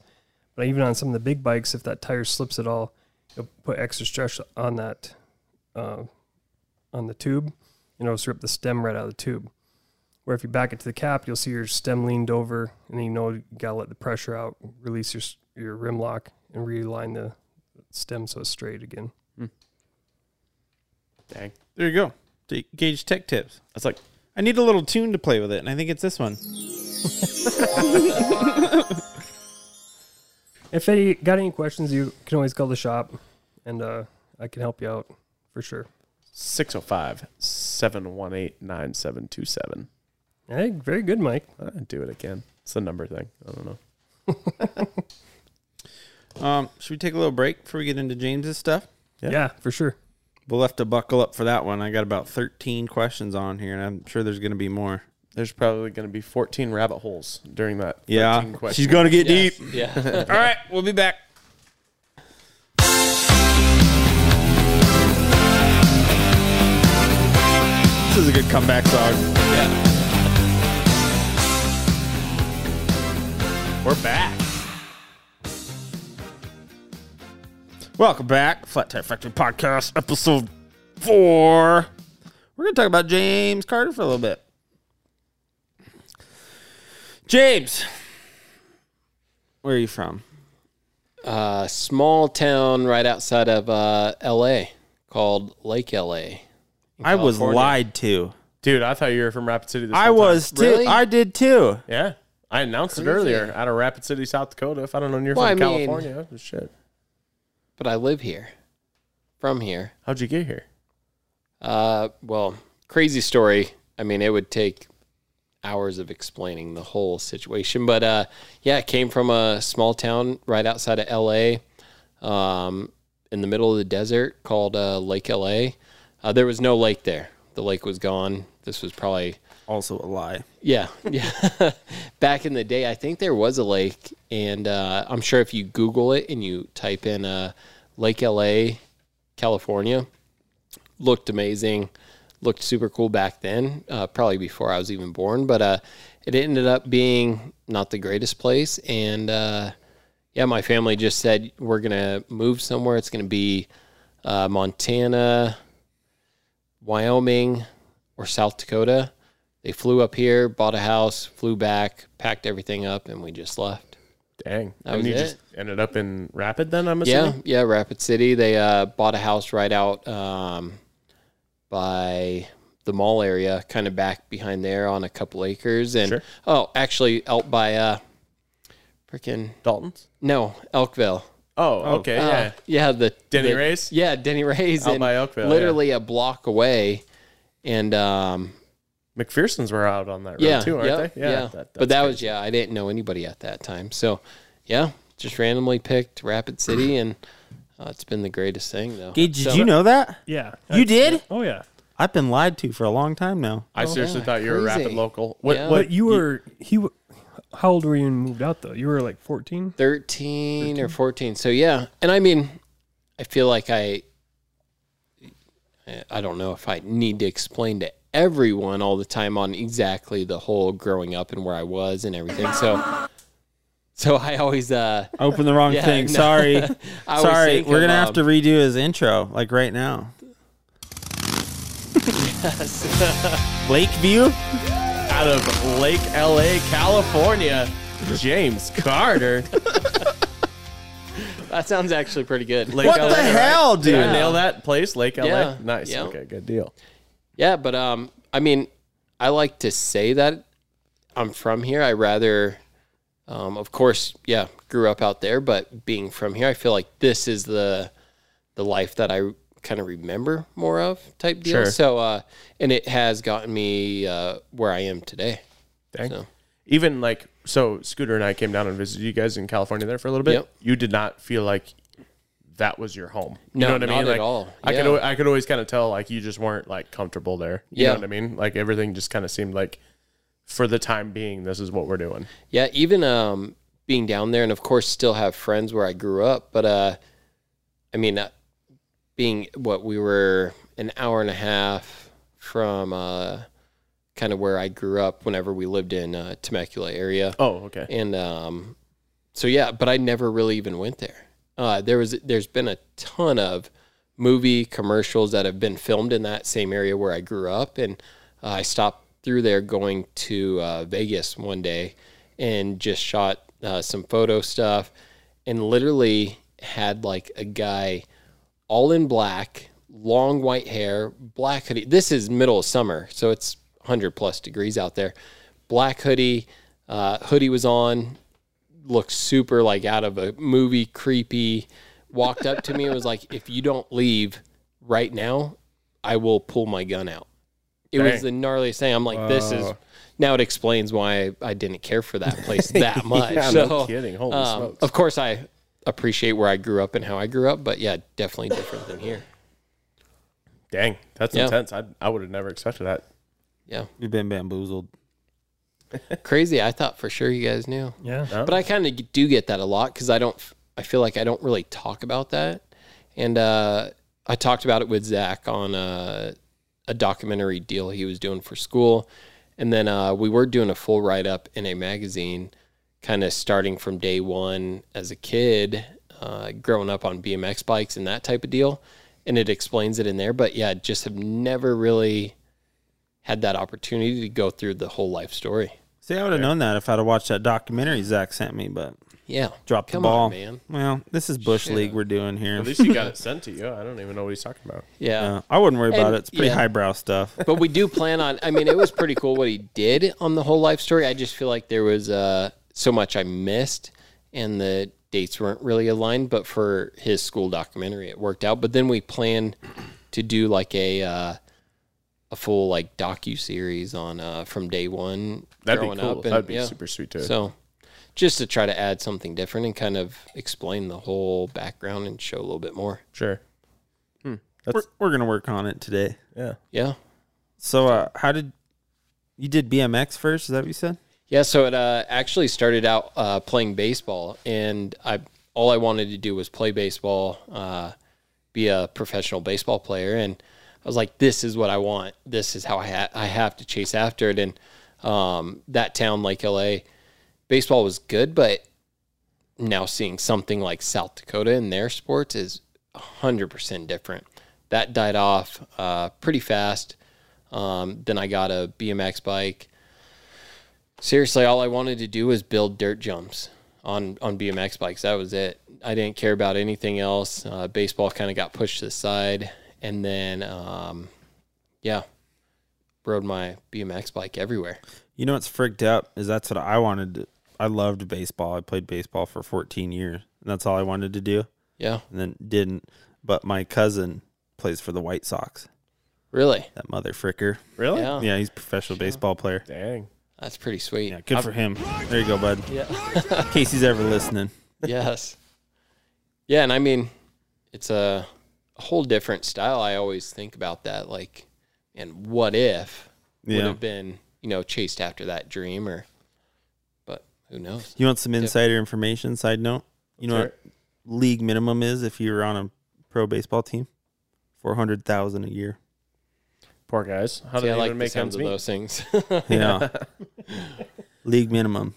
S4: But even on some of the big bikes, if that tire slips at all, it'll put extra stress on that uh, on the tube, and it'll just rip the stem right out of the tube. Where if you back it to the cap, you'll see your stem leaned over, and then you know you gotta let the pressure out, release your s- your rim lock, and realign the stem so it's straight again.
S1: Dang.
S3: There you go. T- Gage tech tips.
S1: That's like,
S3: I need a little tune to play with it, and I think it's this one.
S4: If any got any questions, you can always call the shop, and uh, I can help you out for sure.
S1: 605 718 9727.
S4: Hey, very good, Mike.
S1: Do it again. It's the number thing. I don't know.
S3: Um, should we take a little break before we get into James's stuff?
S4: Yeah, for sure.
S3: We'll have to buckle up for that one. I got about 13 questions on here, and I'm sure there's going to be more.
S1: There's probably going to be 14 rabbit holes during that. 13
S3: Yeah.
S1: question.
S3: She's going to get deep.
S2: Yeah.
S3: All right. We'll be back. This is a good comeback song.
S1: We're back.
S3: Welcome back. Flat Tire Factory Podcast, episode four. We're going to talk about James Carter for a little bit. James, where are you from?
S2: a uh, small town right outside of uh, L.A. called Lake L.A.
S3: I was
S2: California.
S3: lied to.
S1: Dude, I thought you were from Rapid City this
S3: I
S1: whole time.
S3: was too.
S2: Really?
S3: I did too.
S1: Yeah. I announced it
S2: Crazy.
S1: earlier out of Rapid City, South Dakota. If I don't know you're
S2: Well,
S1: from
S2: I mean-
S1: California, shit.
S2: But I live here, from here.
S1: How'd you get here?
S2: Uh, well, crazy story. I mean, it would take hours of explaining the whole situation, but uh, yeah, it came from a small town right outside of L.A. Um, in the middle of the desert called uh, Lake L.A. Uh, there was no lake there. The lake was gone. This was probably
S3: Also a lie.
S2: Yeah, yeah. *laughs* Back in the day, I think there was a lake, and uh, I'm sure if you Google it and you type in uh, Lake LA, California, looked amazing, looked super cool back then, uh, probably before I was even born. But uh, it ended up being not the greatest place, and uh, yeah, my family just said we're gonna move somewhere. It's gonna be uh, Montana, Wyoming, or South Dakota. They flew up here, bought a house, flew back, packed everything up, and we just left.
S1: Dang.
S2: That
S1: and
S2: was
S1: you
S2: it.
S1: just ended up in Rapid then, I'm
S2: Yeah,
S1: assuming?
S2: yeah, Rapid City. They uh, bought a house right out um, by the mall area, kind of back behind there on a couple acres, and
S1: Sure.
S2: oh, actually out by uh, freaking
S1: Dalton's?
S2: no Elkville.
S1: Oh, okay.
S2: Uh,
S1: yeah.
S2: yeah, the
S1: Denny
S2: the-
S1: Ray's?
S2: Yeah, Denny Ray's.
S1: Out
S2: and
S1: by Elkville,
S2: literally a block away, and um,
S1: McPherson's were out on that road
S2: yeah,
S1: too, aren't
S2: yep,
S1: they?
S2: Yeah,
S1: that-
S2: but
S1: that's
S2: that was yeah. I didn't know anybody at that time, so yeah, just randomly picked
S1: *clears throat*
S2: Rapid City, and uh, it's been the greatest thing though.
S3: Gage, did
S2: So-
S3: you know that?
S4: Yeah.
S3: You did?
S4: Oh yeah.
S3: I've been lied to for a long time now.
S1: I seriously
S2: oh, yeah,
S1: thought you were a Rapid
S2: crazy.
S1: local. What,
S2: Yeah.
S1: what
S4: But you were he. w- How old were you when you moved out though? You were like fourteen.
S2: 13, or 14. So yeah, and I mean, I feel like I I don't know if I need to explain to everyone all the time on exactly the whole growing up and where I was and everything. So so I always uh
S3: *laughs* Open the wrong
S2: Yeah,
S3: thing.
S2: no. *laughs*
S3: Sorry.
S2: I always
S3: Sorry.
S2: think
S3: We're
S2: of,
S3: going to have
S2: um,
S3: to redo his intro, like
S2: *laughs*
S3: right now. Lakeview?
S2: *laughs*
S1: out of Lake LA, California, James Carter.
S2: That sounds actually pretty good.
S1: Lake
S3: What
S1: LA,
S3: the
S1: right?
S3: hell,
S1: Did I
S3: dude?
S1: nail that place? Lake LA?
S2: Yeah.
S1: Nice.
S2: Yeah.
S1: Okay, good deal.
S2: Yeah, but um, I mean, I like to say that I'm from here. I rather, um, of course, yeah, grew up out there, but being from here, I feel like this is the the life that I kind of remember more of type deal.
S1: Sure.
S2: So, uh, and it has gotten me uh, where I am today.
S1: Dang.
S2: So-
S1: Even like so, Scooter and I came down and visited you guys in California there for a little bit.
S2: Yep.
S1: You did not feel like that was your home. You
S2: No,
S1: know what I
S2: not
S1: mean?
S2: at
S1: Like,
S2: all.
S1: I could
S2: Yeah.
S1: al- I could always kind of tell like you just weren't like comfortable there. You
S2: Yeah.
S1: know what I mean? Like everything just kind of seemed like for the time being, this is what we're doing.
S2: Yeah, even um, being down there, and of course, still have friends where I grew up. But uh, I mean, uh, being what we were an hour and a half from uh, kind of where I grew up, whenever we lived in uh, Temecula area,
S1: Oh, okay.
S2: and um, so yeah, but I never really even went there. Uh, there was there's been a ton of movie commercials that have been filmed in that same area where I grew up, and uh, I stopped through there going to uh, Vegas one day and just shot uh, some photo stuff, and literally had like a guy all in black, long white hair, black hoodie. This is middle of summer, so it's 100 plus degrees out there. Black hoodie, uh, hoodie was on, looked super like out of a movie, creepy. Walked up to me and was like, "If you don't leave right now, I will pull my gun out." It was the
S1: Dang.
S2: gnarliest thing. I'm like, "This is." Now
S1: *laughs*
S2: it explains why I didn't care for that place that much.
S1: Yeah,
S2: so,
S1: no kidding. Holy
S2: um,
S1: smokes.
S2: Of course, I appreciate where I grew up and how I grew up, but yeah, definitely different than here.
S1: Dang, that's
S2: Yeah.
S1: intense. I I would have never expected that.
S2: Yeah,
S3: You've been bamboozled.
S2: crazy. I thought for sure you guys knew.
S4: Yeah.
S2: but I kind of do get that a lot because I don't. I feel like I don't really talk about that, and uh, I talked about it with Zach on a, a documentary deal he was doing for school, and then uh, we were doing a full write up in a magazine, kind of starting from day one as a kid, uh, growing up on BMX bikes and that type of deal, and it explains it in there. But yeah, just have never really had that opportunity to go through the whole life story.
S3: See, I would have known that if I'd have watched that documentary Zach sent me, but
S2: Yeah,
S3: dropped
S2: Come
S3: the ball.
S2: on, man.
S3: Well, this is Bush
S2: Shit.
S3: League we're doing here.
S1: At least you got it sent to you. I don't even know what he's talking about.
S2: Yeah.
S3: Uh, I wouldn't worry about
S2: And-
S3: it. It's pretty
S2: yeah.
S3: highbrow stuff.
S2: but we do plan on i mean it was pretty cool what he did on the whole life story i just feel like there was uh, so much i missed and the dates weren't really aligned but for his school documentary it worked out but then we planned to do like a uh, a full like docu series on uh, from day one
S1: That'd be
S2: growing
S1: cool.
S2: up and-
S1: That'd be
S2: yeah.
S1: super sweet too.
S2: so just to try to add something different and kind of explain the whole background and show a little bit more
S1: sure.
S3: We're, we're gonna work on it today.
S1: Yeah.
S2: yeah
S3: So, uh, how did you did BMX first? Is that what you said?
S2: Yeah, so it uh, actually started out uh, playing baseball, and I all I wanted to do was play baseball, uh, be a professional baseball player, and I was like, "This is what I want. This is how I ha- I have to chase after it." And um, that town, Lake LA, baseball was good, but now seeing something like South Dakota and their sports is hundred percent different. That died off uh, pretty fast. Um, then I got a BMX bike seriously all i wanted to do was build dirt jumps on on bmx bikes that was it i didn't care about anything else uh, baseball kind of got pushed to the side and then um, yeah rode my bmx bike everywhere
S3: You know what's frigged up is that's what I wanted. To, I loved baseball. I played baseball for 14 years, and that's all I wanted to do,
S2: yeah
S3: and then didn't. But my cousin plays for the White Sox.
S2: really
S3: That mother fricker.
S1: Really?
S2: yeah
S3: Yeah, he's a professional baseball player.
S1: Dang.
S2: that's pretty sweet
S3: Yeah, good for him. There you go, bud. Yeah. In case he's ever listening.
S2: *laughs* yes. Yeah, and I mean, it's a, a whole different style. I always think about that, like, and what if would
S3: Yeah.
S2: have been, you know, chased after that dream, or, but who knows?
S3: You want some insider information? Side note. You know what league minimum is if you were on a pro baseball team? 400,000 a year.
S1: Poor guys. How do
S2: See,
S1: they
S2: I like
S1: even
S2: the
S1: make ends
S2: sounds of
S1: meet?
S2: those things.
S1: *laughs*
S2: *laughs*
S3: *laughs* Yeah. league minimum.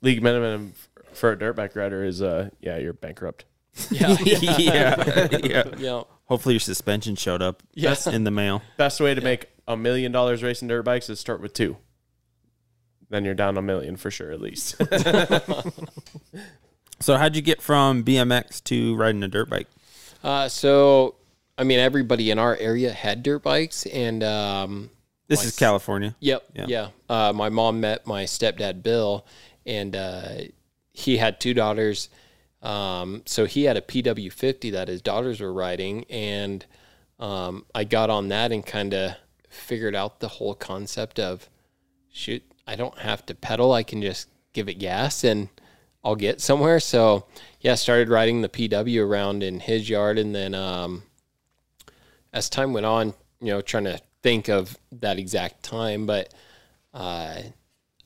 S1: League minimum f- for a dirtbag rider is uh yeah you're bankrupt.
S2: yeah,
S3: *laughs* yeah. yeah.
S2: yeah,
S3: Hopefully your suspension showed up
S2: Yes.
S3: in the mail.
S1: Best way to make a million dollars racing dirt bikes is start with two. Then you're down a million for sure at least.
S3: So how'd you get from BMX to riding a dirt bike?
S2: Uh, so, I mean, everybody in our area had dirt bikes, and um,
S3: This is California.
S2: Yep.
S3: Yeah.
S2: Yeah. Uh, my mom met my stepdad Bill, and uh, he had two daughters. Um, so he had a PW50 that his daughters were riding, and um, I got on that and kind of figured out the whole concept of shoot, I don't have to pedal. I can just give it gas and I'll get somewhere. So, yeah, started riding the PW around in his yard. And then um, as time went on, you know, trying to think of that exact time, but uh,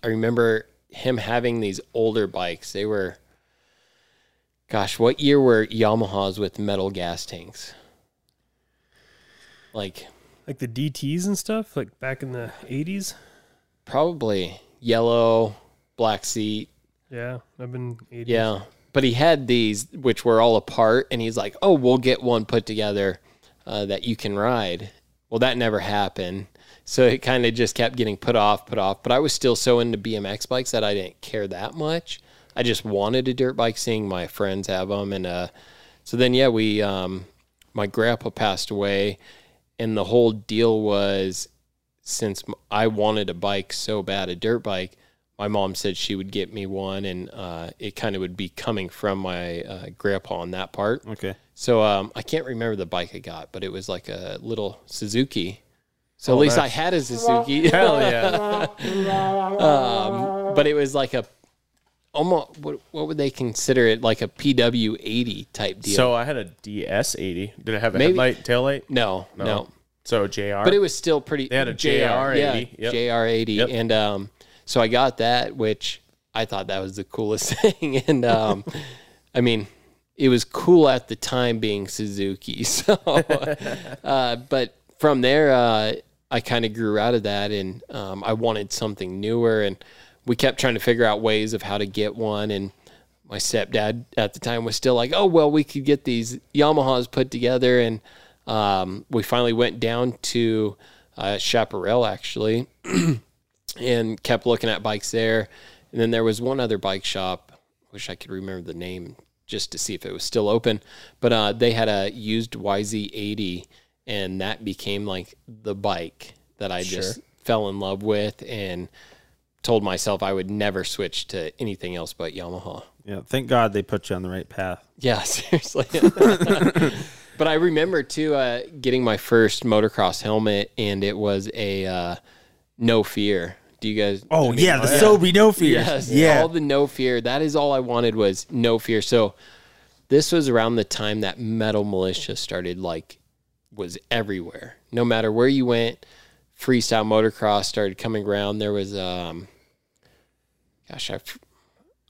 S2: I remember him having these older bikes. They were, gosh, what year were Yamahas with metal gas tanks? Like,
S4: Like the DTs and stuff, like back in the 80s.
S2: probably yellow, black seat,
S4: Yeah. I've been 80s.
S2: Yeah. But he had these, which were all apart, and he's like, oh, we'll get one put together uh, that you can ride. Well, that never happened. So it kind of just kept getting put off, put off. But I was still so into BMX bikes that I didn't care that much. I just wanted a dirt bike, seeing my friends have them. And uh, so then, yeah, we, um, my grandpa passed away, and the whole deal was since m- I wanted a bike so bad, a dirt bike, my mom said she would get me one, and uh, it kind of would be coming from my uh, grandpa on that part.
S3: Okay.
S2: So um, I can't remember the bike I got, but it was like a little Suzuki. So at least I had *laughs* a Suzuki.
S1: Hell yeah.
S2: um, but it was like a almost what, what would they consider it like a PW eighty type deal?
S1: So I had a DS80. Did it have a
S2: Maybe-
S1: headlight, taillight?
S2: no, no,
S1: So JR.
S2: but it was still pretty. They
S1: had a JR80,
S2: yeah,
S1: yep.
S2: JR80,
S1: Yep.
S2: and um, so I got that, which I thought that was the coolest *laughs* thing, and um, I mean, it was cool at the time being Suzuki. *laughs* So, uh, but from there, uh, I kind of grew out of that, and um, I wanted something newer, and we kept trying to figure out ways of how to get one, and my stepdad at the time was still like, "Oh well, we could get these Yamahas put together," and um, we finally went down to uh, Chaparral actually, and kept looking at bikes there. And then there was one other bike shop. Wish I could remember the name just to see if it was still open. But uh, they had a used YZ80, and that became like the bike that I just fell in love with and told myself I would never switch to anything else but Yamaha.
S3: Yeah, thank God they put you on the right path.
S2: Yeah, *laughs* seriously. but I remember too uh, getting my first motocross helmet, and it was a uh, No Fear. Do you guys?
S3: Oh yeah, the Sobe no fears.
S2: Yes,
S3: yeah,
S2: all the no fear. That is all I wanted was no fear. So this was around the time that metal militia started like was everywhere. No matter where you went, freestyle motocross started coming around. There was um gosh, I f-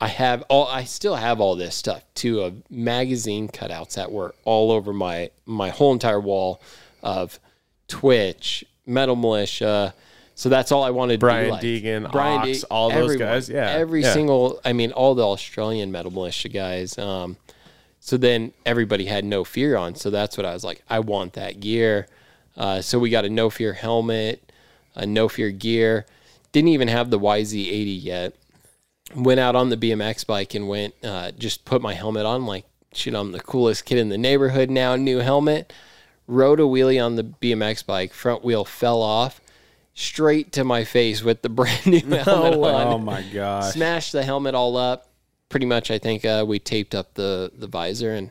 S2: I have all I still have all this stuff too of magazine cutouts that were all over my my whole entire wall of Twitch, Metal Militia. So that's all I wanted
S1: Brian
S2: to do. like.
S1: Deegan, Ox,
S2: De-
S1: all those guys, yeah,
S2: Every
S1: yeah.
S2: single I mean all the Australian Metal Militia guys. Um so then everybody had no fear on. So that's what I was like, I want that gear. Uh, so we got a no fear helmet, a no fear gear. Didn't even have the YZ80 yet. Went out on the BMX bike and went, uh, just put my helmet on. Like, shit, I'm the coolest kid in the neighborhood now. New helmet. Rode a wheelie on the BMX bike. Front wheel fell off straight to my face with the *laughs* brand new helmet on
S3: *laughs* Oh my gosh.
S2: smashed the helmet all up. Pretty much, I think uh, we taped up the the visor, and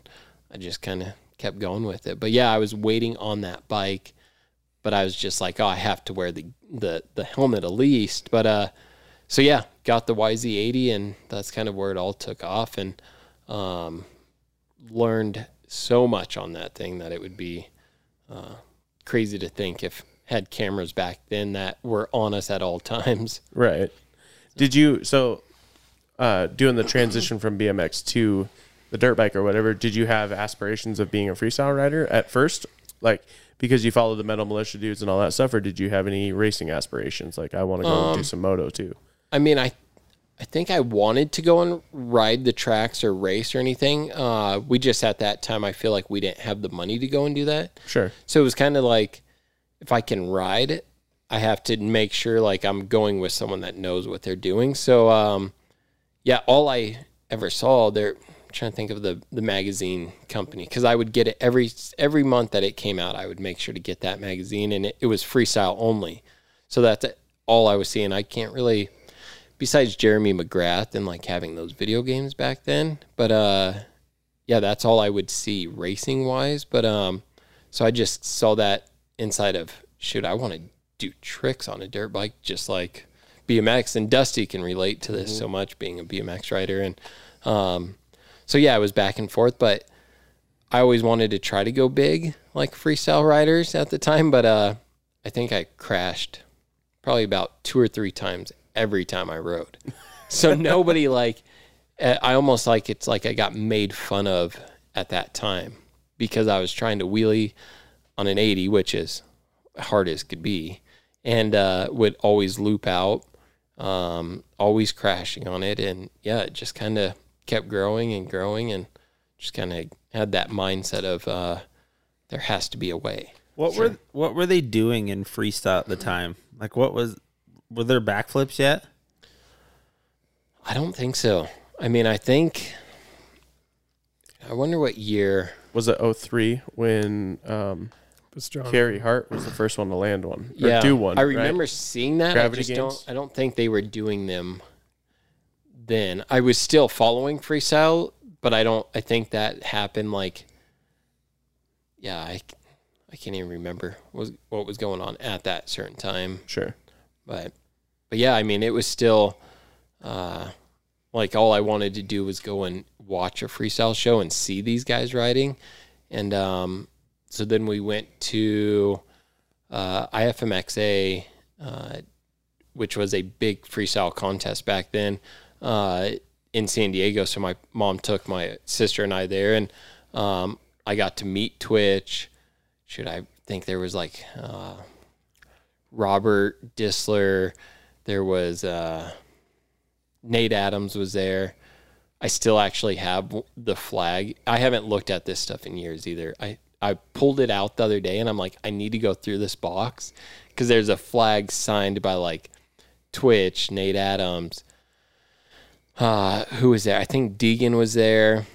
S2: I just kind of kept going with it. But yeah, I was waiting on that bike, but I was just like, oh, I have to wear the the the helmet at least. But uh, so yeah, got the YZ80, and that's kind of where it all took off, and um, learned so much on that thing that it would be uh, crazy to think if had cameras back then that were on us at all *laughs* times.
S1: Right. Did you so uh, doing the transition from BMX to the dirt bike or whatever? Did you have aspirations of being a freestyle rider at first, like because you followed the metal militia dudes and all that stuff, or did you have any racing aspirations? Like I want to go do some moto too.
S2: I mean, I I think I wanted to go and ride the tracks or race or anything. Uh, we just at that time, I feel like we didn't have the money to go and do that.
S1: Sure.
S2: So it was kind of like, if I can ride, I have to make sure like I'm going with someone that knows what they're doing. So um, yeah, all I ever saw there. I'm trying to think of the the magazine company because I would get it every every month that it came out. I would make sure to get that magazine, and it, it was freestyle only. So that's all I was seeing. I can't really besides Jeremy McGrath and like having those video games back then. But uh yeah, that's all I would see racing wise. But um so I just saw that inside of shoot, I want to do tricks on a dirt bike just like BMX and Dusty can relate to this so much being a BMX rider and um so yeah, I was back and forth, but I always wanted to try to go big like freestyle riders at the time, but uh I think I crashed probably about two or three times every time I rode. So *laughs* nobody like, eh, I almost like it's like I got made fun of at that time because I was trying to wheelie on an 80, which is hard as could be, and uh, would always loop out, um, always crashing on it. And yeah, it just kind of kept growing and growing and just kind of had that mindset of uh, there has to be a way.
S3: What were what were they doing in freestyle at the time? Like what was were there backflips yet?
S2: I don't think so. I mean, I think. I wonder what year.
S1: Was it 03 when um,
S4: But strong.
S1: Carrie Hart was the first one to land one or
S2: yeah,
S1: do one?
S2: I
S1: right?
S2: remember seeing that.
S1: Gravity
S2: I just
S1: Games?
S2: don't. I don't think they were doing them. Then I was still following freestyle, but I don't. I think that happened like. Yeah, I, I can't even remember was what was going on at that certain time.
S1: Sure.
S2: but but yeah, I mean, it was still uh, Like all I wanted to do was go and watch a freestyle show and see these guys riding. And um, so then we went to uh, IFMXA, uh, which was a big freestyle contest back then uh, in San Diego. So my mom took my sister and I there, and um, I got to meet Twitch. Should I think there was like uh, Robert Disler? There was uh, Nate Adams was there. I still actually have the flag. I haven't looked at this stuff in years either. I, I pulled it out the other day and I'm like, I need to go through this box because there's a flag signed by like Twitch, Nate Adams. Uh, who was there? I think Deegan was there.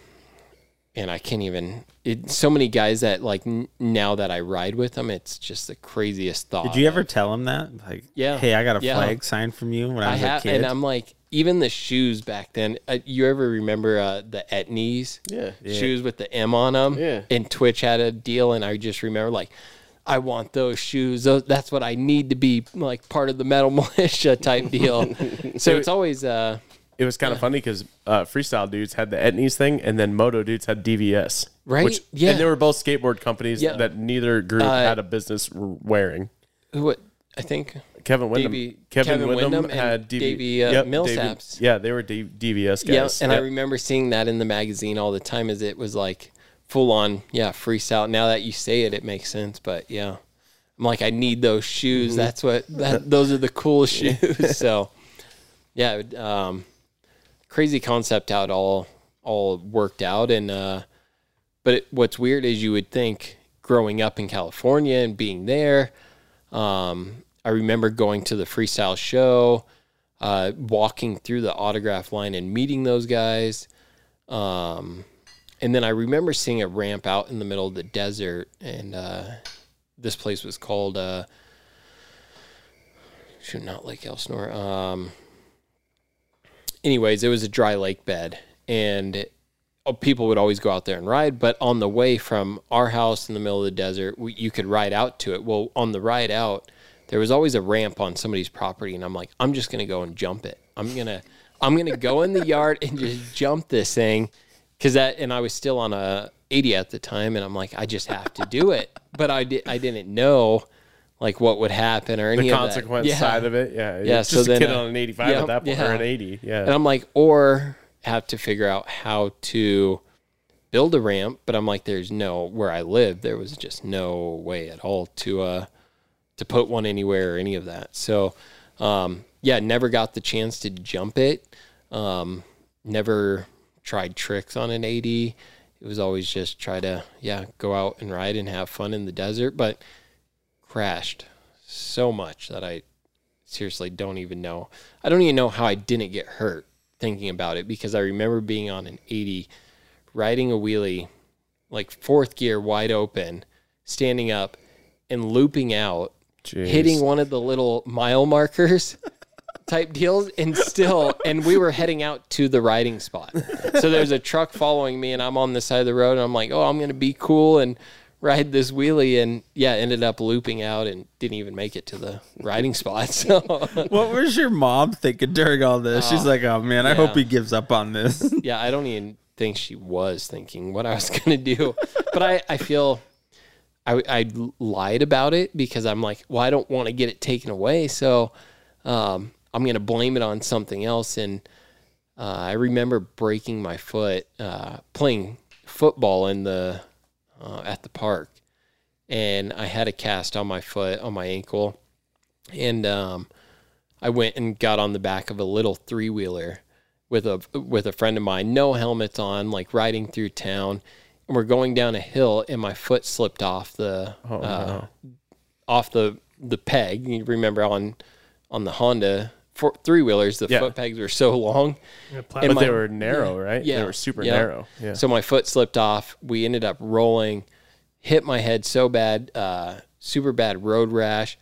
S2: And I can't even. It, so many guys that like n- now that I ride with them, it's just the craziest thought.
S3: Did you ever tell him that? Like,
S2: Uh, Yeah.
S3: hey, I got a
S2: Yeah.
S3: flag signed from you when I was
S2: I
S3: a
S2: have,
S3: kid.
S2: and um, I'm like, even the shoes back then. Uh, you ever remember uh, the Etnies?
S5: Yeah.
S2: shoes with the M on them.
S5: Yeah.
S2: and Twitch had a deal, and I just remember like, I want those shoes. Those, that's what I need to be like part of the metal militia type
S5: *laughs*
S2: deal. so it's always uh,
S1: It was kind of funny because uh, freestyle dudes had the Etnies thing, and then moto dudes had DVS,
S2: Right? Yeah.
S1: and they were both skateboard companies
S2: Yeah.
S1: that neither group
S2: Uh,
S1: had a business r- wearing.
S2: what I think.
S1: Kevin Windham,
S2: DB
S1: Kevin,
S2: Kevin
S1: Windham,
S2: Windham and
S1: had DV,
S2: Davey, uh,
S1: yep,
S2: Millsaps.
S1: Davey- yeah, they were D, DVS guys.
S2: Yeah, and I
S1: Yep.
S2: remember seeing that in the magazine all the time. As it was like full on, yeah, freestyle. Now that you say it, it makes sense. But yeah, I'm like, I need those shoes.
S1: Mm-hmm.
S2: That's what. That, those are
S1: *laughs*
S2: the cool shoes. *laughs* so, yeah, it, um, crazy concept how it all all worked out. And uh, but it, what's weird is you would think growing up in California and being there. Um, I remember going to the freestyle show uh, walking through the autograph line and meeting those guys. Um, and then I remember seeing a ramp out in the middle of the desert, and uh, this place was called uh, shoot, not Lake Elsinore. Um, anyways, it was a dry lake bed, and oh, people would always go out there and ride. But on the way from our house in the middle of the desert, we, you could ride out to it. Well, on the ride out, there was always a ramp on somebody's property, and I'm like, I'm just gonna go and jump it. I'm gonna, I'm gonna go in the yard and just jump this thing, because that. And I was still on a 80 at the time, and I'm like, I just have to do it. But I did, I didn't know. Like what would happen or any
S1: the
S2: of that.
S1: consequence
S2: Yeah.
S1: side of it. Yeah,
S2: Yeah,
S1: it's
S2: so
S1: just
S2: then,
S1: a kid
S2: uh,
S1: on an 85
S2: yeah,
S1: at that point,
S2: yeah.
S1: or an 80. Yeah,
S2: And I'm like, or have to figure out how to build a ramp. But I'm like, there's no where I live. There was just no way at all to uh to put one anywhere or any of that. So um yeah, never got the chance to jump it. Um never tried tricks on an AD. It was always just try to yeah, go out and ride and have fun in the desert, but crashed so much that I seriously don't even know. I don't even know how I didn't get hurt thinking about it because I remember being on an 80, riding a wheelie, like fourth gear wide open, standing up and looping out,
S1: Jeez.
S2: hitting one of the little mile markers. Type deals and still, and we were heading out to the riding spot. So there's a truck following me, and I'm on the side of the road, and I'm like, oh, I'm gonna be cool and ride this wheelie, and yeah, ended up looping out and didn't even make it to the riding spot. *laughs* So
S3: what was your mom thinking during all this? She's like, oh man, I hope
S2: yeah.
S3: he gives up on this. *laughs*
S2: yeah, I don't even think she was thinking what I was *laughs* going to do. but I, I feel I, I lied about it because I'm like, well, I don't want to get it taken away. So um, I'm going to blame it on something else. And uh, I remember breaking my foot uh, playing football in the uh, at the park. And I had a cast on my foot, on my ankle. And um, I went and got on the back of a little three wheeler with a with a friend of mine, no helmets on, like riding through town, and we're going down a hill, and my foot slipped off the
S1: Oh,
S2: uh, off the the peg. You remember on on the Honda three wheelers, the
S1: Yeah.
S2: foot pegs were so long,
S4: plat-
S1: but
S2: and my-
S1: they were narrow, right? they were super
S2: yeah.
S1: narrow. Yeah,
S2: So my foot slipped off. We ended up rolling, hit my head so bad, uh, super bad road rash.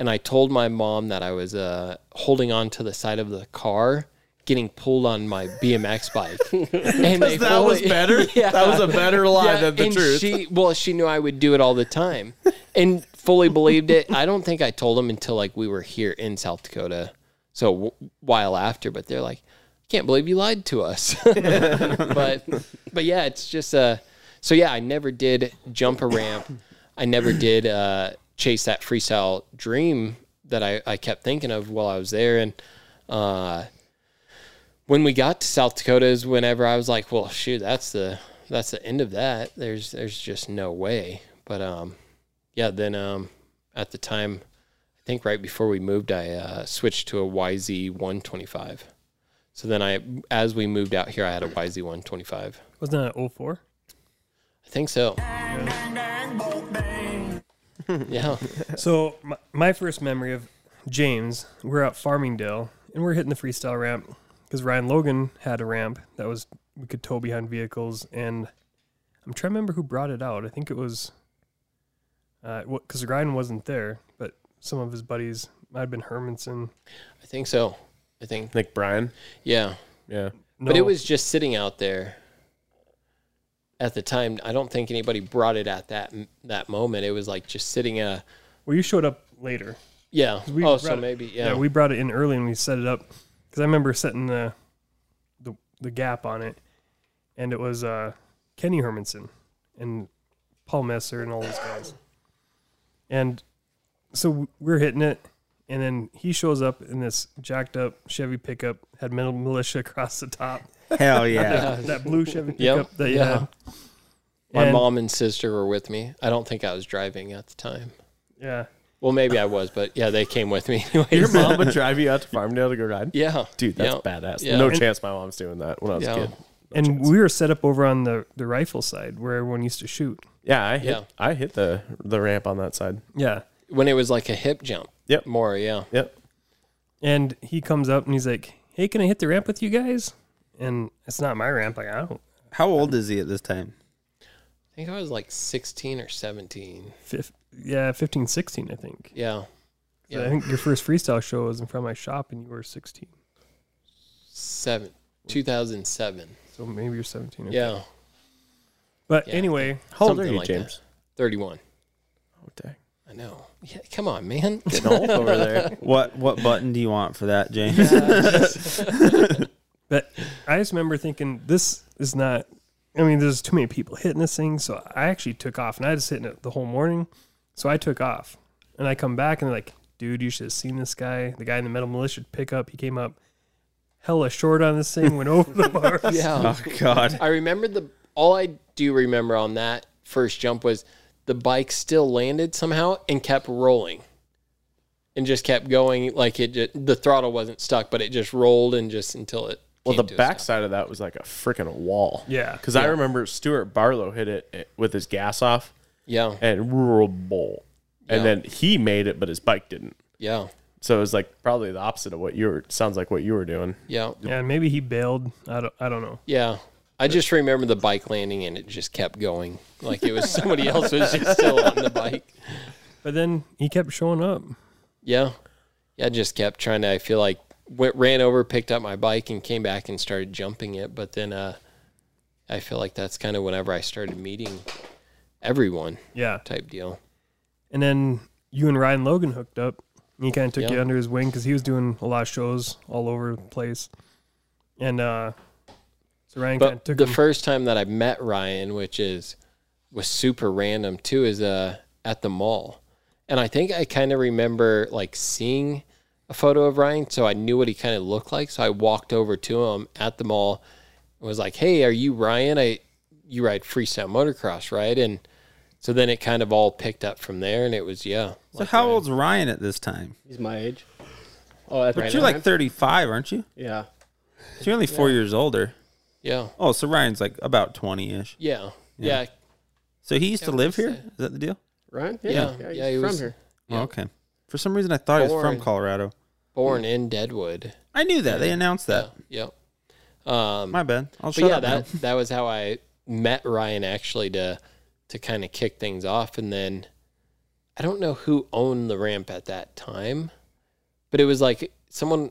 S2: And I told my mom that I was uh, holding on to the side of the car, getting pulled on my
S1: *laughs*
S2: BMX bike. and they
S1: that was
S2: fully-
S1: better.
S2: *laughs* Yeah.
S1: That was a better lie
S2: Yeah,
S1: than the
S2: and
S1: truth.
S2: She well, she knew I would do it all the time, and fully believed it. I don't think I told them until like we were here in South Dakota, so w- while after. But they're like, can't believe you lied to us. *laughs* but but yeah, it's just uh so yeah, I never did jump a ramp. I never did uh chase that freestyle dream that I, I kept thinking of while I was there and uh when we got to South Dakota is whenever I was like, well shoot, that's the that's the end of that. There's there's just no way. But um yeah, then um at the time I think right before we moved I uh switched to a YZ one twenty five. So then I, as we moved out here, I had a YZ125.
S4: Wasn't that 04?
S2: I think so. yeah.
S4: So my, my first memory of James, we're out Farmingdale and we're hitting the freestyle ramp because Ryan Logan had a ramp that was we could tow behind vehicles and I'm trying to remember who brought it out. I think it was because Ryan wasn't there, but some of his buddies might have been Hermanson.
S2: I think so. I think,
S1: Like Brian.
S2: yeah.
S1: Yeah.
S2: But it
S4: No.
S2: was just sitting out there at the time. I don't think anybody brought it at that that moment. It was like just sitting uh
S4: Well, you showed up later.
S2: yeah.
S4: We
S2: oh, so
S4: brought it-
S2: maybe, yeah.
S4: we brought it in early and we set it up because I remember setting the, the the gap on it, and it was uh, Kenny Hermanson and Paul Messer and all those guys, and so we're hitting it, and then he shows up in this jacked up Chevy pickup had mil- militia *laughs* across the top,
S3: *laughs* Hell yeah.
S4: that blue Chevy pickup
S2: Yep,
S4: that you
S2: yeah.
S4: had.
S2: My
S4: And-
S2: mom and sister were with me. I don't think I was driving at the time.
S4: yeah.
S2: Well, maybe I was, but yeah, they came with me *laughs* anyways.
S1: Your mom would drive you out to Farmdale to go ride?
S2: yeah.
S1: Dude, that's
S2: yeah.
S1: badass.
S2: Yeah.
S1: No
S2: And-
S1: chance my mom's doing that when I was
S2: Yeah.
S1: a kid.
S4: And we were set up over on the, the rifle side where everyone used to shoot.
S1: Yeah, I hit
S2: Yeah.
S1: I hit the the ramp on that side.
S4: Yeah.
S2: When it was like a hip jump.
S1: Yep.
S2: More, yeah.
S1: Yep.
S4: And he comes up and he's like, "Hey, can I hit the ramp with you guys?" And it's not my ramp. Like I don't
S3: How old is he at this time?
S2: I think I was like 16 or 17.
S4: fif- yeah, 15, 16, I think.
S2: Yeah.
S4: I
S2: Yeah.
S4: think your first freestyle show was in front of my shop, and you were sixteen,
S2: Seven. 2007.
S4: so maybe you're seventeen. or-
S2: Yeah.
S4: But
S2: Yeah.
S4: anyway,
S1: How old
S2: Something
S1: are you,
S2: like
S1: James?
S2: 31.
S1: Oh dang.
S2: I know. Yeah, come on, man.
S1: *laughs*
S2: *laughs*
S1: Getting old over there.
S3: What what button do you want for that, James?
S4: but I just remember thinking this is not. I mean, there's too many people hitting this thing, so I actually took off, and I was hitting it the whole morning. So I took off, and I come back, and they're like, "Dude, you should have seen this guy. The guy in the metal militia pickup. He came up." Hella short on this thing, went over the bar.
S2: yeah.
S3: *laughs* oh God.
S2: *laughs* I remember the all I do remember on that first jump was the bike still landed somehow and kept rolling. And just kept going like it ju- the throttle wasn't stuck, but it just rolled and just until it
S1: Well,
S2: came
S1: the
S2: to a stop.
S1: backside of that was like a freaking wall.
S4: Yeah.
S1: Because I remember Stuart Barlow hit it eh, with his gas off
S2: Yeah.
S1: and rural bowl. And
S2: Yeah.
S1: then he made it, but his bike didn't.
S2: Yeah.
S1: So it was like probably the opposite of what you were, sounds like what you were doing.
S2: Yeah.
S4: Yeah, and maybe he bailed. I don't, I don't know.
S2: Yeah. I just remember the bike landing and it just kept going. Like it was somebody else was just still on the bike.
S4: But then he kept showing up.
S2: Yeah. Yeah, I just kept trying to I feel like went ran over, picked up my bike and came back and started jumping it, but then uh I feel like that's kind of whenever I started meeting everyone
S4: Yeah.
S2: type deal.
S4: And then you and Ryan Logan hooked up. And he kind of took
S2: Yeah.
S4: you under his wing because he was doing a lot of shows all over the place. And uh, so Ryan kind of
S2: But
S4: took
S2: the
S4: him.
S2: first time that I met Ryan, which is was super random too, is uh at the mall. And I think I kind of remember like seeing a photo of Ryan, so I knew what he kind of looked like. So I walked over to him at the mall and was like, Hey, are you Ryan? I you ride freestyle motocross, right? And so then it kind of all picked up from there and it was yeah.
S3: So how old's Ryan at this time?
S5: *laughs* He's my age. Oh, that's
S3: But you're like 35, aren't you?
S5: yeah.
S3: So you're only four years older.
S2: Yeah.
S3: Oh, so Ryan's like about 20 ish.
S2: Yeah. Yeah.
S3: So he used to
S2: Yeah,
S3: live here?
S2: what's
S3: Is that the deal?
S5: Ryan?
S2: Yeah. Yeah,
S5: Yeah, he's
S2: he
S5: from
S2: was-
S5: here.
S3: Oh, okay. For some reason, I thought he was
S2: Born.
S3: from Colorado.
S2: Born in Deadwood.
S3: I knew that. They announced that.
S2: Yep. Um
S3: My bad. I'll
S2: but
S3: shut
S2: yeah,
S3: up. now.
S2: that that was how I met Ryan actually to to kind of kick things off, and then I don't know who owned the ramp at that time, but it was like someone,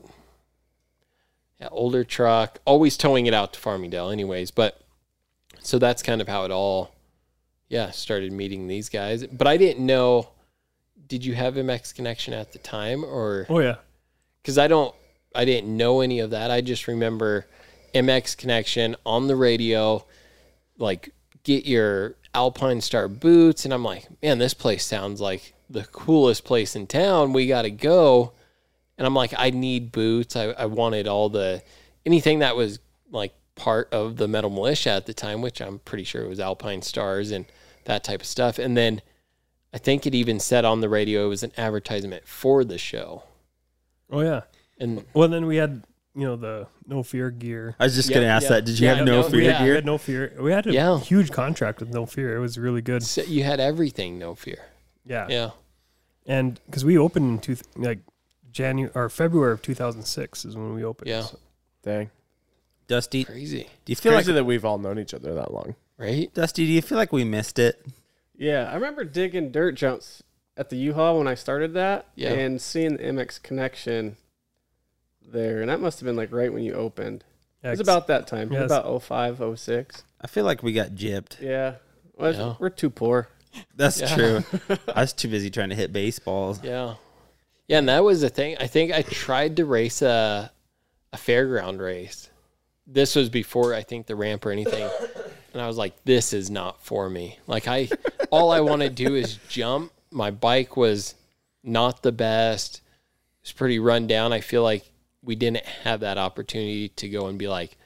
S2: yeah, older truck, always towing it out to Farmingdale, anyways. But so that's kind of how it all, yeah, started meeting these guys. But I didn't know. Did you have MX connection at the time, or
S4: oh, yeah.
S2: because I don't I didn't know any of that. I just remember MX Connection on the radio, like get your Alpine Star boots, and I'm like, man, this place sounds like the coolest place in town. We got to go. And I'm like, I need boots. I, I wanted all the anything that was like part of the metal militia at the time, which I'm pretty sure it was Alpine Stars and that type of stuff. And then I think it even said on the radio it was an advertisement for the show.
S4: Oh yeah.
S2: And
S4: Well, then we had you know the no fear gear.
S3: I was just
S2: Yeah,
S3: gonna ask
S2: yeah.
S3: that. Did you
S2: Yeah,
S3: have no,
S2: no,
S3: fear
S2: yeah.
S4: We
S3: gear?
S4: had no fear. We had a
S2: Yeah.
S4: huge contract with no fear. It was really good.
S2: so you had everything, no fear.
S4: Yeah.
S2: Yeah.
S4: And because we opened in two like January or February of 2006 is when we opened.
S2: Yeah.
S4: So-
S1: Dang.
S3: Dusty, do
S2: Crazy.
S3: you feel
S1: Crazy
S3: like
S1: that we've all known each other that long.
S2: Right?
S3: Dusty? Do you feel like we missed it?
S5: Yeah, I remember digging dirt jumps at the U-Haul when I started that,
S2: Yeah.
S5: and seeing the MX connection there, and that must have been like right when you opened. It was
S4: X.
S5: about that time,
S4: Yes.
S5: about 05, 06.
S3: I feel like we got gypped.
S5: Yeah, well,
S2: Yeah.
S5: we're too poor.
S3: That's
S2: Yeah.
S3: true.
S2: *laughs*
S3: I was too busy trying to hit baseballs.
S2: Yeah. Yeah, and that was the thing. I think I tried to race a a fairground race. This was before I think the ramp or anything. And I was like, this is not for me. Like I all I want to do is jump. My bike was not the best. It's pretty run down. I feel like we didn't have that opportunity to go and be like,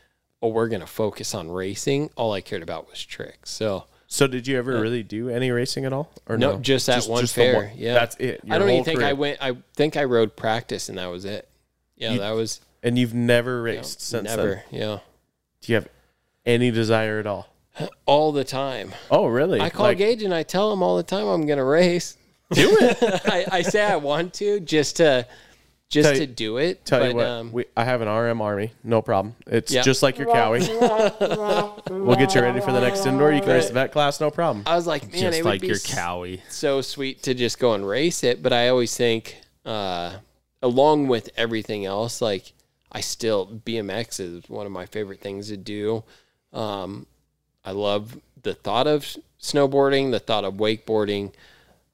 S2: oh, we're gonna focus on racing. All I cared about was tricks. So
S1: So did you ever really do any racing at all? Or
S2: no,
S1: no?
S2: just that one
S1: the
S2: fair. Yeah,
S1: That's it.
S2: I
S1: your
S2: don't even
S1: whole
S2: think I
S1: career.
S2: went. I think I rode practice, and that was it. Yeah,
S1: You-
S2: that was
S1: And you've never
S2: you know,
S1: raced since then.
S2: never. Yeah,
S1: Do you have any desire at all?
S2: all the time.
S1: Oh, really?
S2: I call
S1: Like,
S2: Gage and I tell him all the time I'm gonna race. Do it. *laughs* I, I say I want to just to just
S1: Tell you-
S2: to do it.
S1: Tell
S2: but,
S1: you what,
S2: um,
S1: we, I have an RM Army. No problem. It's
S2: Yeah.
S1: just like your cowie. *laughs* we'll get you ready for the next indoor. You can race the vet class, no
S2: *laughs*
S1: problem.
S2: I was like, man,
S6: just
S2: it would
S6: like
S2: be
S6: your
S2: s-
S6: cowie.
S2: so sweet to just go and race it. But I always think, uh, along with everything else, like I still BMX is one of my favorite things to do. Um, I love the thought of s- snowboarding, the thought of wakeboarding,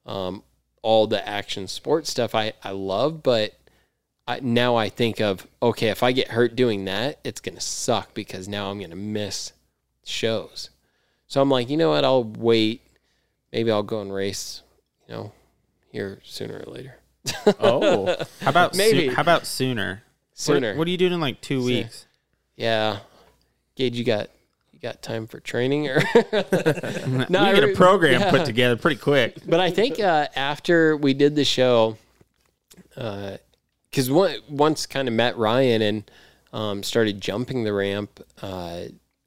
S2: um, all the action sports stuff. I I love, but I, now I think of okay, if I get hurt doing that, it's gonna suck because now I'm gonna miss shows. So I'm like, you know what? I'll wait. Maybe I'll go and race. You know, here sooner or later.
S1: oh,
S3: How about
S2: Maybe.
S3: Soo- how about sooner? What-
S2: Sooner.
S3: What, are you doing in like two weeks? *laughs*
S2: yeah. Gage, you got you got time for training or? *laughs* *laughs* No, I
S3: we get
S2: re-
S3: a program
S2: yeah.
S3: put together pretty quick.
S2: *laughs* but I think uh, after we did the show, because one once kind of met Ryan and um, started jumping the ramp, uh,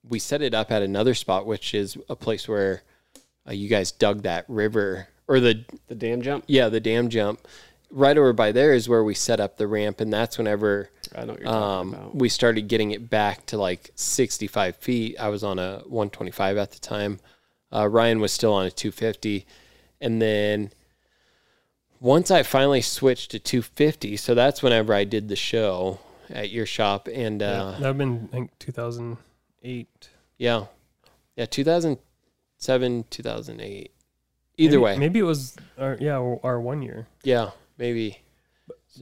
S2: we set it up at another spot, which is a place where uh, you guys dug that river or the
S5: The dam jump.
S2: yeah the dam jump. Right over by there is where we set up the ramp, and that's whenever
S5: I know what you're talking
S2: um,
S5: about.
S2: we started getting it back to like 65 feet. I was on a 125 at the time. Uh, Ryan was still on a 250. And then once I finally switched to 250, so that's whenever I did the show at your shop. And uh,
S4: That'd been I think 2008.
S2: yeah. yeah, 2007, 2008. Either
S4: Maybe-
S2: way,
S4: Maybe it was our, yeah our our one year.
S2: yeah, maybe.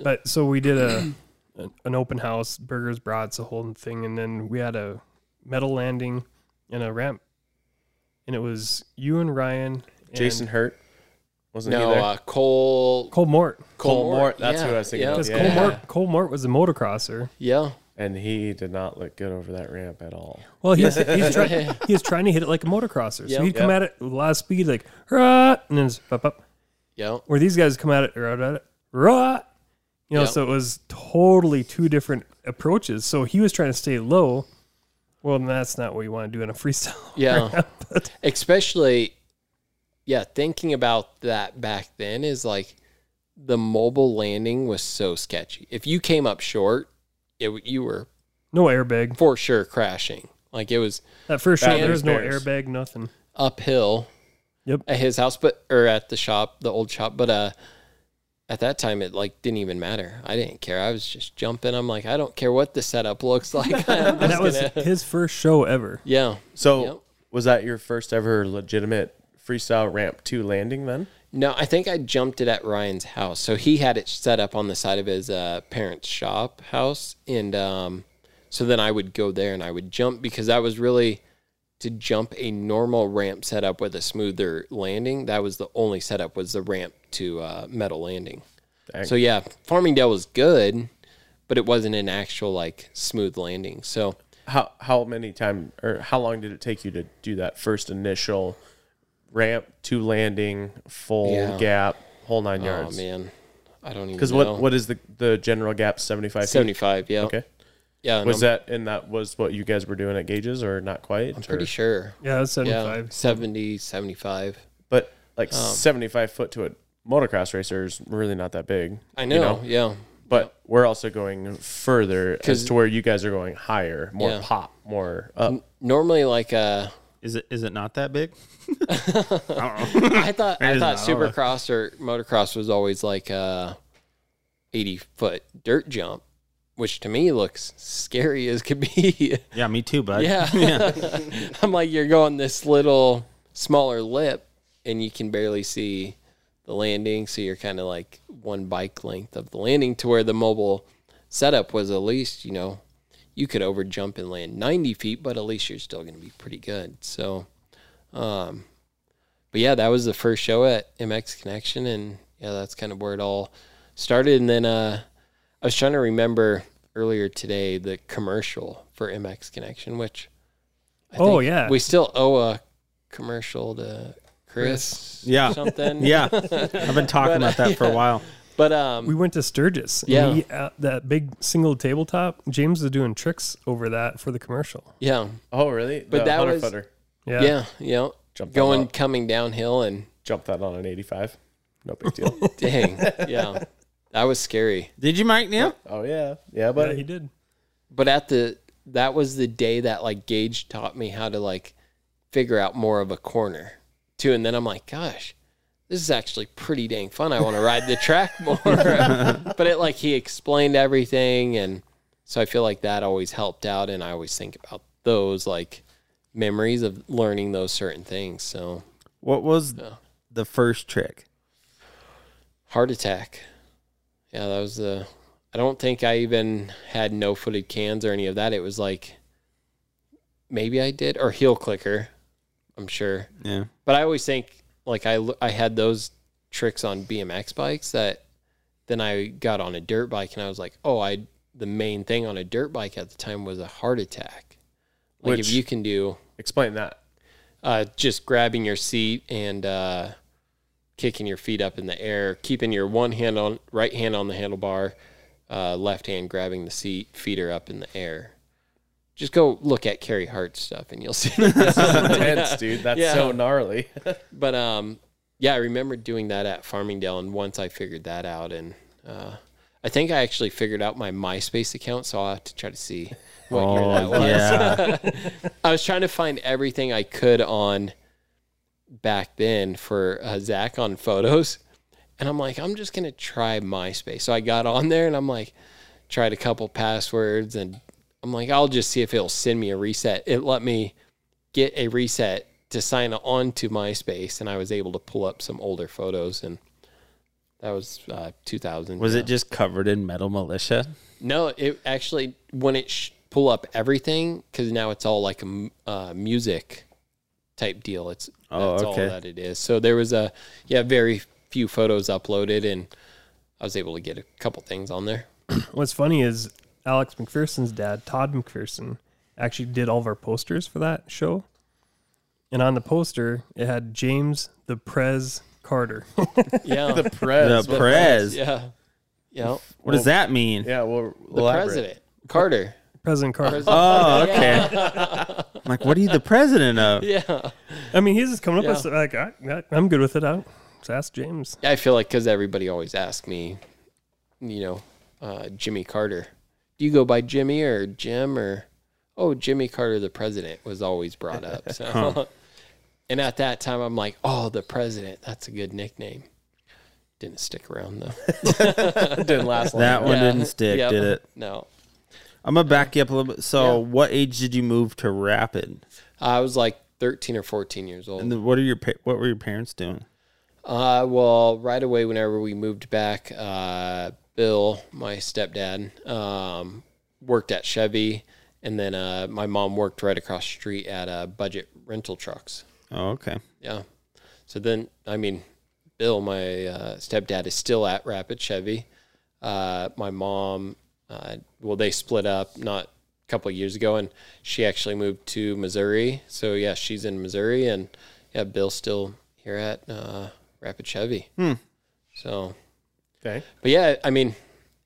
S4: But so we did a an- an open house, burgers, brats, a whole thing, and then we had a metal landing and a ramp, and it was you and Ryan, and
S1: Jason Hurt wasn't
S2: No,
S1: he there?
S2: uh, Cole.
S4: Cole Mort,
S1: Cole Mort, that's who I was thinking
S2: Yeah,
S1: of,
S4: because
S1: yeah.
S4: Cole Mort Cole Mort was a motocrosser.
S2: yeah.
S1: and he did not look good over that ramp at all.
S4: Well, he's he's, try, he's trying to hit it like a motocrosser,
S2: Yeah.
S4: so he'd come
S1: Yeah.
S4: at it with a lot of speed, like rah, and then it's up up.
S2: yeah.
S4: Where these guys come at it, rah, rah, rah, you know.
S2: Yeah.
S4: So it was totally two different approaches. So he was trying to stay low. Well, then that's not what you want to do in a *laughs* freestyle.
S2: Yeah. Especially, yeah, thinking about that back then is like the mobile landing was so sketchy. If you came up short, it, w- you were
S4: No airbag.
S2: for sure crashing. Like it was
S4: That first shot,
S1: Bad
S4: there was no
S1: bears.
S4: airbag, nothing.
S2: *laughs* uphill
S4: Yep.
S2: at his house, but or at the shop, the old shop. But uh, at that time, it like didn't even matter. I didn't care. I was just jumping. I'm like, I don't care what the setup looks *laughs* like. I'm
S4: And
S2: just
S4: that was
S2: gonna-
S4: his first show ever.
S2: yeah,
S1: So
S2: Yep.
S1: was that your first ever legitimate freestyle ramp two landing then?
S2: No, I think I jumped it at Ryan's house. So he had it set up on the side of his uh, parents' shop house, and um, so then I would go there and I would jump because that was really to jump a normal ramp setup with a smoother landing. That was the only setup was the ramp to uh, metal landing. So yeah, Farmingdale was good, but it wasn't an actual like smooth landing. So
S1: How how many time or how long did it take you to do that first initial ramp to landing full
S2: Yeah.
S1: gap whole nine yards?
S2: oh man, I don't even
S1: Because
S2: know.
S1: what what is the the general gap seventy five?
S2: seventy five? Yeah,
S1: Okay.
S2: yeah. and
S1: Was
S2: I'm
S1: that and that was what you guys were doing at gauges or not quite? or-
S2: pretty sure?
S4: Yeah, that's
S2: Yeah,
S4: 75.
S2: 70, 75.
S1: But like
S2: Um,
S1: seventy five foot to a motocross racer is really not that big.
S2: I
S1: You
S2: know,
S1: know?
S2: yeah.
S1: But we're also going further as
S2: 'Cause-
S1: to where you guys are going higher, more
S2: Yeah.
S1: pop, more up.
S2: Normally, like uh,
S6: Is it is it not that big? *coughs*
S2: I thought I
S6: is
S2: thought
S6: not, I don't know.
S2: supercross or motocross was always like a eighty foot dirt jump, which to me looks scary as could be. *laughs*
S6: Yeah, me too, bud.
S2: yeah, *laughs* I'm like you're going this little smaller lip, and you can barely see the landing, so you're kind of like one bike length of the landing to where the mobile setup was at least you know you could over jump and land 90 feet, but at least you're still going to be pretty good. So, um, but yeah, that was the first show at MX Connection, and yeah, that's kind of where it all started. And then uh, I was trying to remember earlier today the commercial for MX Connection, which I
S4: Oh, yeah.
S2: we still owe a commercial to Chris,
S6: Yeah.
S2: *laughs* or something
S6: Yeah. I've been talking about that
S2: *laughs*
S6: for a while.
S2: But um,
S4: We went to Sturgis. and
S2: Yeah.
S4: he- uh, that big single tabletop. James was doing tricks over that for the commercial.
S2: yeah,
S1: Oh, really?
S2: But
S1: The
S2: that
S1: 100
S2: was-
S1: footer.
S4: Yeah.
S2: yeah, you know,
S1: Jump that
S2: going
S1: up.
S2: coming downhill and
S1: Jump that on an eighty-five. No big
S2: *laughs*
S1: deal.
S2: dang, yeah, that was scary.
S6: Did you, Mike? Now?
S1: oh yeah, yeah,
S4: Yeah,
S1: buddy.
S4: he did.
S2: but at the that was the day that like Gage taught me how to like figure out more of a corner too, and then I'm like, gosh, this is actually pretty dang fun. I want to ride the track *laughs* more. but it like he explained everything, and so I feel like that always helped out, and I always think about those like memories of learning those certain things. So
S6: What was the first trick?
S2: heart attack. Yeah, that was the. I don't think I even had no footed cans or any of that. It was like maybe I did or heel clicker. I'm sure,
S6: Yeah.
S2: but I always think like I l- I had those tricks on BMX bikes that then I got on a dirt bike and I was like, oh, I the main thing on a dirt bike at the time was a heart attack. Like
S1: Which-
S2: if you can do
S1: Explain that.
S2: *laughs* uh, just grabbing your seat and uh, kicking your feet up in the air, keeping your one hand on right hand on the handlebar, uh, left hand grabbing the seat, feet are up in the air. Just go look at Carrie Hart stuff and you'll *laughs* see.
S1: Intense, dude. That's
S2: Yeah.
S1: so gnarly. *laughs*
S2: but um, yeah, I remember doing that at Farmingdale, and once I figured that out, and uh, I think I actually figured out my MySpace account, so I'll have to try to see what year that was.
S6: yeah.
S2: I was trying to find everything I could on back then for uh, Zach on photos. And I'm like, I'm just going to try MySpace. So I got on there and I'm like, tried a couple passwords and I'm like, I'll just see if it'll send me a reset. It let me get a reset to sign on to MySpace. And I was able to pull up some older photos. And that was uh, 2000.
S6: *laughs* Was
S2: yeah.
S6: it just covered in metal militia?
S2: No, it actually when it sh- pull up everything because now it's all like a m- uh, music type deal. It's
S6: Oh,
S2: that's
S6: okay.
S2: all that it is. So there was a yeah very few photos uploaded, and I was able to get a couple things on there.
S4: What's funny is Alex McPherson's dad, Todd McPherson, actually did all of our posters for that show. And on the poster, it had James the Prez Carter. *laughs*
S2: Yeah,
S1: The prez.
S6: the Prez.
S2: yeah, yeah.
S6: What does that mean?
S1: Yeah, well,
S2: The president Carter.
S4: President Carter.
S2: *laughs*
S6: Oh, okay. I'm like, what are you the president of?
S2: Yeah,
S4: I mean, he's just coming up
S2: Yeah.
S4: with stuff, like, I, I, I'm good with it. I don't, just ask James.
S2: I feel like because everybody always asks me, you know, uh, Jimmy Carter. Do you go by Jimmy or Jim or? Oh, Jimmy Carter, the president, was always brought up. So, *laughs* and at that time, I'm like, oh, the president. That's a good nickname. Didn't stick around though.
S1: *laughs* didn't last long.
S6: That one
S2: Yeah.
S6: didn't stick,
S2: Yep.
S6: did it?
S2: No,
S6: I'm gonna back you up a little bit. So, what age did you move to Rapid?
S2: I was like 13 or 14 years old.
S6: And then what are your pa- what were your parents doing?
S2: Uh, well, right away, whenever we moved back, uh, Bill, my stepdad, um, worked at Chevy, and then uh, my mom worked right across the street at uh, Budget Rental Trucks.
S3: Oh, okay.
S2: Yeah. So then, I mean, Bill, my uh, stepdad, is still at Rapid Chevy. Uh, my mom, uh, well, they split up not a couple of years ago, and she actually moved to Missouri. So yeah, she's in Missouri, and yeah, Bill's still here at uh, Rapid Chevy. So
S1: Okay.
S2: but yeah, I mean,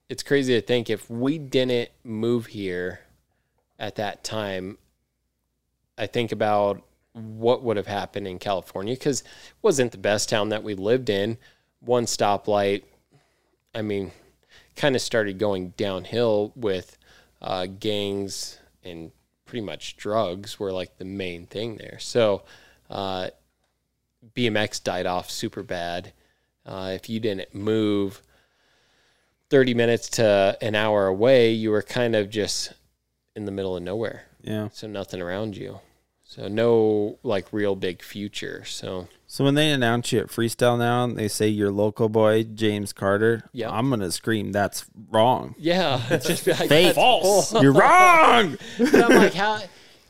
S2: it's crazy to think if we didn't move here at that time, I think about what would have happened in California because it wasn't the best town that we lived in. One stoplight, I mean, kind of started going downhill with uh, gangs and pretty much drugs were like the main thing there. So uh, BMX died off super bad. Uh, if you didn't move, 30 minutes to an hour away, you were kind of just in the middle of nowhere.
S3: Yeah.
S2: So nothing around you. So no like real big future. So
S3: So when they announce you at Freestyle now and they say your local boy, James Carter,
S2: Yeah.
S3: I'm going to scream, that's wrong.
S2: yeah, *laughs* it's just like, that's
S3: False.
S2: *laughs*
S3: You're wrong.
S2: bull. I'm like how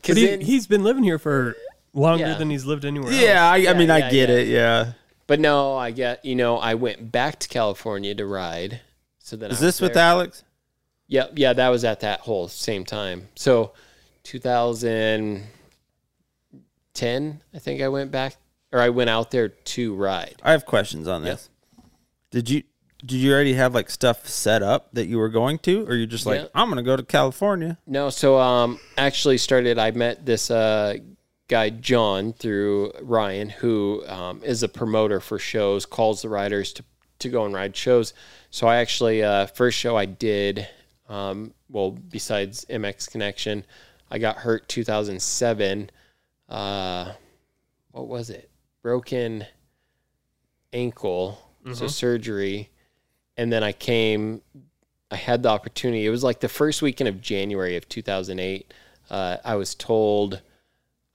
S2: because
S4: But he,
S2: then
S4: he's been living here for longer
S2: Yeah.
S4: than he's lived anywhere else.
S3: yeah, I, I mean,
S2: yeah,
S3: I get
S2: yeah.
S3: it. Yeah.
S2: but no, I get you know I went back to California to ride. So then
S3: Is
S2: I was
S3: this with
S2: there.
S3: Alex?
S2: Yep, yeah, that was at that whole same time. So 2010, I think I went back or I went out there to ride.
S3: I have questions on this. Did you did you already have like stuff set up that you were going to, or you're just like,
S2: Yeah.
S3: I'm gonna go to California?
S2: No, so um, actually started. I met this uh, guy John through Ryan, who um, is a promoter for shows, calls the riders to to go and ride shows. So I actually uh, first show I did, um, well, besides MX Connection, I got hurt 2007. Uh, what was it? Broken ankle, so surgery, and then I came I had the opportunity. It was like the first weekend of January of 2008. Uh, I was told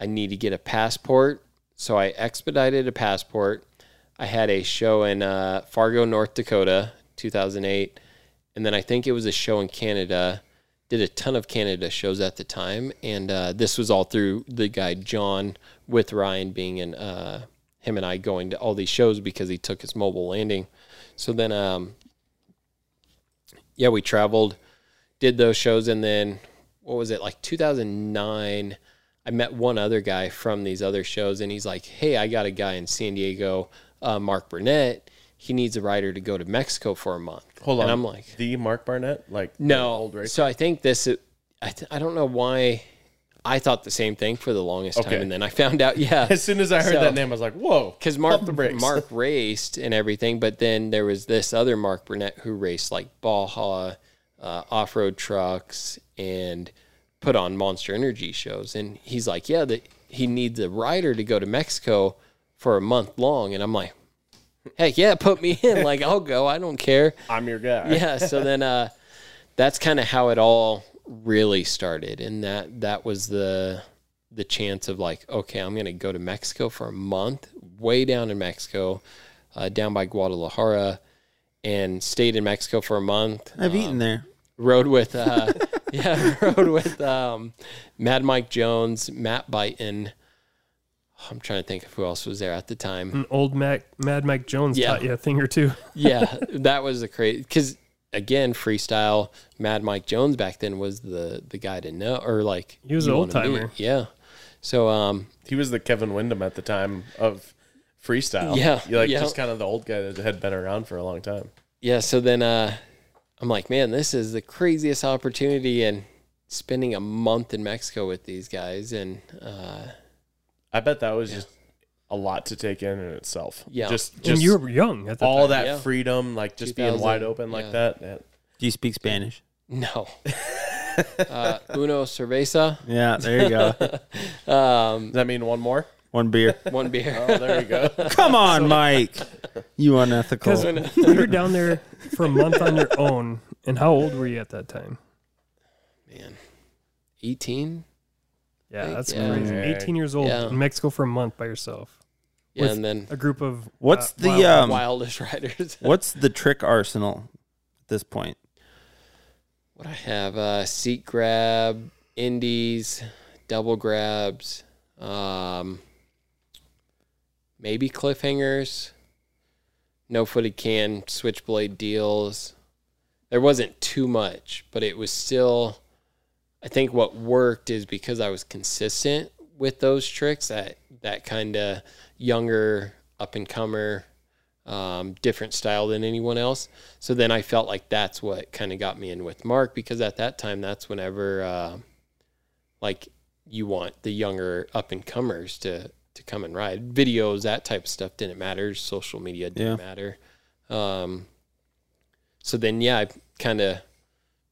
S2: I need to get a passport, so I expedited a passport. I had a show in uh, Fargo, North Dakota, 2008, and then I think it was a show in Canada. Did a ton of Canada shows at the time, and uh, this was all through the guy John with Ryan being in uh, him and I going to all these shows because he took his mobile landing. So then um, yeah, we traveled, did those shows, and then what was it like 2009? I met one other guy from these other shows, and he's like, "Hey, I got a guy in San Diego, uh, Mark Burnett. He needs a rider to go to Mexico for a month."
S1: Hold on.
S2: and I'm like,
S1: the Mark Barnett, like
S2: "No." So I think this. I th- I don't know why. I thought the same thing for the longest
S1: Okay.
S2: time, and then I found out. *laughs* Yeah,
S1: As soon as I heard
S2: So-
S1: that name, I was like, "Whoa!"
S2: because Mark
S1: pump the brakes.
S2: Mark raced and everything, but then there was this other Mark Burnett who raced like Baja uh, off road trucks and put on Monster Energy shows, and he's like, yeah, that he needs a rider to go to Mexico for a month long, and I'm like, heck yeah, put me in, like I'll go, I don't care
S1: I'm your guy.
S2: yeah so then uh that's kind of how it all really started and that that was the the chance of like okay i'm gonna go to mexico for a month way down in mexico uh, down by guadalajara and stayed in mexico for a month
S3: I've eaten
S2: Uh-huh.
S3: there.
S2: rode with uh *laughs* yeah rode with um mad mike jones matt byton i'm trying to think of who else was there at the time
S4: And old Mac, Mad Mike Jones
S2: Yeah.
S4: taught you a thing or two. *laughs*
S2: yeah, that was the crazy because again, freestyle. Mad Mike Jones back then was the the guy to know, or like
S4: He was
S2: you
S4: an
S2: wanna meet.
S4: old-timer.
S2: Yeah. So um,
S1: He was the Kevin Wyndham at the time of freestyle.
S2: Yeah,
S1: you like
S2: yeah.
S1: just kind of the old guy that had been around for a long time.
S2: yeah. So then uh, I'm like, man, this is the craziest opportunity, and spending a month in Mexico with these guys, and uh,
S1: I bet that was just a lot to take in in itself.
S2: Yeah.
S1: just
S4: and
S1: just
S4: you were young at the
S1: all
S4: time.
S1: that
S2: Yeah.
S1: freedom, like just being
S2: 2000,
S1: wide open like
S2: yeah.
S1: that. that-
S3: Do you speak Spanish?
S4: *laughs*
S2: no, uh, uno cerveza,
S3: Yeah, there you go.
S1: Does that mean one
S2: *laughs*
S1: more?
S3: *laughs* One beer.
S2: one beer.
S1: Oh, there you go.
S2: *laughs*
S3: Come on, Mike. You unethical.
S4: Because you were down there for a month on your own. And how old were you at that time?
S2: man, eighteen.
S4: Yeah,
S2: Like,
S4: that's
S2: yeah.
S4: crazy.
S1: Yeah.
S4: 18 years old
S2: Yeah.
S4: in Mexico for a month by yourself.
S2: Yeah,
S4: with
S2: and then
S4: a group of uh,
S3: What's the
S4: wild-
S3: um,
S2: wildest riders.
S3: what's the trick arsenal at this point?
S2: what I have uh, seat grab, indies, double grabs, um, maybe cliffhangers, no footed can, switchblade deals. There wasn't too much, but it was still. I think what worked is because I was consistent with those tricks. That that kind of younger up and comer, um, different style than anyone else. So then I felt like that's what kind of got me in with Mark because at that time that's whenever uh, like you want the younger up and comers to to come and ride videos that type of stuff didn't matter social media didn't matter um, so then yeah I kind of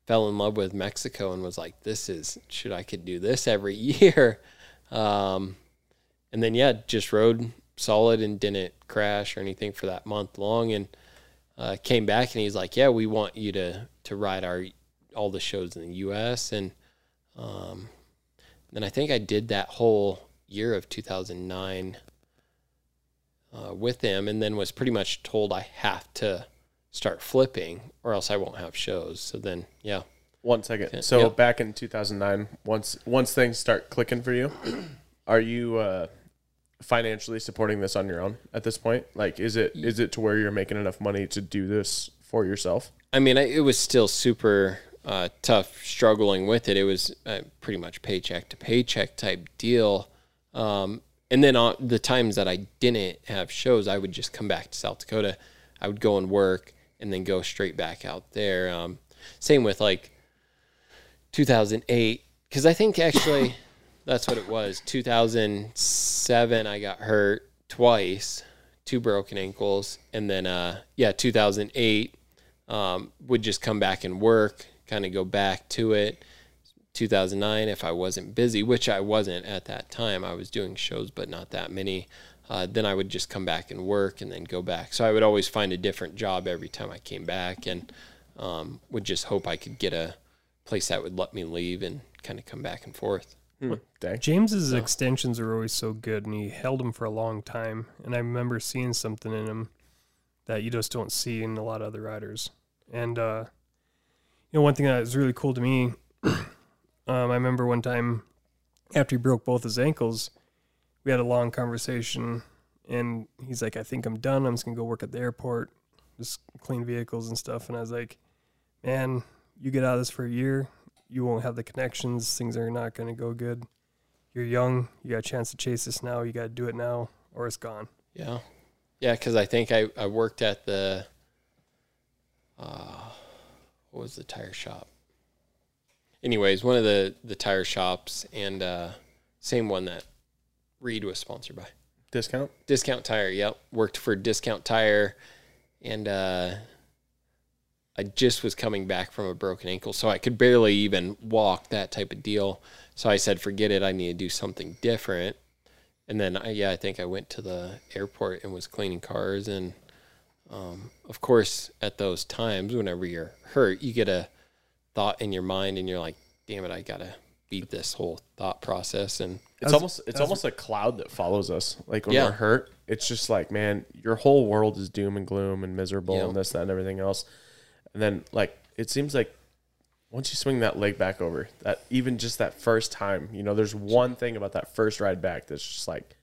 S2: fell in love with Mexico and was like this is should I could do this every *laughs* year um, and then yeah just rode solid and didn't crash or anything for that month long and uh, came back and he's like, "Yeah, we want you to to ride our all the shows in the U.S." and um, then I think I did that whole year of 2009 uh, with him, and then was pretty much told I have to start flipping or else I won't have shows. So then, yeah,
S1: One second. So
S2: Yeah.
S1: back in 2009, once once things start clicking for you, are you uh, financially supporting this on your own at this point? Like, is it is it to where you're making enough money to do this for yourself?
S2: I mean, I, it was still super uh, tough struggling with it. It was uh, pretty much paycheck to paycheck type deal. Um, and then on the times that I didn't have shows, I would just come back to South Dakota. I would go and work and then go straight back out there. Um, same with like 2008, because I think actually *coughs* that's what it was. 2007, I got hurt twice, two broken ankles. And then, uh, yeah, 2008, um, would just come back and work, kind of go back to it. 2009, if I wasn't busy, which I wasn't at that time, I was doing shows, but not that many. Uh, then I would just come back and work and then go back. So I would always find a different job every time I came back and um, would just hope I could get a place that would let me leave and kind of come back and forth.
S1: Hmm. Dang.
S4: James's extensions are always so good, and he held them for a long time. And I remember seeing something in him that you just don't see in a lot of other riders. And uh, you know, one thing that was really cool to me, *clears throat* um, I remember one time after he broke both his ankles, we had a long conversation, and he's like, "I think I'm done. I'm just gonna go work at the airport, just clean vehicles and stuff." And I was like, "Man, you get out of this for a year." You won't have the connections. Things are not going to go good you're young, you got a chance to chase this now, you got to do it now, or it's gone.
S2: Yeah. Yeah, because I think I, I worked at the, uh, what was the tire shop? Anyways, one of the, the tire shops and uh, same one that Reed was sponsored by.
S1: Discount.
S2: Discount Tire. Yep, worked for Discount Tire, and uh, I just was coming back from a broken ankle, so I could barely even walk. That type of deal. So I said, "Forget it. I need to do something different." And then, I, yeah, I think I went to the airport and was cleaning cars. And um, of course, at those times, whenever you're hurt, you get a thought in your mind, and you're like, "Damn it, I gotta beat this whole thought process." And
S1: It's almost it's almost a cloud that follows us. Like when
S2: Yeah.
S1: we're hurt, it's just like, man, your whole world is doom and gloom and miserable
S2: Yeah.
S1: and this, that, and everything else. And then like it seems like once you swing that leg back over, that even just that first time, you know, there's one thing about that first ride back that's just like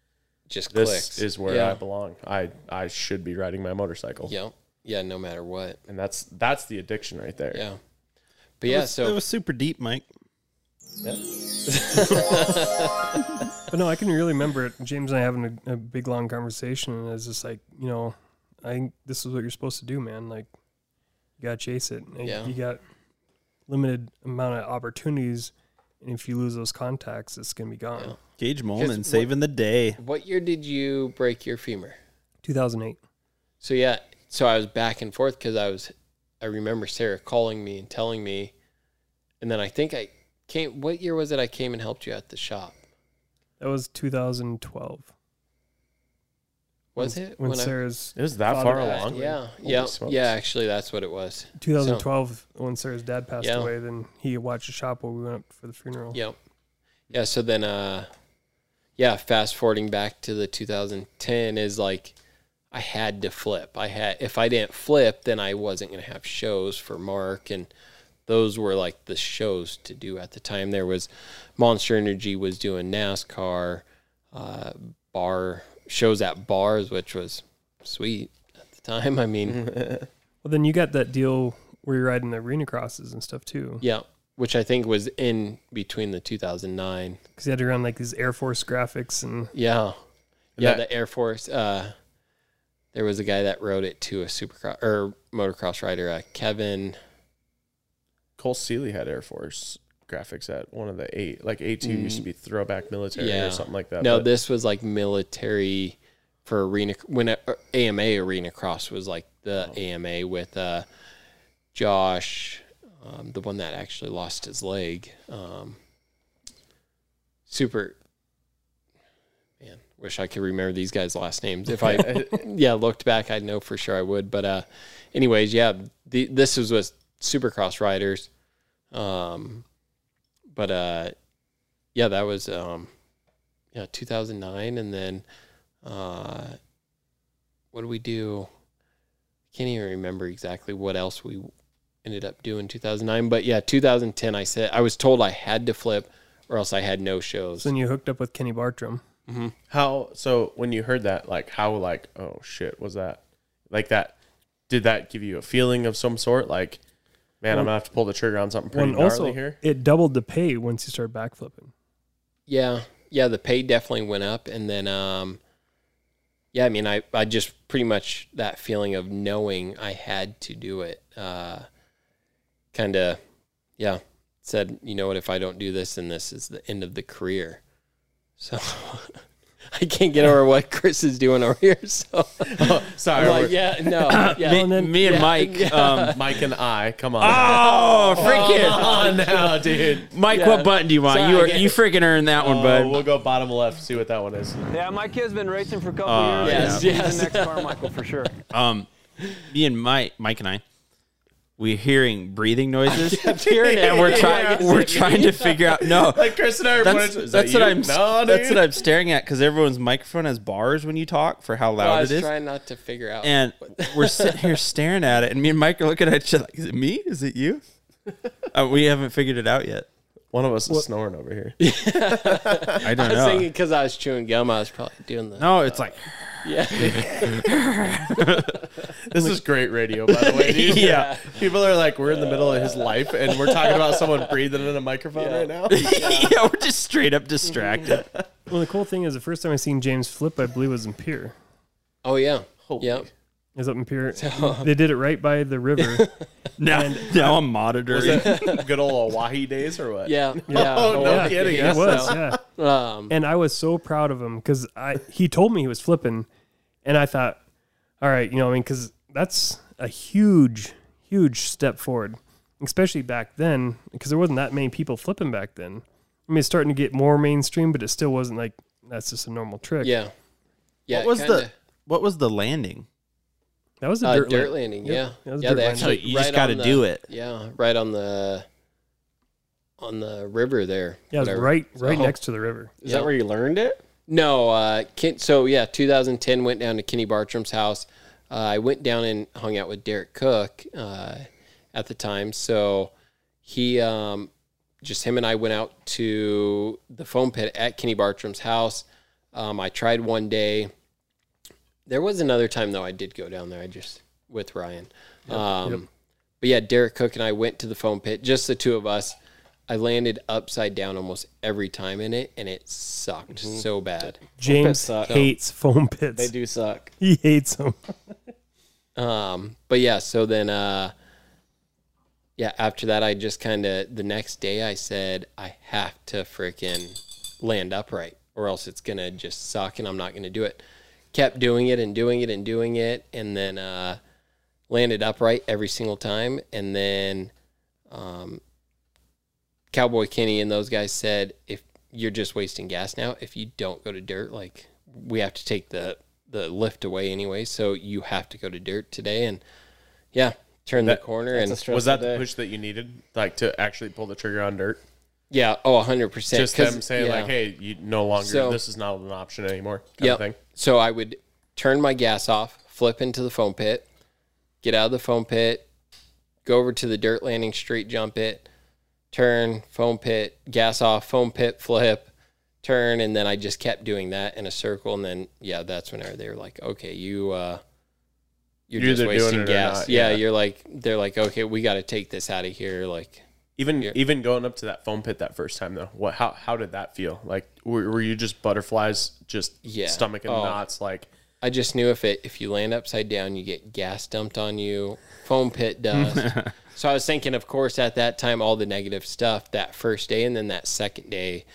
S2: just
S1: this
S2: clicks.
S1: is where
S2: Yeah.
S1: I belong. I I should be riding my motorcycle.
S2: Yeah. Yeah, no matter what.
S1: And that's that's the addiction right there.
S2: Yeah. But yeah, so
S3: it was super deep, Mike.
S4: But no, I can really remember it. James and I having a, a big long conversation, and it's just like, you know, I think this is what you're supposed to do, man. Like, you got to chase it. And
S2: Yeah.
S4: You got limited amount of opportunities, and if you lose those contacts, it's gonna be gone.
S3: Gage
S2: Because
S3: Molman
S2: what-
S3: saving the day.
S2: what year did you break your femur?
S4: 2008.
S2: So yeah, so I was back and forth because I was I remember Sarah calling me and telling me and then I think I came what year was it I came and helped you at the shop?
S4: That was 2012.
S2: Was it?
S4: when,
S2: I-
S4: Sarah's
S1: It was that
S4: Father
S1: far
S4: passed
S1: along.
S2: yeah,
S1: Holy
S2: yeah,
S1: smokes.
S2: yeah. Actually, that's what it was.
S4: 2012 when Sarah's dad passed
S2: Yeah.
S4: away? Then he watched the shop while we went up for the funeral.
S2: Yep. Yeah. So then, uh, yeah, fast forwarding back to the 2010 is like I had to flip. I had if I didn't flip, then I wasn't going to have shows for Mark and those were like the shows to do at the time. There was Monster Energy was doing NASCAR uh, bar shows at bars, which was sweet at the time. I
S1: Mm-hmm.
S2: mean,
S4: Well, then you got that deal where you're riding the arena crosses and stuff too,
S2: yeah, which I think was in between the 2009.
S4: because you had to run like these Air Force graphics and
S2: Yeah. Yeah,
S3: that-
S2: the Air Force. Uh, there was a guy that rode it to a supercross or motocross rider, uh, Kevin.
S1: *laughs* Cole Seeley had Air Force graphics at one of the eight, like A2 used to be throwback military
S2: Mm. Yeah.
S1: or something like that.
S2: No,
S1: but
S2: this was like military for arena when uh, AMA arena cross was like the AMA with uh, Josh, um, the one that actually lost his leg. Um, super man, wish I could remember these guys' last names.
S1: *laughs*
S2: If I
S1: uh,
S2: *laughs* yeah looked back, I'd know for sure I would. But uh, anyways, yeah, the, this was with Supercross riders. Um, but uh, yeah, that was um, yeah 2009 and then uh what do we do can't even remember exactly what else we ended up doing 2009 but yeah 2010 i said i was told i had to flip or else i had no shows
S4: so then you hooked up with Kenny Bartram.
S1: how so when you heard that, like how like oh shit was that like that? Did that give you a feeling of some sort? Like man, I'm gonna have to pull the trigger on something pretty
S4: And
S1: gnarly
S4: also,
S1: here. *laughs*
S4: it doubled the pay once you started backflipping.
S2: Yeah. Yeah, the pay definitely went up and then um yeah, I mean I I just pretty much that feeling of knowing I had to do it uh kind of yeah, said, you know what, if I don't do this then this is the end of the career. So *laughs* I can't get over what Chris is doing over here. *laughs* So
S1: Sorry,
S2: I'm *laughs* like,
S1: we're-
S2: yeah, no,
S6: *coughs*
S2: yeah.
S6: Me, me and Mike.
S2: *laughs*
S6: Um,
S1: Mike and I. Come on,
S3: Ah!
S6: oh, freaking
S1: *laughs* come
S2: *laughs*
S1: on now, dude.
S6: Mike!
S2: Yeah.
S6: What button do you want?
S2: Sorry,
S6: you
S2: I
S6: are,
S2: get-
S6: you freaking earned that one,
S1: Oh,
S6: bud.
S1: we'll go bottom left. See what that one is.
S7: Yeah, my kid's been racing for a couple
S6: Oh,
S7: years.
S2: yes,
S7: He's
S2: yes.
S7: the next Carmichael for sure.
S6: um, me and Mike, Mike and I, we're hearing breathing noises,
S2: hearing
S6: and we're trying, we're trying to figure out. No,
S1: Like Chris and I. Are
S6: that's,
S1: is that
S6: that's what
S1: you?
S6: I'm.
S1: No, dude.
S6: that's what I'm staring at because everyone's microphone has bars when you talk for how
S2: I
S6: loud
S2: was
S6: it is.
S2: trying not to figure out.
S6: And we're sitting here staring at it, and me and Mike are looking at each other like, "Is it me? Is it you?" Uh, we haven't figured it out yet.
S1: One of us is snoring over here.
S6: I don't
S2: I was
S6: know.
S2: thinking because I was chewing gum, I was probably doing the
S6: uh, no, it's like *laughs*
S1: This is great radio, by the way.
S6: *laughs*
S1: Dude.
S6: Yeah.
S1: People are like, we're in the middle of his life, and we're talking about someone breathing in a microphone
S6: *laughs*
S1: right now.
S6: yeah. we're just straight up distracted.
S4: Well, the cool thing is, the first time I seen James flip, I believe was in Pier.
S2: Oh yeah. yeah.
S6: *laughs*
S4: It was up
S1: *laughs*
S4: in Pier. they did it right by the river.
S6: now, now I'm monitoring.
S1: *laughs* Good old Oahe days or what?
S2: Yeah. Yeah.
S1: Oh, no
S4: yeah,
S1: kidding.
S4: It was, yeah.
S2: Um,
S4: and I was so proud of him because I he told me he was flipping, and I thought, all right, you know, I mean, because that's a huge, huge step forward, especially back then, because there wasn't that many people flipping back then. I mean, it's starting to get more mainstream, but it still wasn't like that's just a normal trick.
S2: Yeah. Yeah.
S6: what was
S2: kinda.
S6: the what was the landing?
S4: that was a
S2: uh,
S4: dirt,
S2: dirt,
S4: lane.
S2: landing?
S4: Yep,
S2: Yeah.
S4: that was
S2: yeah.
S4: dirt
S2: They
S4: landing.
S6: So
S2: actually,
S6: you just
S2: right
S6: got to
S2: on the-
S6: do it.
S2: Yeah. Right on the on the river there.
S4: Yeah, it was
S2: whatever.
S4: right, right
S2: So-
S4: next to the river.
S5: *laughs* Is that where you learned it?
S2: No. Uh, Ken, so yeah, 2010 went down to Kenny Bartram's house. Uh, I went down and hung out with Derek Cook uh, at the time. So he, um, just him and I went out to the foam pit at Kenny Bartram's house. Um, I tried one day. There was another time though I did go down there. I just with Ryan. um, But yeah, Derek Cook and I went to the foam pit, just the two of us. I landed upside down almost every time in it, and it sucked so bad.
S4: James
S5: suck.
S4: hates foam pits.
S5: They do suck.
S4: He hates them.
S2: Um, but yeah, so then, uh, yeah, after that, I just kind of the next day I said I have to freaking land upright, or else it's gonna just suck, and I'm not gonna do it. Kept doing it and doing it and doing it, and then uh, landed upright every single time, and then um, Cowboy Kenny and those guys said, if you're just wasting gas now, if you don't go to dirt, like we have to take the the lift away anyway, so you have to go to dirt today, and yeah, turn the corner and
S5: That's a stressful
S1: Was that the
S5: day.
S1: push that you needed, like to actually pull the trigger on dirt?
S2: Yeah. Oh, 100%.
S1: Just
S2: 'cause-
S1: them saying
S2: yeah.
S1: like, "Hey, you no longer.
S2: So-
S1: this is not an option anymore." Kind of
S2: Yep.
S1: thing.
S2: So I would turn my gas off, flip into the foam pit, get out of the foam pit, go over to the dirt landing, straight jump it, turn, foam pit, gas off, foam pit, flip, turn, and then I just kept doing that in a circle, and then yeah, that's when they were like, okay, you. uh you're,
S1: You're
S2: just
S1: either doing
S2: wasting
S1: it or
S2: gas.
S1: not,
S2: yeah,
S1: yeah.
S2: you're like they're like, okay, we got to take this out of here. Like,
S1: Even
S2: Yeah.
S1: even going up to that foam pit that first time though, what how how did that feel? Like were, were you just butterflies, just
S2: Yeah.
S1: stomach and
S2: Oh.
S1: knots? Like
S2: I just knew if it if you land upside down, you get gas dumped on you, foam pit dust. so I was thinking, of course, at that time, all the negative stuff that first day, and then that second day,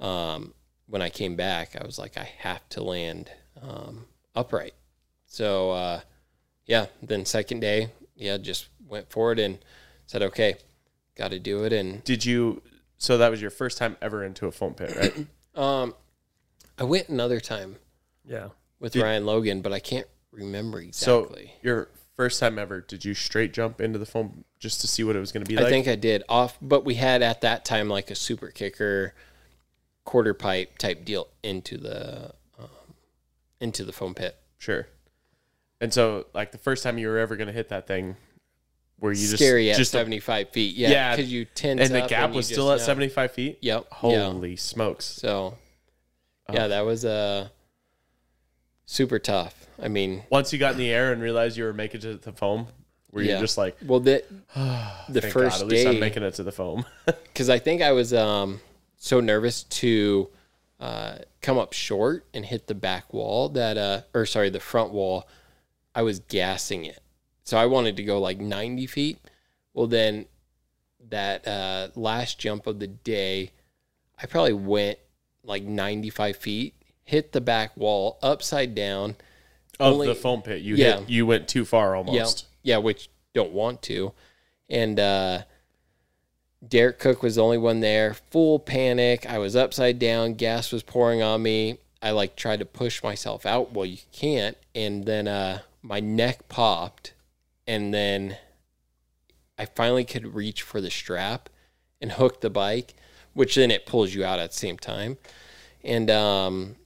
S2: um, when I came back, I was like, I have to land um, upright. So uh, yeah, then second day, yeah, just went forward and said, okay, got to do it, and
S1: did you? So that was your first time ever into a foam pit,
S2: *clears throat*
S1: right?
S2: um, I went another time
S4: Yeah.
S2: with Ryan Logan, but I can't remember exactly.
S1: So your first time ever, did you straight jump into the foam just to see what it was going to be like?
S2: I think I did off, but we had at that time like a super kicker, quarter pipe type deal into the um, into the foam pit.
S1: sure. And so, like the first time you were ever going to hit that thing, were you just
S2: Scary at
S1: just
S2: seventy five feet, yeah,
S1: Yeah,
S2: because you tense
S1: and the
S2: up
S1: gap
S2: you
S1: was
S2: just
S1: still at
S2: know.
S1: seventy five feet.
S2: Yep, yeah.
S1: Holy smokes!
S2: So, yeah,
S1: Oh.
S2: that was uh, super tough. I mean,
S1: Once you got in the air and realized you were making it to the foam, were
S2: yeah.
S1: you just like, *sighs*
S2: well, the the
S1: Thank
S2: first
S1: God, at
S2: day,
S1: least I'm making it to the foam. *laughs*
S2: because I think I was um, so nervous to uh, come up short and hit the back wall that, uh, or sorry, the front wall. I was gassing it, so I wanted to go like 90 feet. Well, then that uh, last jump of the day, I probably went like 95 feet, hit the back wall upside down.
S1: of
S2: Only-
S1: the foam pit. You
S2: Yeah.
S1: hit, you went too far almost.
S2: Yeah, yeah, which don't want to. And uh, Derek Cook was the only one there. Full panic. I was upside down. Gas was pouring on me. I like tried to push myself out. Well, you can't. And then uh, my neck popped, and then I finally could reach for the strap and hook the bike, which then it pulls you out at the same time. And um,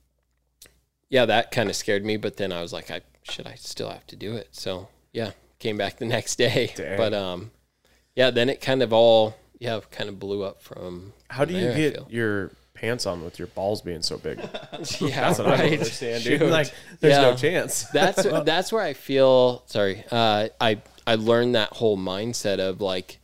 S2: yeah, that kind of scared me. But then I was like, I should I still have to do it? So yeah, came back the *laughs* next day.
S1: Dang.
S2: But um, yeah, then it kind of all yeah kind of blew up from.
S1: How do you
S2: there, I
S1: get
S2: feel.
S1: your pants on with your balls being so
S2: *laughs*
S1: big?
S2: Yeah,
S1: *laughs* That's what I don't
S2: *laughs*
S1: understand, dude. Like, there's no
S2: Yeah.
S1: chance.
S2: that's that's where I feel sorry. Uh, I I learned that whole mindset of like,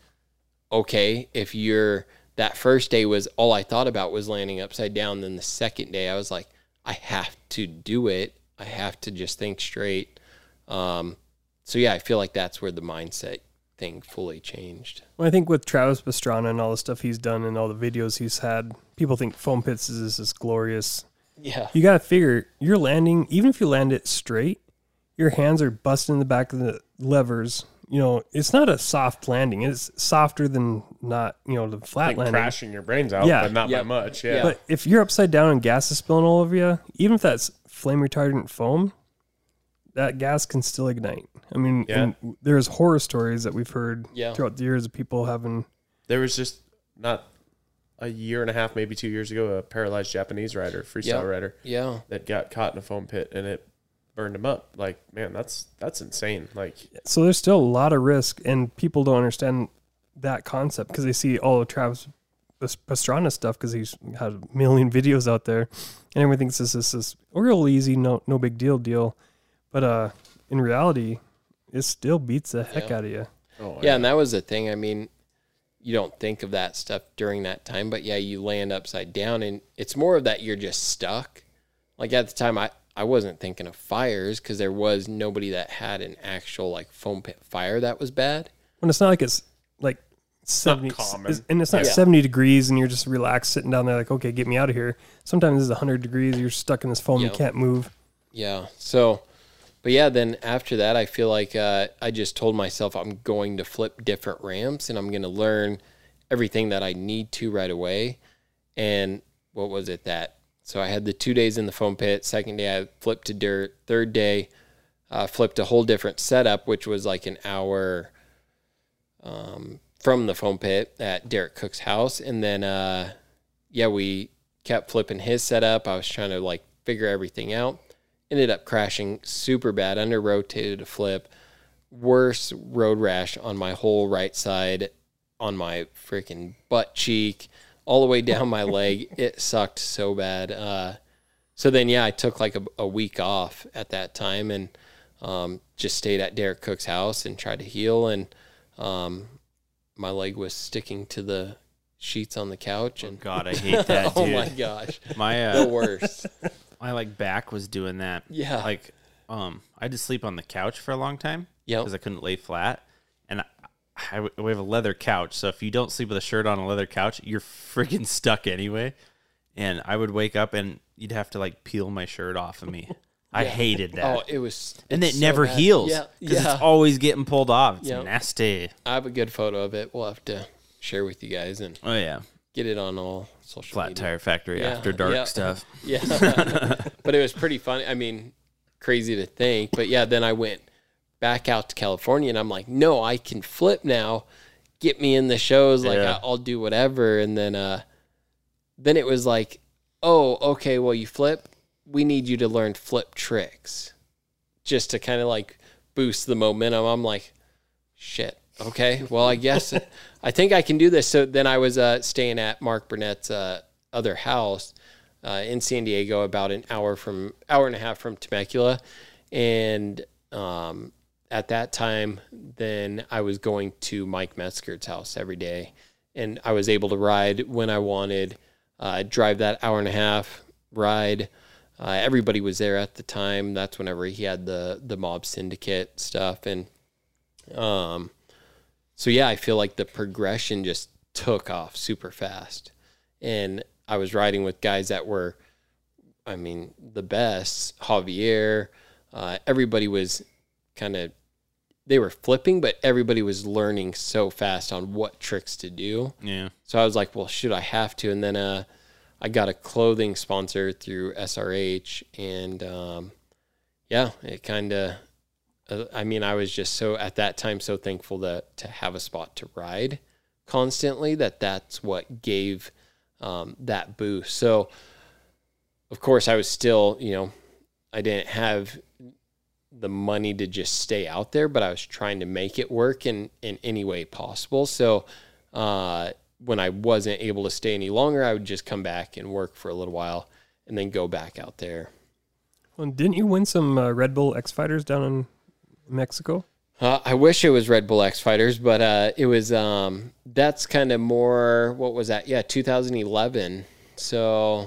S2: okay, if you're that first day was all I thought about was landing upside down. Then the second day I was like, I have to do it. I have to just think straight. Um, so yeah, I feel like that's where the mindset thing fully changed.
S4: Well, I think with Travis Pastrana and all the stuff he's done and all the videos he's had, people think foam pits is this glorious
S2: Yeah.
S4: you got to figure you're landing even if you land it straight your hands are busting the back of the levers you know it's not a soft landing it's softer than not you know the flat
S1: Like
S4: landing
S1: crashing your brains out,
S4: Yeah.
S1: but not by
S2: Yep.
S1: much. Yeah.
S4: but if you're upside down and gas is spilling all over you even if that's flame retardant foam that gas can still ignite i mean
S1: Yeah.
S4: and there's horror stories that we've heard
S2: Yeah.
S4: throughout the years of people having
S1: there was just not a year and a half, maybe two years ago, a paralyzed Japanese rider, freestyle
S2: Yeah.
S1: rider,
S2: Yeah.
S1: that got caught in a foam pit and it burned him up. Like, man, that's that's insane. Like,
S4: so there's still a lot of risk and people don't understand that concept because they see all of travis Pas- pastrana stuff because he's had a million *laughs* videos out there and everyone thinks this is this real easy no no big deal deal but uh in reality it still beats the heck
S2: Yeah.
S4: out of you
S1: oh
S2: yeah, and that was the thing. I mean, you don't think of that stuff during that time, but yeah, you land upside down, and it's more of that you're just stuck. Like at the time, I I wasn't thinking of fires because there was nobody that had an actual like foam pit fire that was bad.
S4: when it's not like it's like 70
S1: common.
S4: it's- and it's not
S2: Yeah.
S4: 70 degrees and you're just relaxed sitting down there like okay get me out of here sometimes it's 100 degrees you're stuck in this foam
S2: Yeah.
S4: you can't move
S2: Yeah. So, but yeah, then after that, I feel like uh, I just told myself I'm going to flip different ramps and I'm going to learn everything that I need to right away. And what was it that? So I had the two days in the foam pit. Second day, I flipped to dirt. Third day, uh, flipped a whole different setup, which was like an hour um, from the foam pit at Derek Cook's house. And then, uh, yeah, we kept flipping his setup. I was trying to like figure everything out. Ended up crashing super bad, under rotated a flip. Worst road rash on my whole right side, on my freaking butt cheek, all the way down my leg. It sucked so bad. Uh, so then, yeah, I took like a, a week off at that time and um, just stayed at Derek Cook's house and tried to heal. And um, my leg was sticking to the sheets on the couch. And
S6: God, I hate that,
S2: *laughs* oh
S6: dude.
S2: my gosh,
S6: My
S2: the
S6: uh,
S2: worst.
S6: my like back was doing that.
S2: Yeah.
S6: Like, um, I had to sleep on the couch for a long time.
S2: Yep.
S6: Because I couldn't lay flat, and I, I we have a leather couch, so if you don't sleep with a shirt on a leather couch, you're freaking stuck anyway. And I would wake up, and you'd have to like peel my shirt off of me. I hated that.
S2: *laughs* Oh, it was,
S6: and
S2: it's
S6: it
S2: so
S6: never
S2: bad.
S6: heals.
S2: Yeah,
S6: 'cause
S2: yeah.
S6: It's always getting pulled off. It's
S2: Yep.
S6: nasty.
S2: I have a good photo of it. We'll have to share with you guys and
S6: Oh yeah.
S2: get it on all social
S6: Flat
S2: media.
S6: tire factory
S2: Yeah,
S6: after dark
S2: yeah.
S6: stuff.
S2: *laughs* Yeah. but it was pretty funny. I mean, crazy to think. But yeah, then I went back out to California and I'm like, no, I can flip now. Get me in the shows. Like,
S6: Yeah.
S2: I, I'll do whatever. And then, uh, then it was like, oh, okay, well, you flip. We need you to learn flip tricks just to kind of like boost the momentum. I'm like, shit. Okay. Well, I guess I think I can do this. So then I was uh, staying at Mark Burnett's uh, other house uh, in San Diego, about an hour from hour and a half from Temecula, and um, at that time, then I was going to Mike Metzger's house every day, and I was able to ride when I wanted, uh, drive that hour and a half ride. Uh, everybody was there at the time. That's whenever he had the the mob syndicate stuff, and um, so yeah, I feel like the progression just took off super fast, and I was riding with guys that were, I mean, the best. Javier, uh, everybody was kind of, they were flipping, but everybody was learning so fast on what tricks to do.
S6: Yeah.
S2: So I was like, well, should I have to? And then uh, I got a clothing sponsor through SRH, and um, yeah, it kind of. Uh, I mean, I was just so at that time so thankful to to have a spot to ride constantly. That that's what gave um, that boost. So, of course, I was still, you know, I didn't have the money to just stay out there, but I was trying to make it work in in any way possible. So, uh, when I wasn't able to stay any longer, I would just come back and work for a little while and then go back out there.
S4: Well, didn't you win some uh, Red Bull X Fighters down in Mexico?
S2: Uh, I wish it was Red Bull X Fighters, but uh, it was. Um, that's kind of more. What was that? Yeah, 2011. So I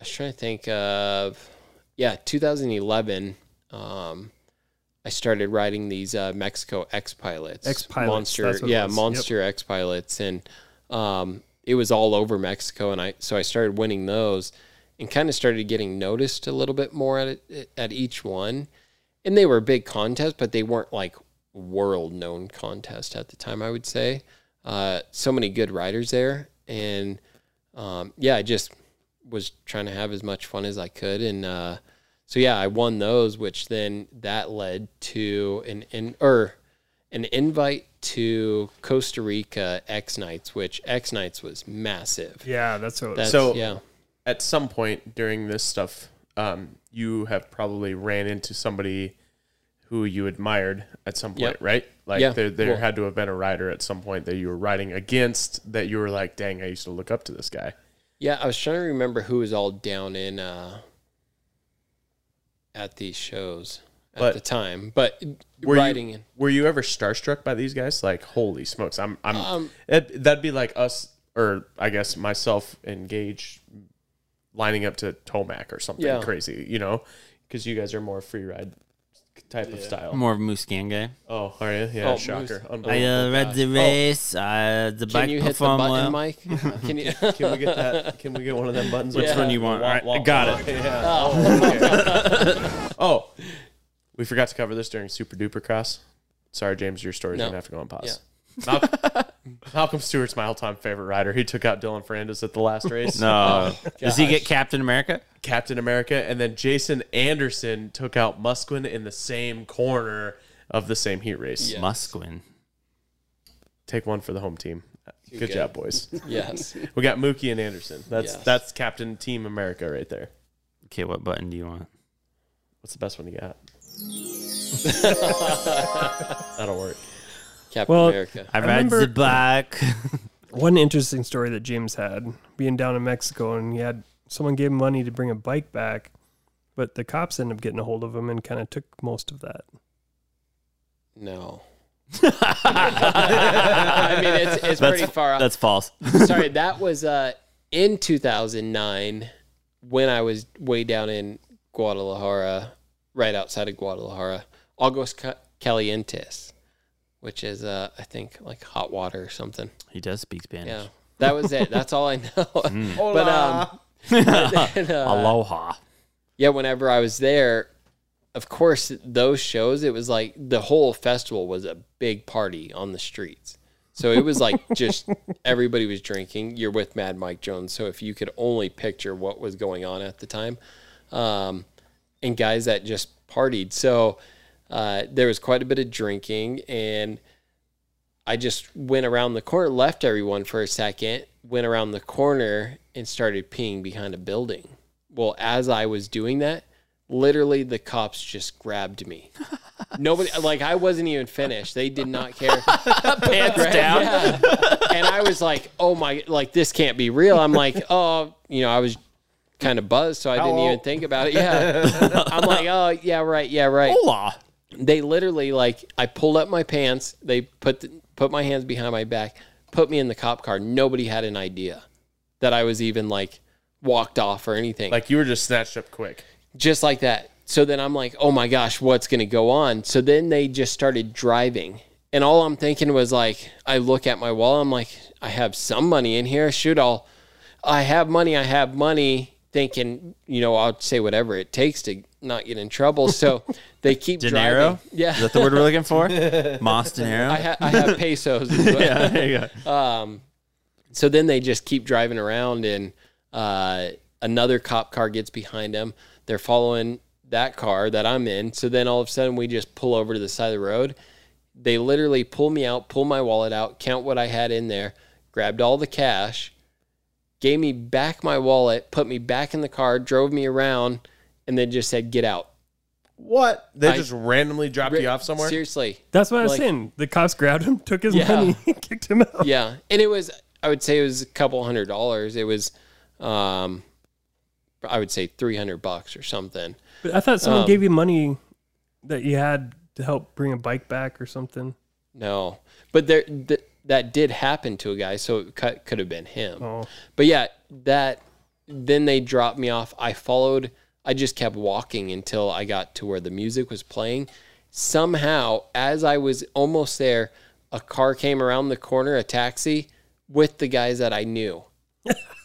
S2: was trying to think of. Yeah, 2011. Um, I started riding these uh, Mexico X pilots.
S4: X-Pilots,
S2: Monster.
S4: that's what it
S2: Yeah,
S4: was.
S2: Monster X pilots, and um, it was all over Mexico, and I so I started winning those, and kind of started getting noticed a little bit more at at each one and they were big contests, but they weren't like world known contests at the time. I would say uh, so many good riders there, and um, yeah, I just was trying to have as much fun as I could, and uh, so yeah, I won those, which then that led to an an or an invite to Costa Rica X Nights, which X Nights was massive.
S4: Yeah, that's what.
S2: That's,
S1: So-
S2: yeah,
S1: At some point during this stuff, um, you have probably ran into somebody who you admired at some point,
S2: Yep.
S1: right? Like
S2: Yeah.
S1: there, there
S2: Well-
S1: had to have been a rider at some point that you were riding against that you were like, dang, I used to look up to this guy.
S2: yeah. I was trying to remember who was all down in uh, at these shows at
S1: But-
S2: the time, but
S1: Were
S2: riding
S1: you,
S2: in.
S1: Were you ever starstruck by these guys? Like, holy smokes! I'm, I'm.
S2: Um,
S1: it, that'd be like us, or I guess myself and Gage, lining up to Tomac or something
S2: Yeah.
S1: crazy. You know, because you guys are more free ride type of style.
S6: More of a moose gang guy.
S1: oh, are you? Yeah,
S2: Oh,
S1: shocker!
S2: Moose.
S6: I
S1: Unbelievable.
S6: uh, read the race. Uh, the
S2: Can
S6: bike
S2: you hit the
S6: performed
S2: button,
S6: well.
S2: Mike?
S1: *laughs*
S2: Can you? *laughs*
S1: Can we get that? Can we get one of them buttons?
S6: Which
S2: Yeah.
S6: one you want? All right, I got *laughs* it.
S1: Oh, we forgot to cover this during Super Duper Cross. Sorry, James, your story's
S2: No.
S1: gonna have to go on pause.
S2: *laughs*
S1: Malcolm, Malcolm Stewart's my all-time favorite rider. He took out Dylan Fernandez at the last race.
S6: No. Does he get Captain America?
S1: Captain America, and then Jason Anderson took out Musquin in the same corner of the same heat race.
S2: Yeah.
S6: Musquin.
S1: Take one for the home team. Good,
S2: good.
S1: job,
S2: *laughs*
S1: boys. *laughs*
S2: Yes.
S1: we got Mookie and Anderson. That's
S2: Yes.
S1: that's Captain Team America right there.
S6: Okay, what button do you want?
S1: What's the best one you got? That'll work.
S2: Captain
S4: Well,
S2: America.
S6: I,
S4: ride the
S6: *laughs*
S4: remember-
S6: black.
S4: One interesting story that James had being down in Mexico, and he had someone gave him money to bring a bike back, but the cops ended up getting a hold of him and kind of took most of that.
S2: No. I mean, it's, it's
S6: That's-
S2: pretty far off.
S6: That's false.
S2: *laughs* Sorry, that was uh, in 2009 when I was way down in Guadalajara, right outside of Guadalajara, Aguas Ca- Calientes, which is, uh, I think, like hot water or something.
S6: He does speak Spanish.
S2: Yeah. That was it. That's all I know. *laughs* But um, *laughs* and, uh,
S6: *laughs* Aloha.
S2: yeah, whenever I was there, of course, those shows, it was like the whole festival was a big party on the streets. So it was like just everybody was drinking. You're with Mad Mike Jones. So if you could only picture what was going on at the time, um, and guys that just partied. So uh, there was quite a bit of drinking, and I just went around the corner, left everyone for a second, went around the corner, and started peeing behind a building. Well, as I was doing that, literally the cops just grabbed
S6: *laughs*
S2: me. Nobody, like, I wasn't even finished. They did not care.
S6: *laughs* Pants down.
S2: Yeah. and I was like, oh my, like this can't be real.
S6: *laughs*
S2: I'm like, oh, you know, I was kind of buzzed, so I didn't even think about it. Yeah. I'm like, oh, yeah, right, yeah, right.
S6: Hola.
S2: They literally, like, I pulled up my pants, they put, the, put my hands behind my back, put me in the cop car. Nobody had an idea that I was even like walked off or anything
S1: Like you were just snatched up quick.
S2: just like that. So then I'm like, oh my gosh, what's going to go on? So then they just started driving. And all I'm thinking was like, I look at my wall. I'm like, I have some money in here. Shoot, I'll, I have money. I have money. Thinking, you know, I'll say whatever it takes to not get in trouble. So they keep
S6: Dinero?
S2: driving. Yeah.
S6: Is that the word we're looking
S2: *laughs*
S6: for? Mas dinero.
S2: I, ha- I have pesos. is what-
S6: *laughs* yeah, there you go.
S2: so then they just keep driving around and uh, another cop car gets behind them they're following that car that i'm in so then all of a sudden we just pull over to the side of the road they literally pull me out pull my wallet out count what i had in there grabbed all the cash gave me back my wallet put me back in the car drove me around and then just said get out
S1: What? They
S2: I-
S1: just randomly dropped you off somewhere?
S2: seriously
S4: That's what I was
S2: Like-
S4: saying. The cops grabbed him, took his
S2: Yeah.
S4: money, *laughs* and kicked him out.
S2: yeah and it was i would say it was a couple hundred dollars it was um i would say 300 bucks or something
S4: But I thought someone
S2: Um,
S4: gave you money that you had to help bring a bike back or something.
S2: no but there th- that did happen to a guy so it cut, could have been him
S4: Oh,
S2: but yeah that then they dropped me off i followed i just kept walking until i got to where the music was playing somehow as i was almost there a car came around the corner a taxi with the guys that i knew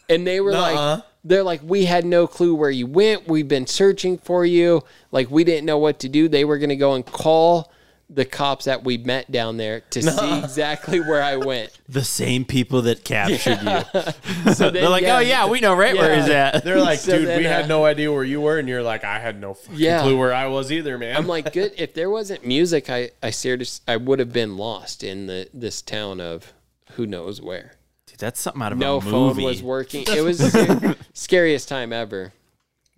S2: and they were like they're like we had no clue where you went we've been searching for you like we didn't know what to do they were going to go and call the cops that we met down there to see exactly where i went
S6: The same people that captured you.
S2: *laughs* so then,
S6: They're like, oh yeah, we know right where
S2: Yeah.
S6: he's at.
S1: They're like,
S2: So
S1: dude,
S2: then,
S1: we
S2: uh,
S1: had no idea where you were, and you're like, I had no fucking
S2: Yeah.
S1: clue where I was either, man.
S2: I'm like, good. If there wasn't music, I I serious, I would have been lost in the this town of who knows where.
S6: Dude, that's something out of
S2: No
S6: a movie.
S2: phone was working. It was
S6: *laughs*
S2: the scariest time ever.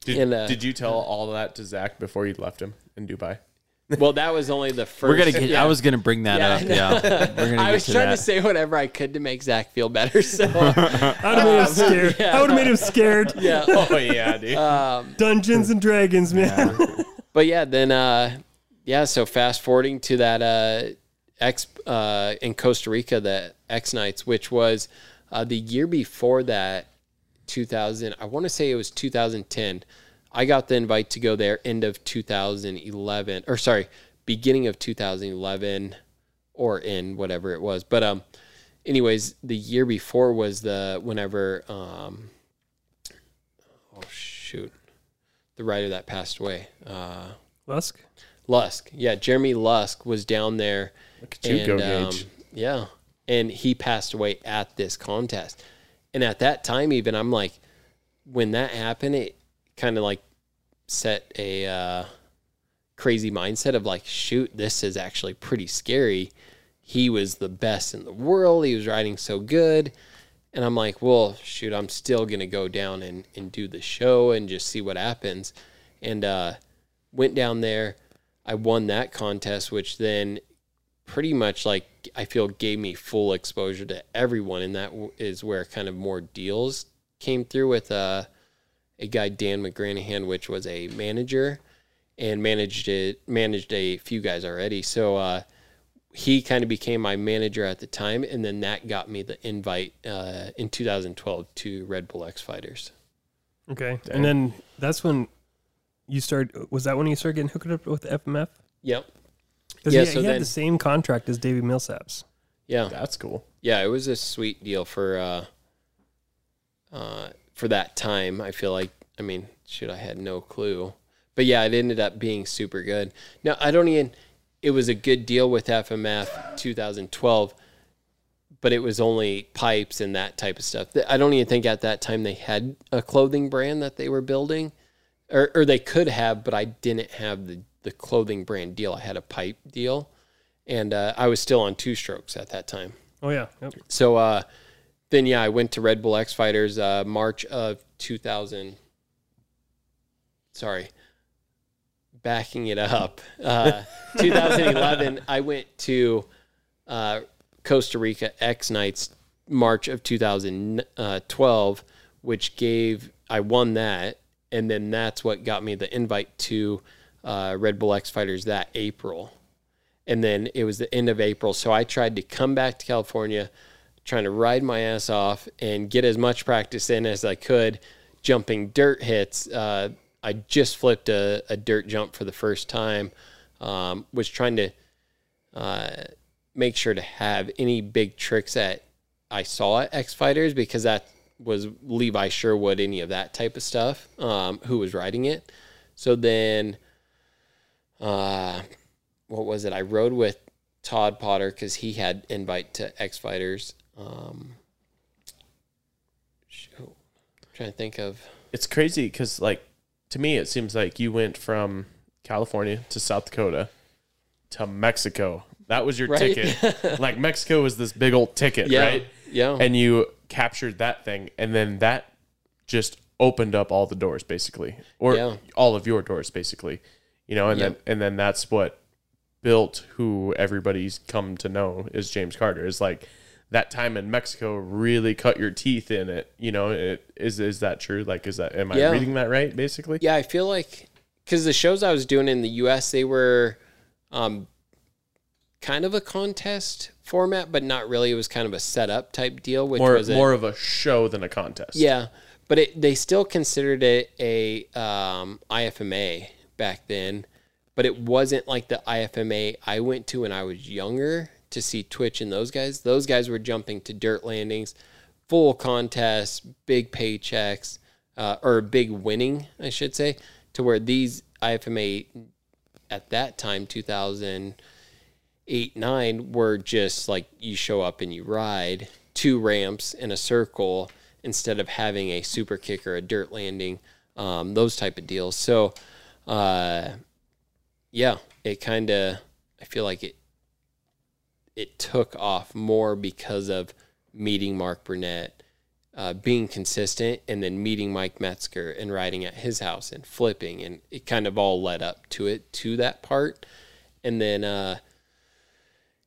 S1: did,
S2: and, uh,
S1: did you tell all that to Zach before you left him in Dubai? *laughs*
S2: Well, that was only the 1st
S6: We're gonna get.
S2: yeah.
S6: I was gonna bring that
S2: Yeah,
S6: up.
S2: I know.
S6: Yeah,
S2: *laughs*
S6: we're gonna
S2: I
S6: get
S2: was
S6: to
S2: trying
S6: that.
S2: to say whatever I could to make Zach feel
S6: *laughs*
S2: better. So
S4: I would have *laughs* made him scared. I would have made him scared.
S2: yeah.
S1: Oh yeah, dude.
S2: Uh,
S4: Dungeons and Dragons, man.
S2: But yeah, then uh yeah, so fast forwarding to that uh X uh in Costa Rica, the X Nights, which was uh the year before that, two thousand I wanna say it was two thousand ten. I got the invite to go there end of two thousand eleven or sorry, beginning of two thousand eleven or in whatever it was. But um anyways, the year before was the whenever um oh shoot. The writer that passed away. Uh
S4: Lusk.
S2: Lusk. Yeah, Jeremy Lusk was down there.
S1: you
S2: and, um,
S1: go, Gage.
S2: Yeah. And he passed away at this contest. And at that time, even I'm like, when that happened, it kind of like set a uh, crazy mindset of like, shoot, this is actually pretty scary. he was the best in the world. He was riding so good. And I'm like, well, shoot, I'm still going to go down and, and do the show and just see what happens. And uh, went down there. I won that contest, which then pretty much like I feel gave me full exposure to everyone. And that w- is where kind of more deals came through with uh, a guy, Dan McGranahan, which was a manager and managed it, managed a few guys already. So, uh, he kind of became my manager at the time, and then that got me the invite uh, in 2012 to Red Bull X Fighters.
S4: Okay. And then that's when you started. Was that when you started getting hooked up with FMF?
S2: Yep.
S4: Because
S2: Yeah,
S4: he,
S2: so
S4: he had
S2: then-
S4: the same contract as Davey Millsaps.
S2: Yeah.
S1: That's cool.
S2: yeah it was a sweet deal for uh uh for that time i feel like i mean shoot i had no clue but yeah it ended up being super good now i don't even it was a good deal with fmf 2012 but it was only pipes and that type of stuff Th- i don't even think at that time they had a clothing brand that they were building or, or they could have but i didn't have the, the clothing brand deal i had a pipe deal and uh, i was still on two strokes at that time
S4: Oh yeah. Yep.
S2: so uh, then, yeah, I went to Red Bull X Fighters uh, March of 2000. Sorry, backing it up. Uh, 2011, I went to uh, Costa Rica X Nights March of 2012, which gave I won that, and then that's what got me the invite to uh, Red Bull X Fighters that April and then it was the end of April. So I tried to come back to California, trying to ride my ass off and get as much practice in as I could, jumping dirt hits. Uh, I just flipped a, a dirt jump for the first time. Um, was trying to uh, make sure to have any big tricks that I saw at X Fighters because that was Levi Sherwood, any of that type of stuff, um, who was riding it. So then, uh, what was it? I rode with Todd Potter because he had invite to X Fighters. Um, shoot, I'm trying to think of
S1: It's crazy because, like, to me, it seems like you went from California to South Dakota to Mexico. That was your
S2: Right? *laughs*
S1: ticket. like, Mexico was this big old ticket,
S2: yeah,
S1: right?
S2: yeah,
S1: And you captured that thing, and then that just opened up all the doors, basically, or
S2: Yeah.
S1: all of your doors, basically. You know, and
S2: Yeah.
S1: then and then that's what built who everybody's come to know is James Carter. Is like that time in Mexico really cut your teeth in it. You know, it, is is that true? Like, is that am I
S2: Yeah.
S1: reading that right? Basically,
S2: yeah. I feel like because the shows I was doing in the U.S. they were um, kind of a contest format, but not really. It was kind of a setup type deal, which
S1: more
S2: was a-
S1: more of a show than a contest.
S2: Yeah, but it, they still considered it a um, IFMA back then, but it wasn't like the IFMA I went to when I was younger to see Twitch and those guys. Those guys were jumping to dirt landings, full contests, big paychecks, uh, or big winning, I should say, to where these IFMA at that time, 2000 eight, nine were just like you show up and you ride two ramps in a circle instead of having a super kick or a dirt landing, um, those type of deals. So, uh, yeah, it kind of, I feel like it, it took off more because of meeting Mark Burnett, uh, being consistent, and then meeting Mike Metzger and riding at his house and flipping. And it kind of all led up to it, to that part. And then, uh,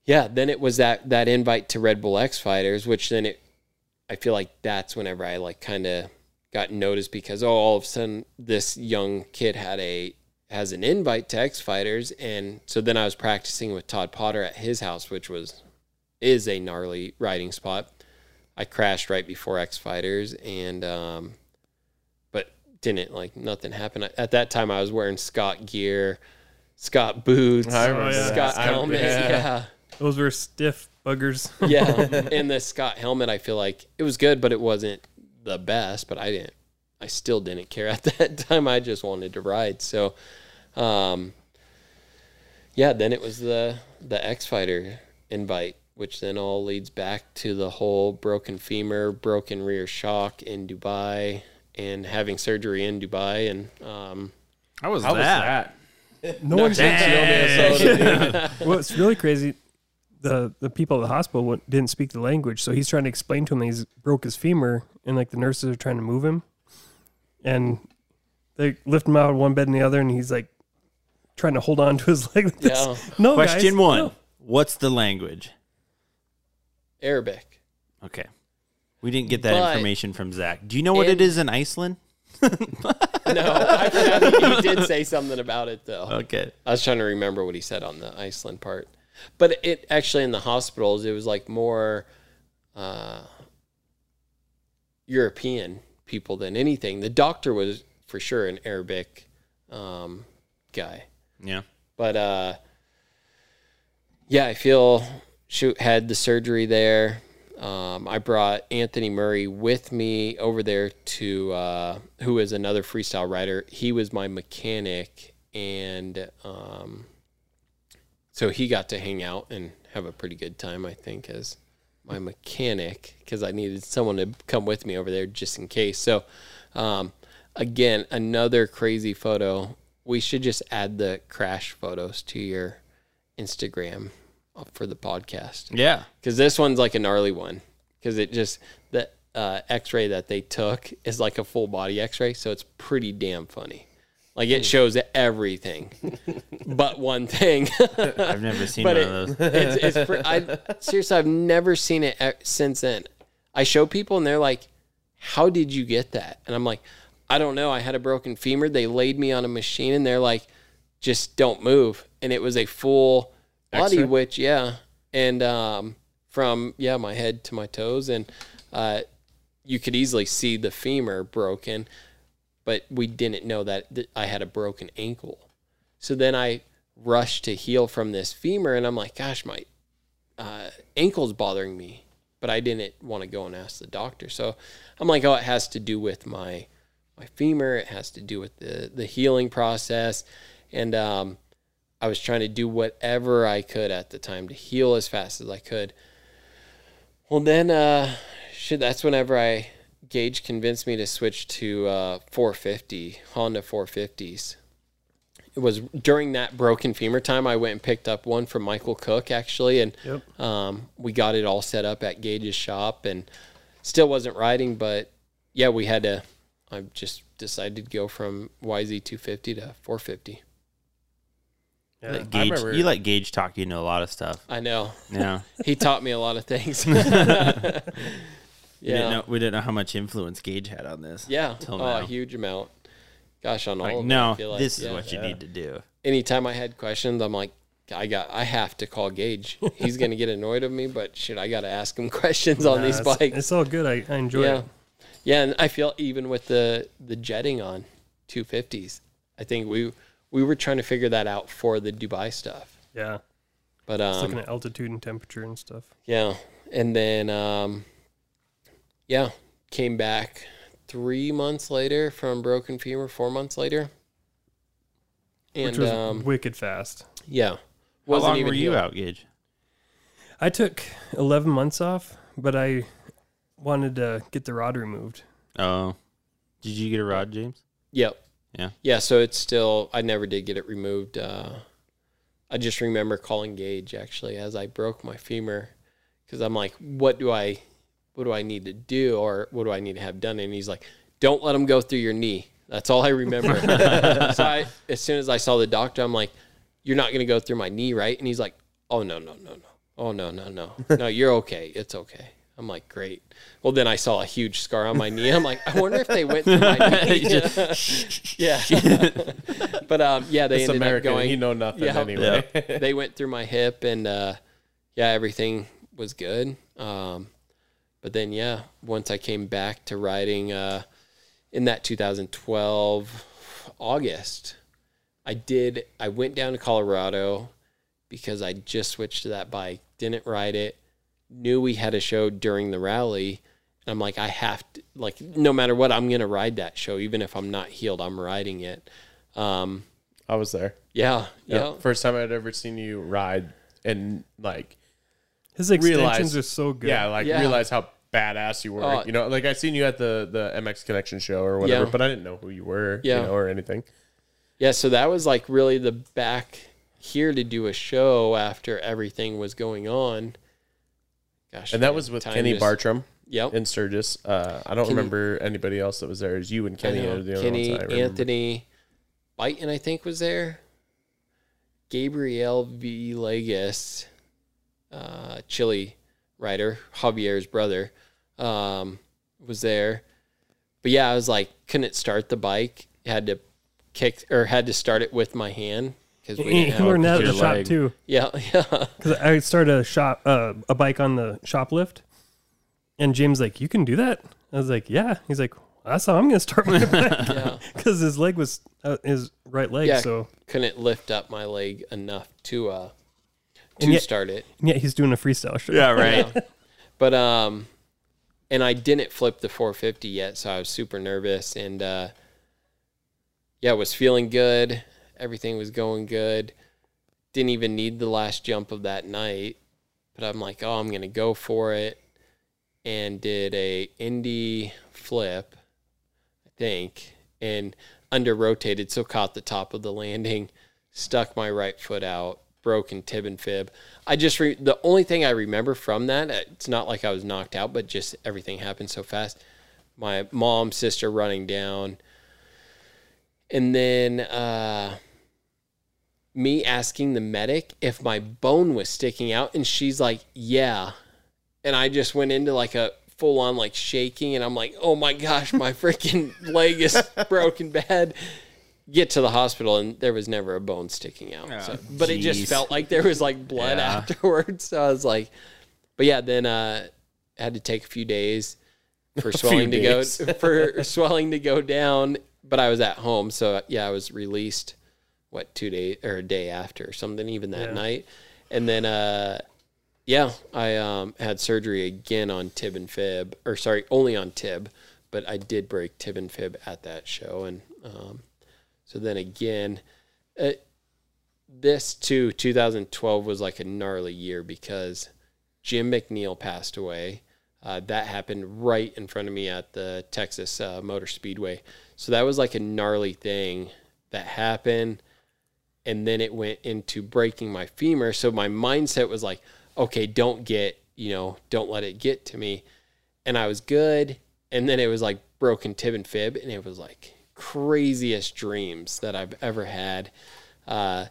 S2: yeah, then it was that that invite to Red Bull X Fighters, which then it, I feel like that's whenever I like kind of got noticed because oh, all of a sudden this young kid had a has an invite to X Fighters, and so then I was practicing with Todd Potter at his house, which was is a gnarly riding spot. I crashed right before X Fighters, and um, but didn't like nothing happened at that time. I was wearing Scott gear, Scott boots,
S1: I remember
S4: yeah.
S1: that.
S2: Scott
S1: I-
S2: helmet,
S1: yeah.
S2: yeah
S4: Those were stiff *laughs* buggers.
S2: yeah. Um, and the Scott helmet, I feel like it was good, but it wasn't the best. But I didn't, I still didn't care *laughs* at that time. I just wanted to ride. So, um, yeah. Then it was the the X Fighter invite, which then all leads back to the whole broken femur, broken rear shock in Dubai, and having surgery in Dubai, and um,
S6: How was
S1: How was
S6: that?
S1: that?
S4: no one.
S6: Dang.
S4: *laughs* What's really crazy? the the people at the hospital wouldn't- didn't speak the language, so he's trying to explain to him that he's broke his femur, and like the nurses are trying to move him, and they lift him out of one bed and the other, and he's like trying to hold on to his *laughs* leg. Like this.
S2: Yeah.
S4: No,
S6: Question
S4: guys,
S6: one:
S4: no.
S6: What's the language?
S2: Arabic.
S6: Okay, we didn't get that
S2: But-
S6: information from Zach. Do you know what
S2: In-
S6: it is in Iceland?
S2: No, I forgot that you did say something about it though.
S6: Okay,
S2: I was trying to remember what he said on the Iceland part, but it actually in the hospitals it was like more uh, European people than anything. The doctor was for sure an Arabic um, guy,
S6: yeah.
S2: but uh, yeah, I feel shoot had the surgery there. Um, I brought Anthony Murray with me over there to uh, who is another freestyle rider. He was my mechanic, and um, so he got to hang out and have a pretty good time, I think, as my mechanic because I needed someone to come with me over there just in case. So, um, again, another crazy photo. We should just add the crash photos to your Instagram for the podcast *laughs*
S6: Yeah.
S2: because this one's like a gnarly one because it just the uh, X-ray that they took is like a full body X-ray, so it's pretty damn funny. Like it shows everything, but one thing.
S6: I've never seen
S2: but
S6: one
S2: it,
S6: of those.
S2: *laughs* it's, it's pre- I seriously, I've never seen it e- since then. I show people and they're like, "How did you get that?" And I'm like, "I don't know. I had a broken femur. They laid me on a machine and they're like, just don't move." And it was a full body, which yeah, and um, from yeah my head to my toes, and uh, you could easily see the femur broken, but we didn't know that th- I had a broken ankle. So then I rushed to heal from this femur, and I'm like, gosh, my uh, ankle's bothering me, but I didn't want to go and ask the doctor. So I'm like, oh, it has to do with my my femur. It has to do with the the healing process, and um, I was trying to do whatever I could at the time to heal as fast as I could. Well, then, uh, shit, that's whenever I Gage convinced me to switch to uh, 450 Honda 450s it was during that broken femur time I went and picked up one from Michael Cook actually, and um, we got it all set up at Gage's shop, and still wasn't riding, but yeah, we had to. I just decided to go from YZ 250 to 450.
S6: Let Gage,
S1: remember-
S6: you let Gage talk you know a lot of stuff.
S2: *laughs* I know
S6: Yeah.
S2: he taught me a lot
S6: *laughs*
S2: of things. yeah,
S6: We didn't know, we didn't know how much influence Gage had on this.
S2: yeah,
S6: till
S2: oh, a
S6: now.
S2: huge amount. Gosh, on all
S6: Like,
S2: of it, I
S6: no,
S2: feel like,
S6: this is
S2: yeah.
S6: what you need to do.
S2: anytime I had questions, I'm like, I got, I have to call Gage. He's gonna get annoyed of me, but shit, I gotta ask him *laughs* questions on
S4: Nah,
S2: these
S4: it's,
S2: bikes.
S4: it's all good. I, I enjoy
S2: Yeah,
S4: it.
S2: yeah, and I feel even with the the jetting on 250s, I think we we were trying to figure that out for the Dubai stuff,
S4: Yeah,
S2: but
S4: it's
S2: um,
S4: looking at altitude and temperature and stuff.
S2: yeah, and then um, yeah, came back three months later from broken femur, four months later, and
S4: which was
S2: um,
S4: wicked fast.
S2: yeah,
S6: How
S2: wasn't
S6: long
S2: even
S6: were you
S2: healed.
S6: out, Gage?
S4: I took 11 months off, but I wanted to get the rod removed.
S6: Oh. Did you get a rod, James?
S2: Yep.
S6: Yeah.
S2: Yeah. So it's still, I never did get it removed. Uh, I just remember calling Gage actually as I broke my femur because I'm like, what do I, what do I need to do or what do I need to have done? And he's like, don't let them go through your knee. That's all I remember.
S1: *laughs*
S2: so I, as soon as I saw the doctor, I'm like, you're not going to go through my knee, right? And he's like, oh, no, no, no, no. Oh, no, no, no. No, you're okay. It's okay. I'm like, great. Well, then I saw a huge scar on my knee. I'm like, I wonder if they went
S1: *laughs*
S2: through my knee. *laughs* Yeah. but um, yeah, they
S1: It's
S2: ended
S1: American.
S2: up
S1: and
S2: going.
S1: he know nothing
S2: Yeah.
S1: anyway.
S2: *laughs* they went through my hip, and uh, yeah, everything was good. Um, but then yeah, once I came back to riding uh, in that 2012 August, I did. I went down to Colorado because I just switched to that bike. Didn't ride it. Knew we had a show during the rally. And I'm like, I have to, like, no matter what, I'm going to ride that show. Even if I'm not healed, I'm riding it. Um,
S1: I was there.
S2: yeah,
S1: Yeah.
S2: yeah.
S1: First time I'd ever seen you ride and like
S4: His extensions
S1: Realize-
S4: are so good.
S1: yeah, like
S2: Yeah.
S1: realize how badass you were.
S2: Oh.
S1: you know, like I seen you at the the MX Connection show or whatever,
S2: Yeah.
S1: but I didn't know who you were,
S2: Yeah.
S1: you know, or anything.
S2: Yeah, so that was like really the back here to do a show after everything was going on. Gosh,
S1: And that was with
S2: time
S1: Kenny
S2: just-
S1: Bartram
S2: Yep,
S1: and Sturgis. Uh, I don't
S2: Kenny-
S1: remember anybody else that was there. It was you and
S2: I
S1: Kenny
S2: know.
S1: are the only
S2: Kenny,
S1: ones I remember.
S2: Anthony, Byton, I think was there. Gabriel V. Legas, uh, Chili writer, Javier's brother, um, was there. But yeah, I was like, couldn't start the bike. Had to kick or had to start it with my hand because we didn't
S4: you *laughs*
S2: have.
S4: learned that at
S6: your
S4: the shop
S6: leg.
S4: too.
S2: Yeah, *laughs* yeah.
S4: Because I started a shop, uh, a bike on the shoplift, and James like, "You can do that." I was like, "Yeah." He's like, "That's how I'm going to start my bike," *laughs*
S2: yeah.
S4: because his leg was uh, his right leg.
S2: Yeah.
S4: So
S2: Couldn't lift up my leg enough to uh to
S4: And yet-
S2: start it.
S4: and yet he's doing a freestyle show.
S6: Yeah, right.
S2: *laughs* Yeah. but um and I didn't flip the 450 yet, so I was super nervous and uh yeah, was feeling good. Everything was going good. Didn't even need the last jump of that night, but I'm like, "Oh, I'm going to go for it." And did a indie flip, I think, and under rotated, so caught the top of the landing, stuck my right foot out, broken tib and fib. I just re- the only thing I remember from that, it's not like I was knocked out, but just everything happened so fast. My mom, sister running down, and then uh, me asking the medic if my bone was sticking out, and she's like, "Yeah," and I just went into like a full on like shaking, and I'm like, "Oh my gosh, my freaking *laughs* leg is broken bad." Get to the hospital, and there was never a bone sticking out. so, but it just
S6: Jeez.
S2: felt like there was like blood *laughs* afterwards. So I was like, but yeah, then uh, had to take a few days for swelling to go *laughs* for swelling to go down. But I was at home, so yeah, I was released. What two days or a day after or something? Even that night, and then uh, yeah, I um, had surgery again on tib and fib, or sorry, only on tib, but I did break tib and fib at that show, and um, so then again, uh, this too, 2012 was like a gnarly year because Jim McNeil passed away. Uh, that happened right in front of me at the Texas uh, Motor Speedway. So that was like a gnarly thing that happened. And then it went into breaking my femur. So my mindset was like, okay, don't get, you know, don't let it get to me. And I was good. And then it was like broken tib and fib. And it was like craziest dreams that I've ever had. Uh,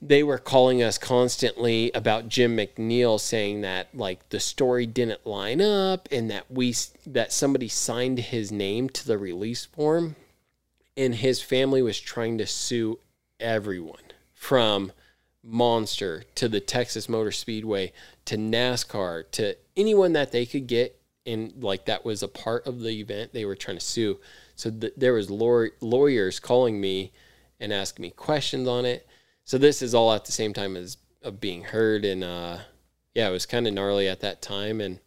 S2: they were calling us constantly about Jim McNeil saying that like the story didn't line up and that we that somebody signed his name to the release form and his family was trying to sue everyone from Monster to the Texas Motor Speedway to NASCAR to anyone that they could get and like that was a part of the event they were trying to sue. So th- there was law- lawyers calling me and asking me questions on it. So this is all at the same time as of being heard and uh yeah, it was kind of gnarly at that time and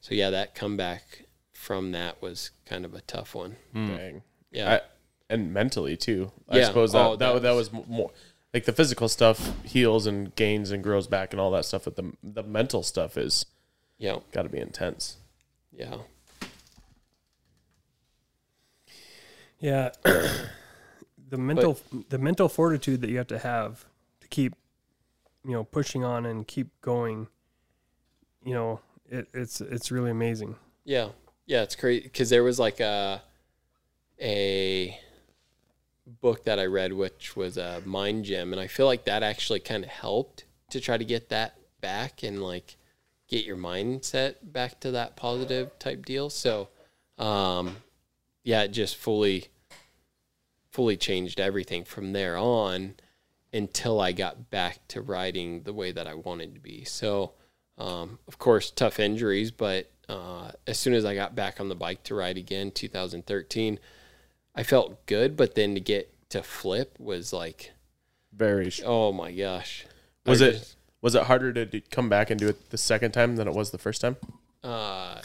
S2: so yeah, that comeback from that was kind of a tough one.
S1: Dang.
S2: Yeah.
S1: Mm, I, and mentally too. I
S2: Yeah.
S1: suppose that,
S2: Oh,
S1: that
S2: that
S1: that was m- more like the physical stuff heals and gains and grows back and all that stuff. But the the mental stuff is
S2: yeah.
S1: got to be intense.
S2: Yeah.
S4: Yeah. the mental the mental fortitude that you have to have to keep you know pushing on and keep going you know it, it's it's really amazing.
S2: Yeah, yeah, it's crazy because there was like a a book that I read, which was a mind gym, and I feel like that actually kind of helped to try to get that back and like get your mindset back to that positive type deal. So, um, yeah, it just fully fully changed everything from there on until I got back to riding the way that I wanted to be. So, um, of course, tough injuries, but uh, as soon as I got back on the bike to ride again, 2013, I felt good. But then to get to flip was like,
S1: Very. Sh-
S2: oh my gosh. I
S1: was it
S2: just-
S1: was it harder to do, come back and do it the second time than it was the first time?
S2: uh,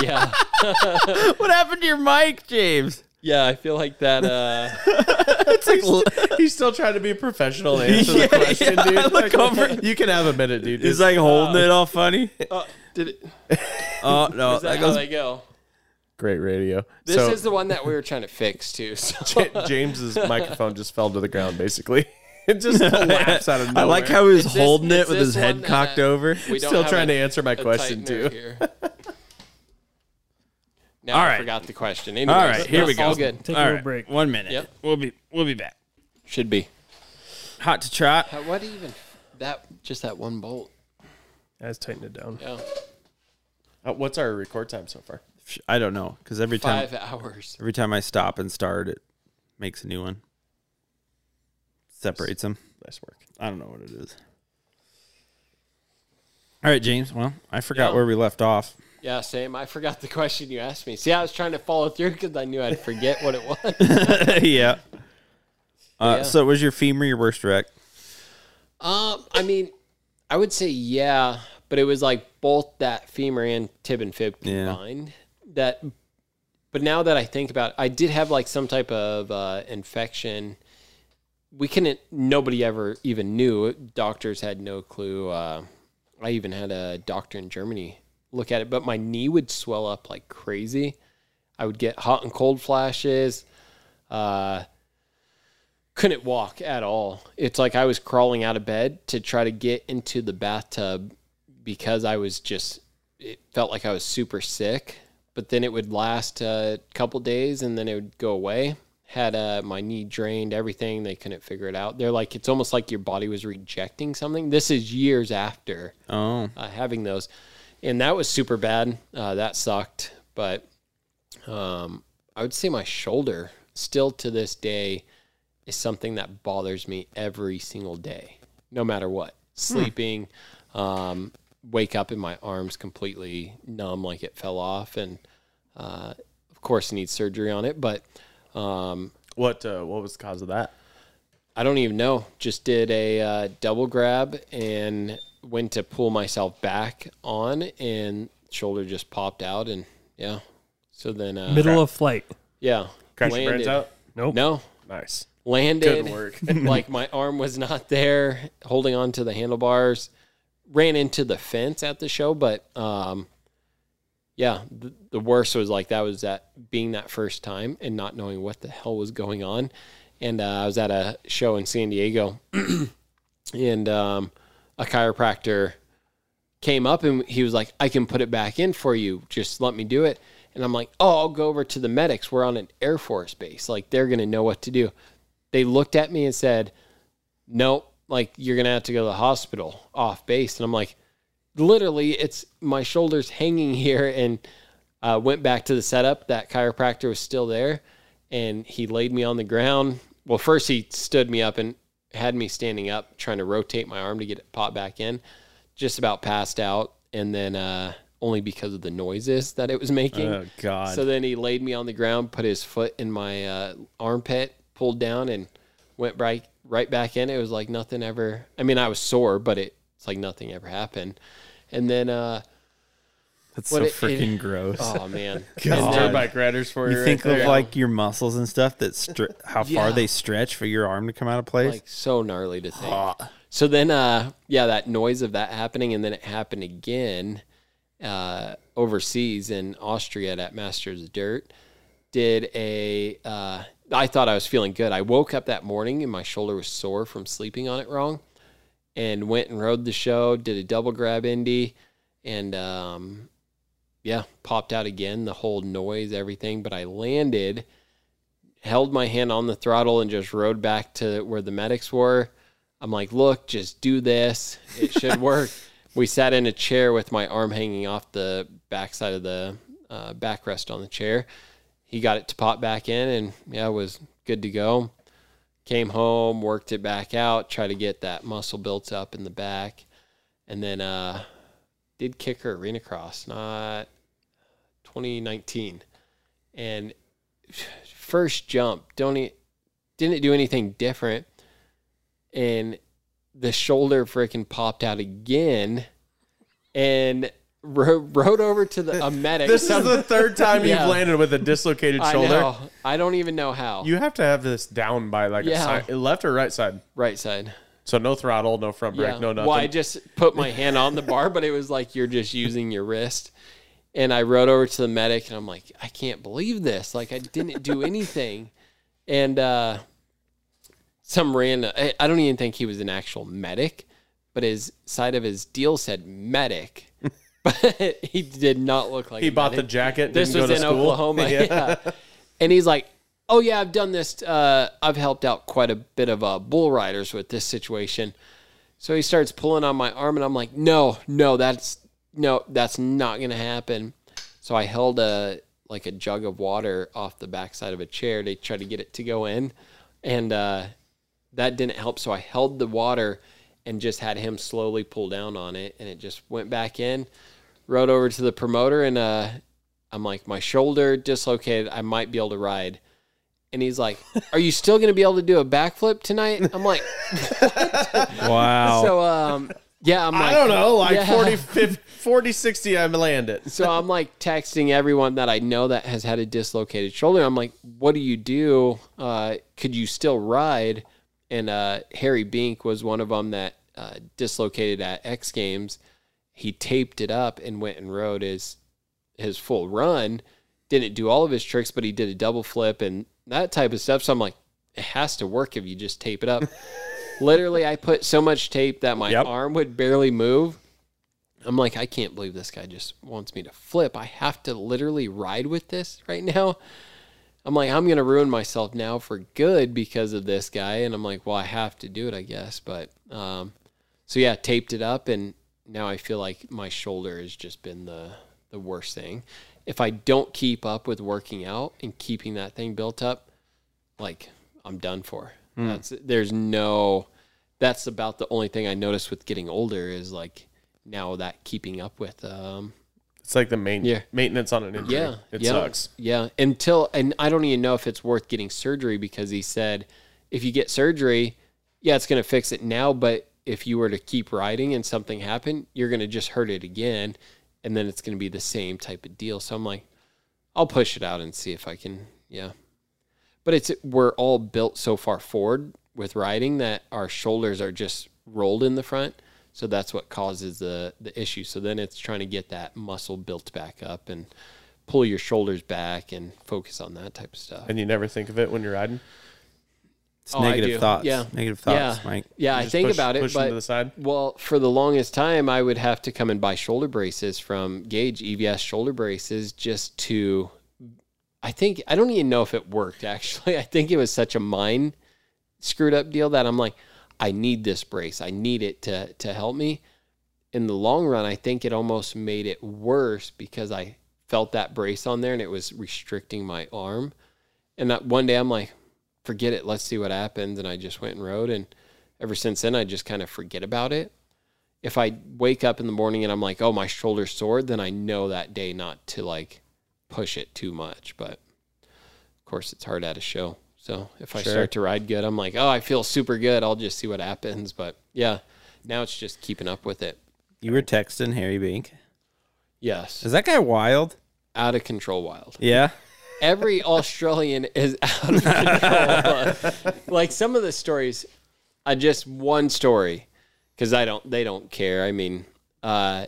S2: yeah,
S6: What happened to your mic, James?
S2: yeah. I feel like that. Uh,
S1: *laughs* He's still trying to be professional and *laughs* answer the question, dude. Like, *laughs* you can have a minute, dude.
S6: He's like holding it all funny.
S2: oh, did it, is
S6: Oh no,
S2: that
S6: that
S2: how
S6: goes.
S2: they go?
S1: Great radio.
S2: This
S1: so *laughs*
S2: is the one that we were trying to fix too. So.
S1: James's microphone just fell to the ground, basically. *laughs* it just collapsed out of
S6: *laughs* I
S1: nowhere.
S6: like how he was
S2: It's this-
S6: holding
S2: it's
S6: it with
S2: this
S6: his
S2: one
S6: head
S2: that
S6: cocked over.
S2: We don't
S1: still
S2: have
S1: trying
S2: a-
S1: to answer my
S2: a
S1: question
S2: tightener
S1: too.
S6: *laughs*
S2: Here. no,
S6: All
S2: I
S6: right.
S2: forgot the question. Anyways,
S6: All right, here
S2: no,
S6: we go.
S2: All good.
S4: Take a
S6: All
S4: little
S6: right,
S4: break.
S6: One minute.
S2: Yep.
S6: We'll be we'll be back.
S2: Should be.
S6: Hot to trot.
S2: How- Uh, What even? That just that one bolt.
S4: I was tightening it down.
S2: Yeah,
S1: Uh, what's our record time so far?
S6: I don't know because every time
S2: five hours.
S6: every time I stop and start, it makes a new one. Separates them.
S1: Nice work.
S6: I don't know what it is. All right, James. Well, I forgot
S2: Yeah.
S6: where we left off. *laughs*
S2: Yeah, same. I forgot the question you asked me. See, I was trying to follow through because I knew I'd forget what it was.
S6: yeah. Uh,
S2: Yeah.
S6: So, was your femur your worst wreck?
S2: um, I mean, I would say yeah, but it was like both that femur and tib and fib
S6: Yeah.
S2: combined. That, but now that I think about, it, I did have like some type of uh, infection. We couldn't. Nobody ever even knew. Doctors had no clue. Uh, I even had a doctor in Germany look at it, but my knee would swell up like crazy. I would get hot and cold flashes. Uh, couldn't walk at all. It's like I was crawling out of bed to try to get into the bathtub because I was just, it felt like I was super sick. But then it would last a couple days and then it would go away. Had uh, my knee drained, everything. They couldn't figure it out. They're like, it's almost like your body was rejecting something. This is years after
S6: Oh,
S2: uh, having those, and that was super bad. Uh, that sucked, but um, I would say my shoulder still to this day is something that bothers me every single day, no matter what. Sleeping, um, wake up and my arms completely numb, like it fell off, and uh, of course need surgery on it, but. Um,
S1: What uh, what was the cause of that?
S2: I don't even know. Just did a uh, double grab and went to pull myself back on, and shoulder just popped out, and yeah. So then, uh,
S4: Middle of flight.
S2: yeah,
S1: Crash your brains out.
S4: Nope.
S2: No,
S1: Nice.
S2: landed.
S1: Good work.
S2: *laughs* like my arm was not there, holding on to the handlebars. Ran into the fence at the show, but um, yeah, the, the worst was like that was that being that first time and not knowing what the hell was going on. And uh, I was at a show in San Diego, *clears throat* and um, a chiropractor came up and he was like, I can put it back in for you. Just let me do it. And I'm like, oh, I'll go over to the medics. We're on an Air Force base. Like, they're going to know what to do. They looked at me and said, no, like, you're going to have to go to the hospital off base. And I'm like, literally, it's my shoulders hanging *laughs* here. And uh, went back to the setup. That chiropractor was still there and he laid me on the ground. Well, first he stood me up and had me standing up, trying to rotate my arm to get it popped back in. Just about passed out, and then uh, only because of the noises that it was making.
S6: oh God.
S2: So then he laid me on the ground, put his foot in my uh, armpit, pulled down, and went right right back in. It was like nothing ever. I mean, I was sore, but it, it's like nothing ever happened. And
S6: *laughs*
S2: then, uh,
S6: That's
S2: what
S6: so
S2: it- it-
S6: freaking gross.
S2: oh man,
S1: It's
S2: And then-
S1: Bike riders for
S6: You
S1: right
S6: think
S1: there.
S6: of like your muscles and stuff that str- how far
S2: *laughs* Yeah.
S6: they stretch for your arm to come out of place.
S2: like so gnarly to think. So then, uh, yeah, that noise of that happening, and then it happened again uh, overseas in Austria at Masters of Dirt. Did a uh, I thought I was feeling good. I woke up that morning and my shoulder was sore from sleeping on it wrong, and went and rode the show. Did a double grab indie, and um, yeah, popped out again. The whole noise, everything. But I landed held my hand on the throttle and just rode back to where the medics were. I'm like, look, just do this. It should work. we sat in a chair with my arm hanging off the backside of the uh, backrest on the chair. He got it to pop back in, and yeah, it was good to go. Came home, worked it back out, tried to get that muscle built up in the back, and then uh, did kick her arena cross, not 2019, and *sighs* first jump don't e- didn't do anything different and the shoulder freaking popped out again and *laughs* ro- rode over to the a medic
S1: this is
S2: Some-
S1: the third *laughs* time you've
S2: Yeah.
S1: landed with a dislocated
S2: I,
S1: shoulder.
S2: know. I don't even know how
S1: You have to have this down by like
S2: Yeah.
S1: a side, left or right side.
S2: right side
S1: So no throttle, no front brake,
S2: Yeah.
S1: no nothing.
S2: Well, I just put my hand on the bar, but it was like you're just using your wrist. And I rode over to the medic, and I'm like, I can't believe this. Like I didn't do anything. And uh, some random. I, I don't even think he was an actual medic, but his side of his deal
S1: *laughs*
S2: said medic, but *laughs* he did not look like
S1: He
S2: a
S1: bought the
S2: medic.
S1: jacket.
S2: This
S1: didn't
S2: was
S1: go
S2: in
S1: to school. *laughs*
S2: Oklahoma, *laughs* yeah. and he's like, "Oh yeah, I've done this. Uh, I've helped out quite a bit of uh, bull riders with this situation." So he starts pulling on my arm, and I'm like, "No, no, that's no, that's not gonna happen." So I held a like a jug of water off the backside of a chair to try to get it to go in, and uh, that didn't help. So I held the water and just had him slowly pull down on it, and it just went back in. Rode over to the promoter, and uh, I'm like, my shoulder dislocated. I might be able to ride. And he's like, "Are you still going to be able to do a backflip tonight?"
S1: *laughs*
S2: I'm like,
S6: Wow.
S2: "So, um, yeah." I'm like,
S1: Oh. I don't know, like
S2: Yeah.
S1: 40, 50, 40, 60, I'm land it.
S2: *laughs* so I'm like texting everyone that I know that has had a dislocated shoulder. I'm like, what do you do? Uh, could you still ride? And uh, Harry Bink was one of them that uh, dislocated at X Games. He taped it up and went and rode his his full run. Didn't do all of his tricks, but he did a double flip and that type of stuff. So I'm like, it has to work if you just tape it up. Literally, I put so much tape that my
S6: Yep.
S2: arm would barely move. I'm like, I can't believe this guy just wants me to flip. I have to literally ride with this right now. I'm like, I'm gonna ruin myself now for good because of this guy. And I'm like, well, I have to do it, I guess. But um, so yeah, taped it up, and now I feel like my shoulder has just been the the worst thing. If I don't keep up with working out and keeping that thing built up, like I'm done for. That's there's no. That's about the only thing I noticed with getting older is like now that keeping up with um
S1: It's like the main
S2: Yeah.
S1: maintenance on an injury.
S2: yeah
S1: It
S2: yeah,
S1: sucks.
S2: yeah until and I don't even know if it's worth getting surgery because he said if you get surgery yeah it's gonna fix it now but if you were to keep riding and something happened you're gonna just hurt it again and then it's gonna be the same type of deal so I'm like I'll push it out and see if I can yeah but it's we're all built so far forward with riding that our shoulders are just rolled in the front so that's what causes the the issue so then it's trying to get that muscle built back up and pull your shoulders back and focus on that type of stuff
S1: And you never think of it when you're riding.
S3: It's
S2: Oh, I do.
S3: negative thoughts.
S2: Yeah.
S3: Negative thoughts,
S2: yeah
S3: Mike.
S2: yeah i
S1: Just
S2: think
S1: push-
S2: about it
S1: push them
S2: but
S1: to the side.
S2: well for the longest time i would have to come and buy shoulder braces from gage evs shoulder braces just to i think i don't even know if it worked actually *laughs* i think it was such a mind screwed up deal that i'm like i need this brace i need it to to help me in the long run i think it almost made it worse because i felt that brace on there and it was restricting my arm and that one day i'm like forget it let's see what happens and i just went and rode and ever since then I just kind of forget about it. If I wake up in the morning and I'm like, "Oh, my shoulder's sore," then I know that day not to like push it too much. But of course, it's hard at a show. So if I start to ride good, I'm like, "Oh, I feel super good. I'll just see what happens." But yeah, now it's just keeping up with it.
S3: You were texting Harry Bink.
S2: Yes,
S3: Is that guy wild?
S2: out of control, wild.
S3: Yeah.
S2: every Australian is *laughs* out of control. like some of the stories, I just one story because I don't they don't care. I mean, uh,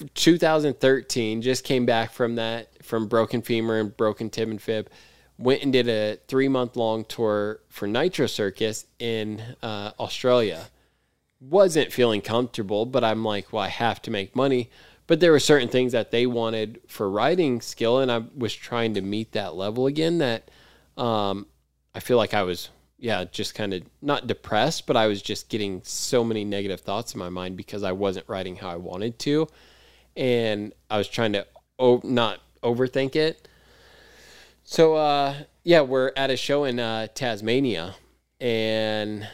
S2: f- 2013 just came back from that from broken femur and broken tib and fib. Went and did a three month long tour for Nitro Circus in uh, Australia wasn't feeling comfortable, but I'm like, well, I have to make money. But there were certain things that they wanted for writing skill, and I was trying to meet that level again. That um, I feel like I was, yeah, just kind of not depressed, but I was just getting so many negative thoughts in my mind because I wasn't writing how I wanted to, and I was trying to o- not overthink it. So uh, yeah, we're at a show in uh, Tasmania, and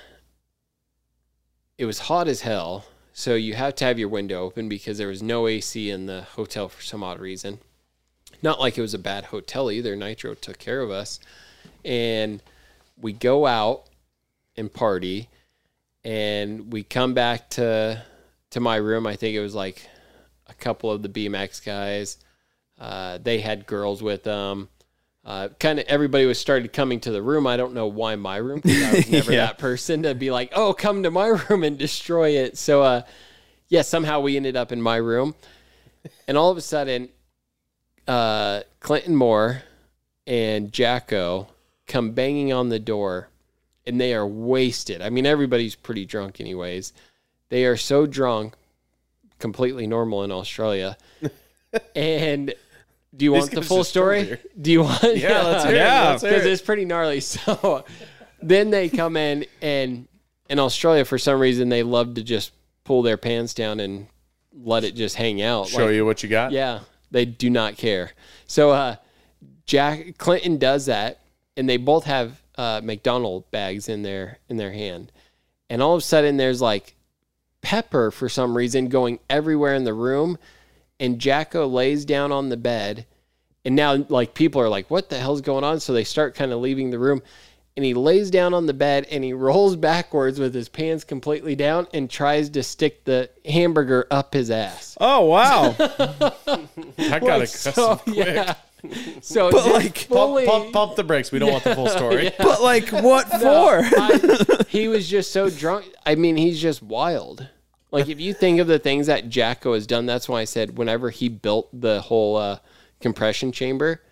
S2: it was hot as hell. So you have to have your window open because there was no AC in the hotel for some odd reason. Not like it was a bad hotel either. Nitro took care of us. And we go out and party and we come back to to my room. I think it was like a couple of the BMX guys. Uh, they had girls with them. Uh, kind of everybody was started coming to the room. I don't know why my room. 'cause I was never that person to be like, oh, come to my *laughs* room and destroy it. So, uh, yeah, somehow we ended up in my room, and all of a sudden, uh, Clinton Moore and Jacko come banging on the door, and they are wasted. I mean, everybody's pretty drunk, anyways. They are so drunk, completely normal
S1: *laughs*
S2: in Australia. and do you want the
S1: gives
S2: full
S1: us
S2: story? Do you want? Yeah, *laughs*
S1: let's hear it, let's hear
S2: because
S1: it.
S2: it's pretty gnarly. *laughs* So then they come in, and in Australia, for some reason, they love to just pull their pants down and let it just hang out.
S1: Show
S2: Like,
S1: you what you got.
S2: yeah, they do not care. So uh, Jack Clinton does that, and they both have uh, McDonald bags in their in their hand, and all of a sudden there's like pepper for some reason going everywhere in the room, and Jacko lays down on the bed, and now like people are like, what the hell's going on? So they start kind of leaving the room. And he lays down on the bed and he *laughs* rolls backwards with his pants completely down and tries to stick the hamburger up his ass.
S3: *laughs* Oh wow!
S1: I gotta
S2: Like,
S1: cuss
S2: so,
S1: quick.
S2: *laughs* yeah. So
S3: But,
S2: just
S3: like, pump-
S1: Pump,
S2: fully,
S1: pump, pump the brakes. We don't want the
S2: *laughs*
S1: full story.
S3: *laughs* but like, what
S2: No,
S3: for?
S2: I- he was just so drunk. I mean, he's just wild. Like if you think of the things that Jacko has done, that's why I said whenever he built the whole uh, compression chamber,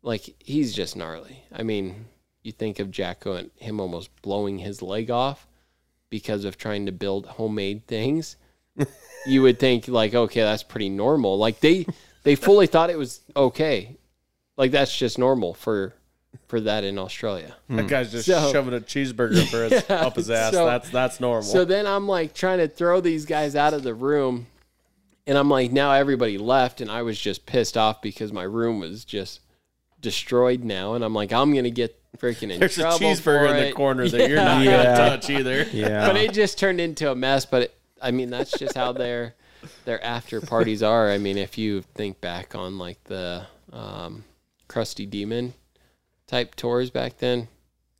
S2: like he's just gnarly. I mean, you think of Jacko and him almost blowing his leg off because of trying to build homemade things. you would think like, okay, that's pretty normal. Like they they fully thought it was okay. Like that's just normal for for that in Australia.
S1: That guy's just
S2: Hmm. So-
S1: shoving a cheeseburger for his,
S2: *laughs* Yeah,
S1: up his ass.
S2: so-
S1: that's that's normal.
S2: So then I'm like trying to throw these guys out of the room. And I'm like, now everybody left. And I was just pissed off because my room was just destroyed now. And I'm like, I'm going to get freaking in
S1: There's a
S2: trouble.
S1: cheeseburger
S2: for
S1: in the
S2: it.
S1: corner that you're not
S3: Yeah.
S1: gonna touch either.
S2: *laughs*
S3: yeah,
S2: But it just turned into a mess. But it, I mean, that's just how their, their after parties are. I mean, if you think back on like the um, Krusty Demon type tours back then,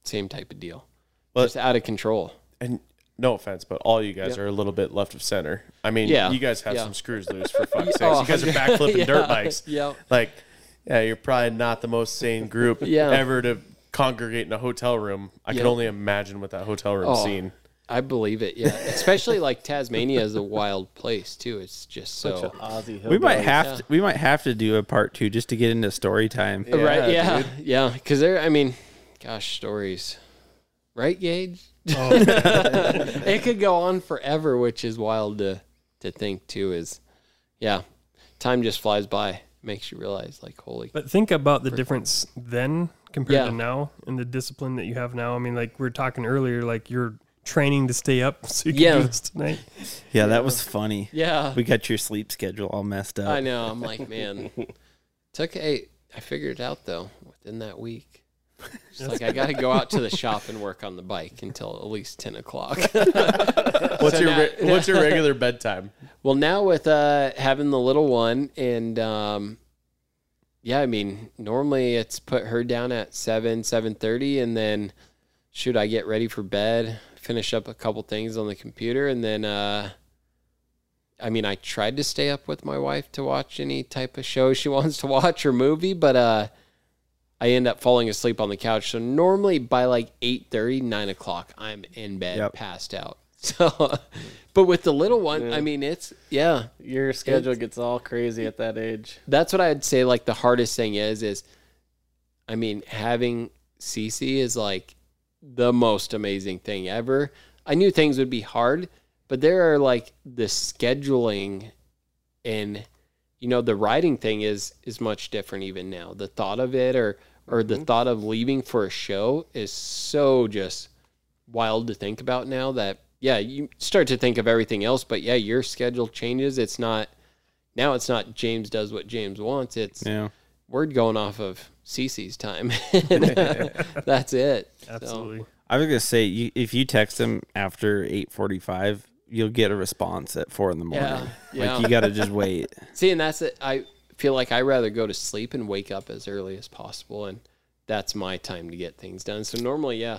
S2: same type of deal.
S1: But-
S2: just out of control.
S1: And no offense, but all you guys
S2: Yep.
S1: are a little bit left of center. I mean,
S2: Yeah.
S1: you guys have
S2: Yeah.
S1: some screws loose for
S2: *laughs*
S1: fuck's sake.
S2: Oh,
S1: you guys are backflipping
S2: *laughs*
S1: dirt bikes.
S2: Yep.
S1: Like, yeah, you're probably not the most sane group
S2: *laughs* Yeah.
S1: ever to congregate in a hotel room. I
S2: Yep.
S1: can only imagine what that hotel room
S2: Oh.
S1: scene.
S2: I believe it. Yeah, especially like Tasmania is a wild place too. It's just so
S5: Ozzy
S3: we might
S5: Hillbilly.
S3: have
S2: yeah.
S3: to, we might have to do a part two just to get into story time.
S2: right. Yeah, yeah. Because there, I mean, gosh, stories. Right, Gage? *laughs* it could go on forever, which is wild to to think too. Is yeah, time just flies by. Makes you realize, like, holy.
S4: But think about the difference then
S2: Yeah.
S4: compared to now and the discipline that you have now. I mean, like we were talking earlier, like you're training to stay up *laughs* so you can
S2: Yeah.
S4: do this tonight.
S3: Yeah, that was funny.
S2: Yeah,
S3: We got your sleep schedule all messed up.
S2: I know. I'm
S1: *laughs*
S2: like, man, took eight. I figured it out though within that week. Just like I got to go out to the shop and work on the bike until at least ten o'clock.
S1: What's
S2: *laughs* *laughs* So
S1: your
S2: now-
S1: re-
S2: *laughs*
S1: what's your regular bedtime?
S2: well, now with uh, having the little one, and um, yeah, I mean, normally it's put her down at seven, seven thirty, and then shoot, I get ready for bed, finish up a couple things on the computer, and then uh, I mean, I tried to stay up with my wife to watch any type of show she *laughs* wants to watch or movie, but uh, I end up falling asleep on the couch. So normally by like 8.30, 9 o'clock, I'm in bed,
S3: Yep.
S2: passed out. *laughs* So, but with the little one, I mean, it's yeah,
S5: Your schedule gets all crazy at that age.
S2: that's what I'd say. Like the hardest thing is, is I mean, having CC is like the most amazing thing ever. I knew things would be hard, but there are like the scheduling and you know the writing thing is is much different even now. The thought of it or or the thought of leaving for a show is so just wild to think about now that yeah, you start to think of everything else, but yeah, your schedule changes. It's not now it's not James does what James wants. It's
S3: Yeah.
S2: we're going off of Cece's time. *laughs* That's it. So,
S4: Absolutely.
S3: I was gonna say, you, if you text him after eight forty-five, you'll get a response at four in the morning.
S2: Yeah, yeah.
S3: Like you gotta just wait.
S2: See, and that's it. I feel like I rather go to sleep and wake up as early as possible, and that's my time to get things done. So normally, yeah,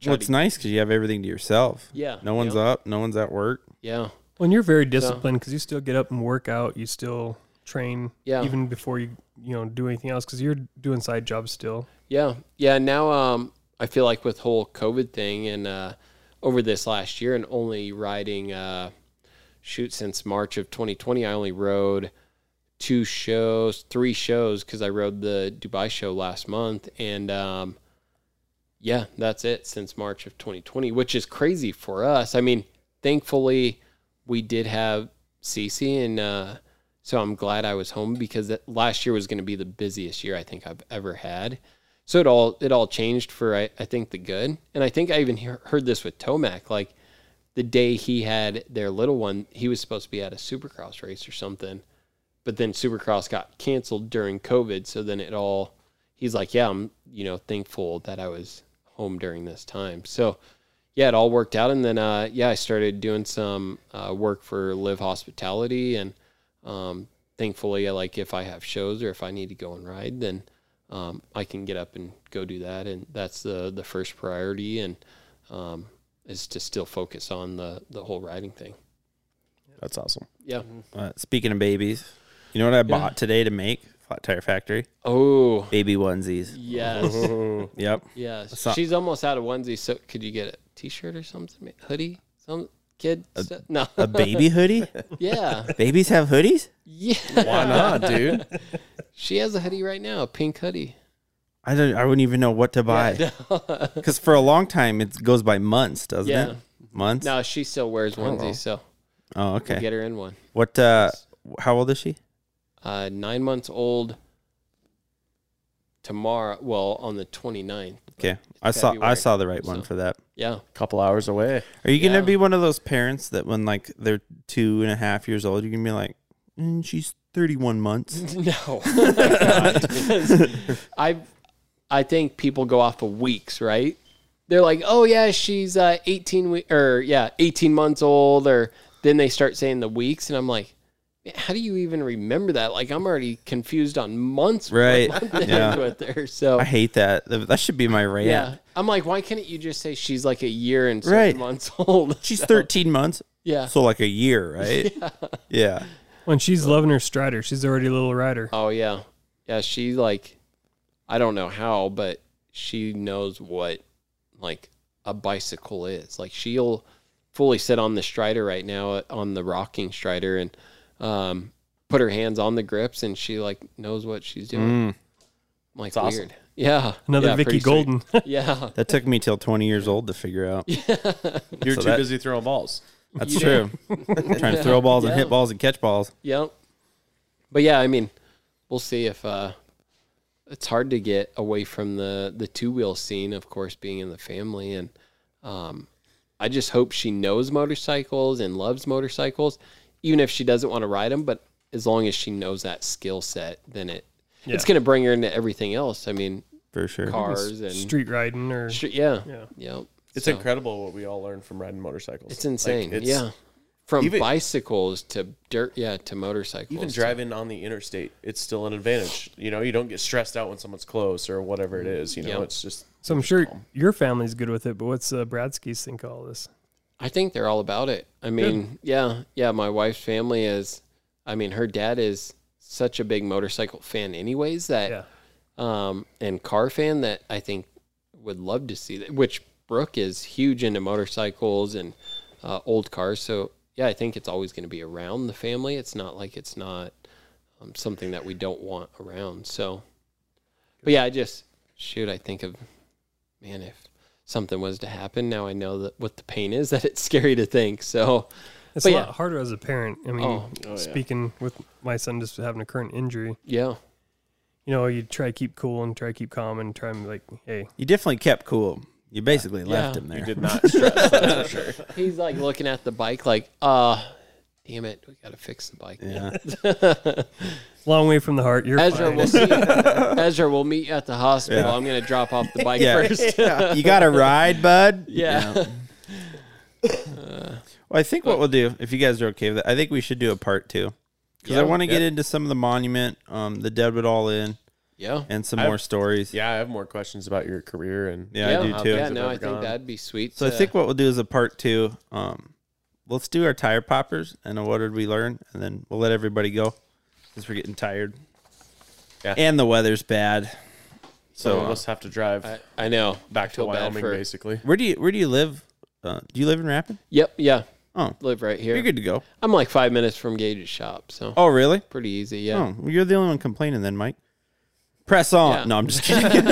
S2: try
S3: Well, it's
S2: to-
S3: nice because you have everything to yourself.
S2: Yeah.
S3: No one's
S2: Yeah.
S3: up. No one's at work.
S2: yeah,
S4: Well, and you're very disciplined because you still get up and work out. You still train
S2: Yeah.
S4: even before you you know do anything else because you're doing side jobs still.
S2: yeah, yeah. Now, um, I feel like with whole COVID thing and uh, over this last year, and only riding uh, shoot since March of 2020, I only rode two shows, three shows because I rode the Dubai show last month, and um, yeah, that's it since March of 2020, which is crazy for us. I mean, thankfully, we did have Cece, and uh, so I'm glad I was home because that last year was going to be the busiest year I think I've ever had. So it all it all changed for I, I think the good, and I think I even hear, heard this with Tomac. Like the day he had their little one, he was supposed to be at a Supercross race or something, but then Supercross got canceled during COVID. So then it all he's like, yeah, I'm, you know, thankful that I was home during this time. So, yeah, it all worked out. And then, uh, yeah, I started doing some uh, work for Live Hospitality. And um, thankfully, I like if I have shows or if I need to go and ride, then um, I can get up and go do that. And that's the, the first priority and um, is to still focus on the, the whole riding thing.
S1: That's awesome.
S2: Yeah.
S3: Uh, speaking of babies, you know what I bought today to make Flat Tire Factory
S2: Oh, *laughs*
S3: baby onesies.
S2: yes.
S3: Yep.
S2: Yes.
S3: not-
S2: She's almost out of onesie. So could you get a t-shirt or something? Ma- Hoodie? Some kid? stuff? no. *laughs*
S3: A baby hoodie?
S2: yeah.
S3: Babies have hoodies?
S2: Yeah.
S1: Why *laughs* not, dude?
S2: She has a hoodie right now, a pink hoodie.
S3: I don't. I wouldn't even know what to buy because for a long time it goes by months, doesn't
S2: Yeah.
S3: it? Months.
S2: *laughs* No, she still wears onesie, so
S3: Oh,
S2: we'll
S3: okay.
S2: get her in one.
S3: What? uh How old is she?
S2: Uh, nine months old tomorrow. Well, on the 29th.
S3: Okay. I saw. I
S2: February,
S3: saw the right one
S2: so-
S3: for that.
S2: Yeah.
S1: Couple hours away.
S3: Are you
S2: Yeah.
S3: gonna be one of those parents that when like they're two and a half years old, you're gonna be like, mm, she's thirty-one
S2: *laughs*
S3: months.
S2: No. Because I I think people go off of weeks, right? They're like, "Oh yeah, she's uh, 18 we- or yeah, 18 months old or then they start saying the weeks and I'm like, "Man, "How do you even remember that? Like I'm already confused on months what
S3: Right.
S2: month it
S3: Yeah.
S2: is *laughs* with her." So
S3: I hate that. Th- That should be my rant.
S2: yeah. I'm like, "Why couldn't you just say she's like a year and seven
S3: Right.
S2: months *laughs* old?"
S3: She's thirteen months.
S2: yeah.
S3: So like
S2: *laughs*
S3: a year, right? yeah.
S4: When she's loving her strider, she's already a little rider.
S2: Oh yeah, yeah. She like, I don't know how, but she knows what like a bicycle is. Like she'll fully sit on the strider right now uh, on the rocking strider and um, put her hands on the grips, and she like knows what she's doing. I'm like
S1: awesome.
S2: weird. Yeah,
S4: Mm. Another
S2: yeah,
S4: Vicky
S2: pretty sweet.
S4: Golden.
S2: *laughs*
S4: *laughs*
S2: Yeah,
S3: That took me till twenty years old to figure
S2: *laughs*
S3: out.
S1: You're
S3: So
S1: too
S3: that-
S1: busy throwing balls.
S3: That's true. *laughs* Trying to throw balls and
S2: Yeah.
S3: hit balls and catch balls.
S2: yep. But yeah, I mean, we'll see if. uh it's hard to get away from the the two wheel scene, of course, being in the family, and um, I just hope she knows motorcycles and loves motorcycles, even if she doesn't want to ride them. But as long as she knows that skill set, then it it's going to bring her into everything else. I mean,
S3: For sure.
S2: cars and
S4: Street riding or
S2: Stre- yeah,
S4: Yeah.
S2: Yep.
S1: It's
S2: So,
S1: incredible what we all learn from riding motorcycles.
S2: It's
S1: Like,
S2: insane.
S1: it's-
S2: yeah, from
S1: even-
S2: bicycles to dirt, yeah, to motorcycles.
S1: Even
S2: to-
S1: driving on the interstate, it's still an advantage. You know, you don't get stressed out when someone's close or whatever it is. You know,
S2: Yeah.
S1: it's just
S4: so I'm sure your family's good with it, but what's uh, Bradski's think of all this?
S2: I think they're all about it. I mean, yeah, yeah. My wife's family is, I mean, her dad is such a big motorcycle fan, anyways, that,
S4: Yeah.
S2: um, and car fan that I think would love to see that. Which Brooke is huge into motorcycles and uh, old cars, so yeah, I think it's always going to be around the family. It's not like it's not um, something that we don't want around. So, but yeah, I just shoot. I think of man if something was to happen now i know that what the pain is *laughs* that it's scary to think so
S4: It's
S2: But
S4: a
S2: yeah.
S4: lot harder as a parent. I mean,
S2: Oh.
S4: speaking with my son just having a current injury,
S2: yeah
S4: you know, you try to keep cool and try to keep calm and try and be like, hey,
S3: You definitely kept cool. You basically left
S2: Yeah.
S3: him there.
S1: did not stress. that's for sure.
S2: he's like looking at the bike like uh damn it we gotta fix the bike
S3: Yeah.
S2: *laughs*
S4: long way from the heart. You're
S2: ezra
S4: fine.
S2: we'll see you.
S3: *laughs*
S2: ezra we'll meet you at the hospital
S3: Yeah.
S2: i'm gonna drop off
S3: *laughs*
S2: the bike
S3: Yeah.
S2: first
S3: *laughs* you got a ride, bud.
S2: *laughs* yeah,
S3: Well, I think what we'll do, if you guys are okay with it, I think we should do a part two because I
S2: Yeah.
S3: want to get into some of the monument, um, the Deadwood All In,
S2: yeah
S3: and some
S1: I've-
S3: more stories.
S1: Yeah, I have more questions about your career and
S3: Yeah, I do
S2: yeah,
S3: too.
S2: yeah
S1: I've
S2: no i
S1: never
S2: think
S1: gone.
S2: that'd be sweet
S3: So I
S2: to-
S3: think what we'll do is a part two. Um, let's do our tire poppers and then what did we learn, and then we'll let everybody go since we're getting tired.
S1: Yeah.
S3: And the weather's bad.
S1: so
S3: So uh,
S1: let's have to drive
S2: I, I know
S1: back to
S2: Feel bad
S1: Wyoming
S2: for-
S1: basically.
S3: where do you where do you live? Uh, do you live in Rapid?
S2: yep yeah
S3: Oh,
S2: live right here
S3: you're good to go.
S2: i'm like five minutes from gage's shop so
S3: Oh, really?
S2: pretty easy yeah
S3: Oh,
S1: *laughs*
S3: well, you're the only one complaining then, Mike. Press on.
S2: Yeah.
S3: No, I'm just kidding.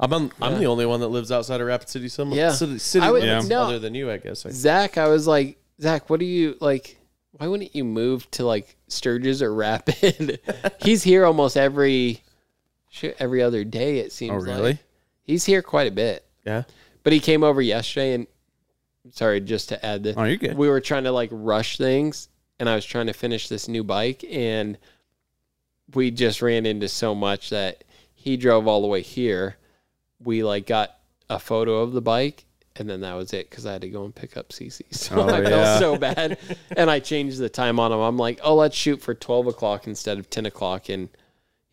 S1: I'm on, I'm the only one that lives outside of Rapid City. Some
S2: Yeah.
S1: city, city
S2: I would-
S1: limits
S2: no.
S1: other than you, I guess. I,
S2: Zach, I was like, Zach, what do you like? Why wouldn't you move to like Sturgis or Rapid? *laughs* He's here almost every shit, every other day. It
S3: Oh,
S2: seems. Like. He's here quite a bit,
S1: yeah.
S2: but he came over yesterday and sorry, just to add this,
S3: Oh, you're good.
S2: we were trying to like rush things, and I was trying to finish this new bike, and we just ran into so much that he drove all the way here. We like got a photo of the bike, and then that was it because I had to go and pick up CC. *laughs* So
S3: Oh,
S2: I
S3: yeah.
S2: felt so bad, and I changed the time on him. I'm like, oh, let's shoot for twelve o'clock instead of ten o'clock, and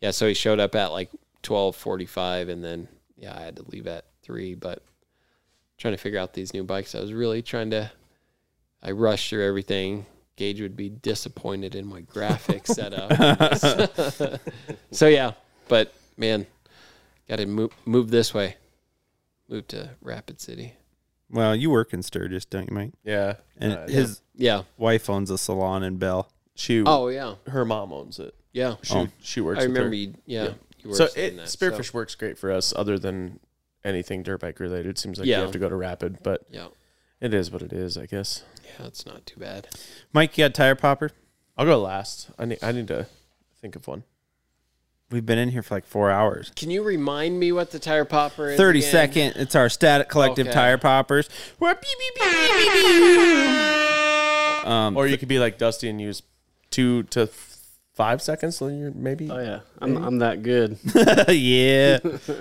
S2: yeah, so he showed up at like twelve forty-five, and then yeah, I had to leave at three. But trying to figure out these new bikes, I was really trying to. I rushed through everything. Gage would be disappointed in my
S1: *laughs*
S2: graphic setup. *laughs* so yeah, but man, got to move move this way. Move to Rapid City.
S3: *laughs* Well, you work in Sturgis, don't you, Mike?
S1: Yeah.
S3: And
S1: Uh,
S3: his
S2: Yeah.
S3: wife owns a salon in Bell.
S1: She,
S2: Oh yeah.
S1: her mom owns it.
S2: Yeah.
S1: She,
S3: Oh.
S1: she works.
S2: I
S1: with her.
S2: remember you. Yeah. You were
S1: so
S2: saying
S1: it,
S2: that,
S1: Spearfish
S2: so-
S1: works great for us, other than anything dirt bike related. It seems like you
S2: Yeah.
S1: have to go to Rapid, but
S2: Yeah.
S1: it is what it is, I guess.
S2: Yeah, it's not too bad.
S3: Mike, you got a tire popper?
S1: I'll go last. I need, I need to think of one.
S3: We've been in here for like four hours.
S2: Can you remind me what the tire popper is?
S3: Thirty
S2: again?
S3: second. It's our static collective
S2: Okay.
S3: tire poppers. We're beep, beep, beep, beep, beep, beep. Um,
S1: Or you could be like Dusty and use two to f- five seconds. then you're Maybe
S5: Oh yeah, I'm I'm that good.
S3: *laughs* yeah.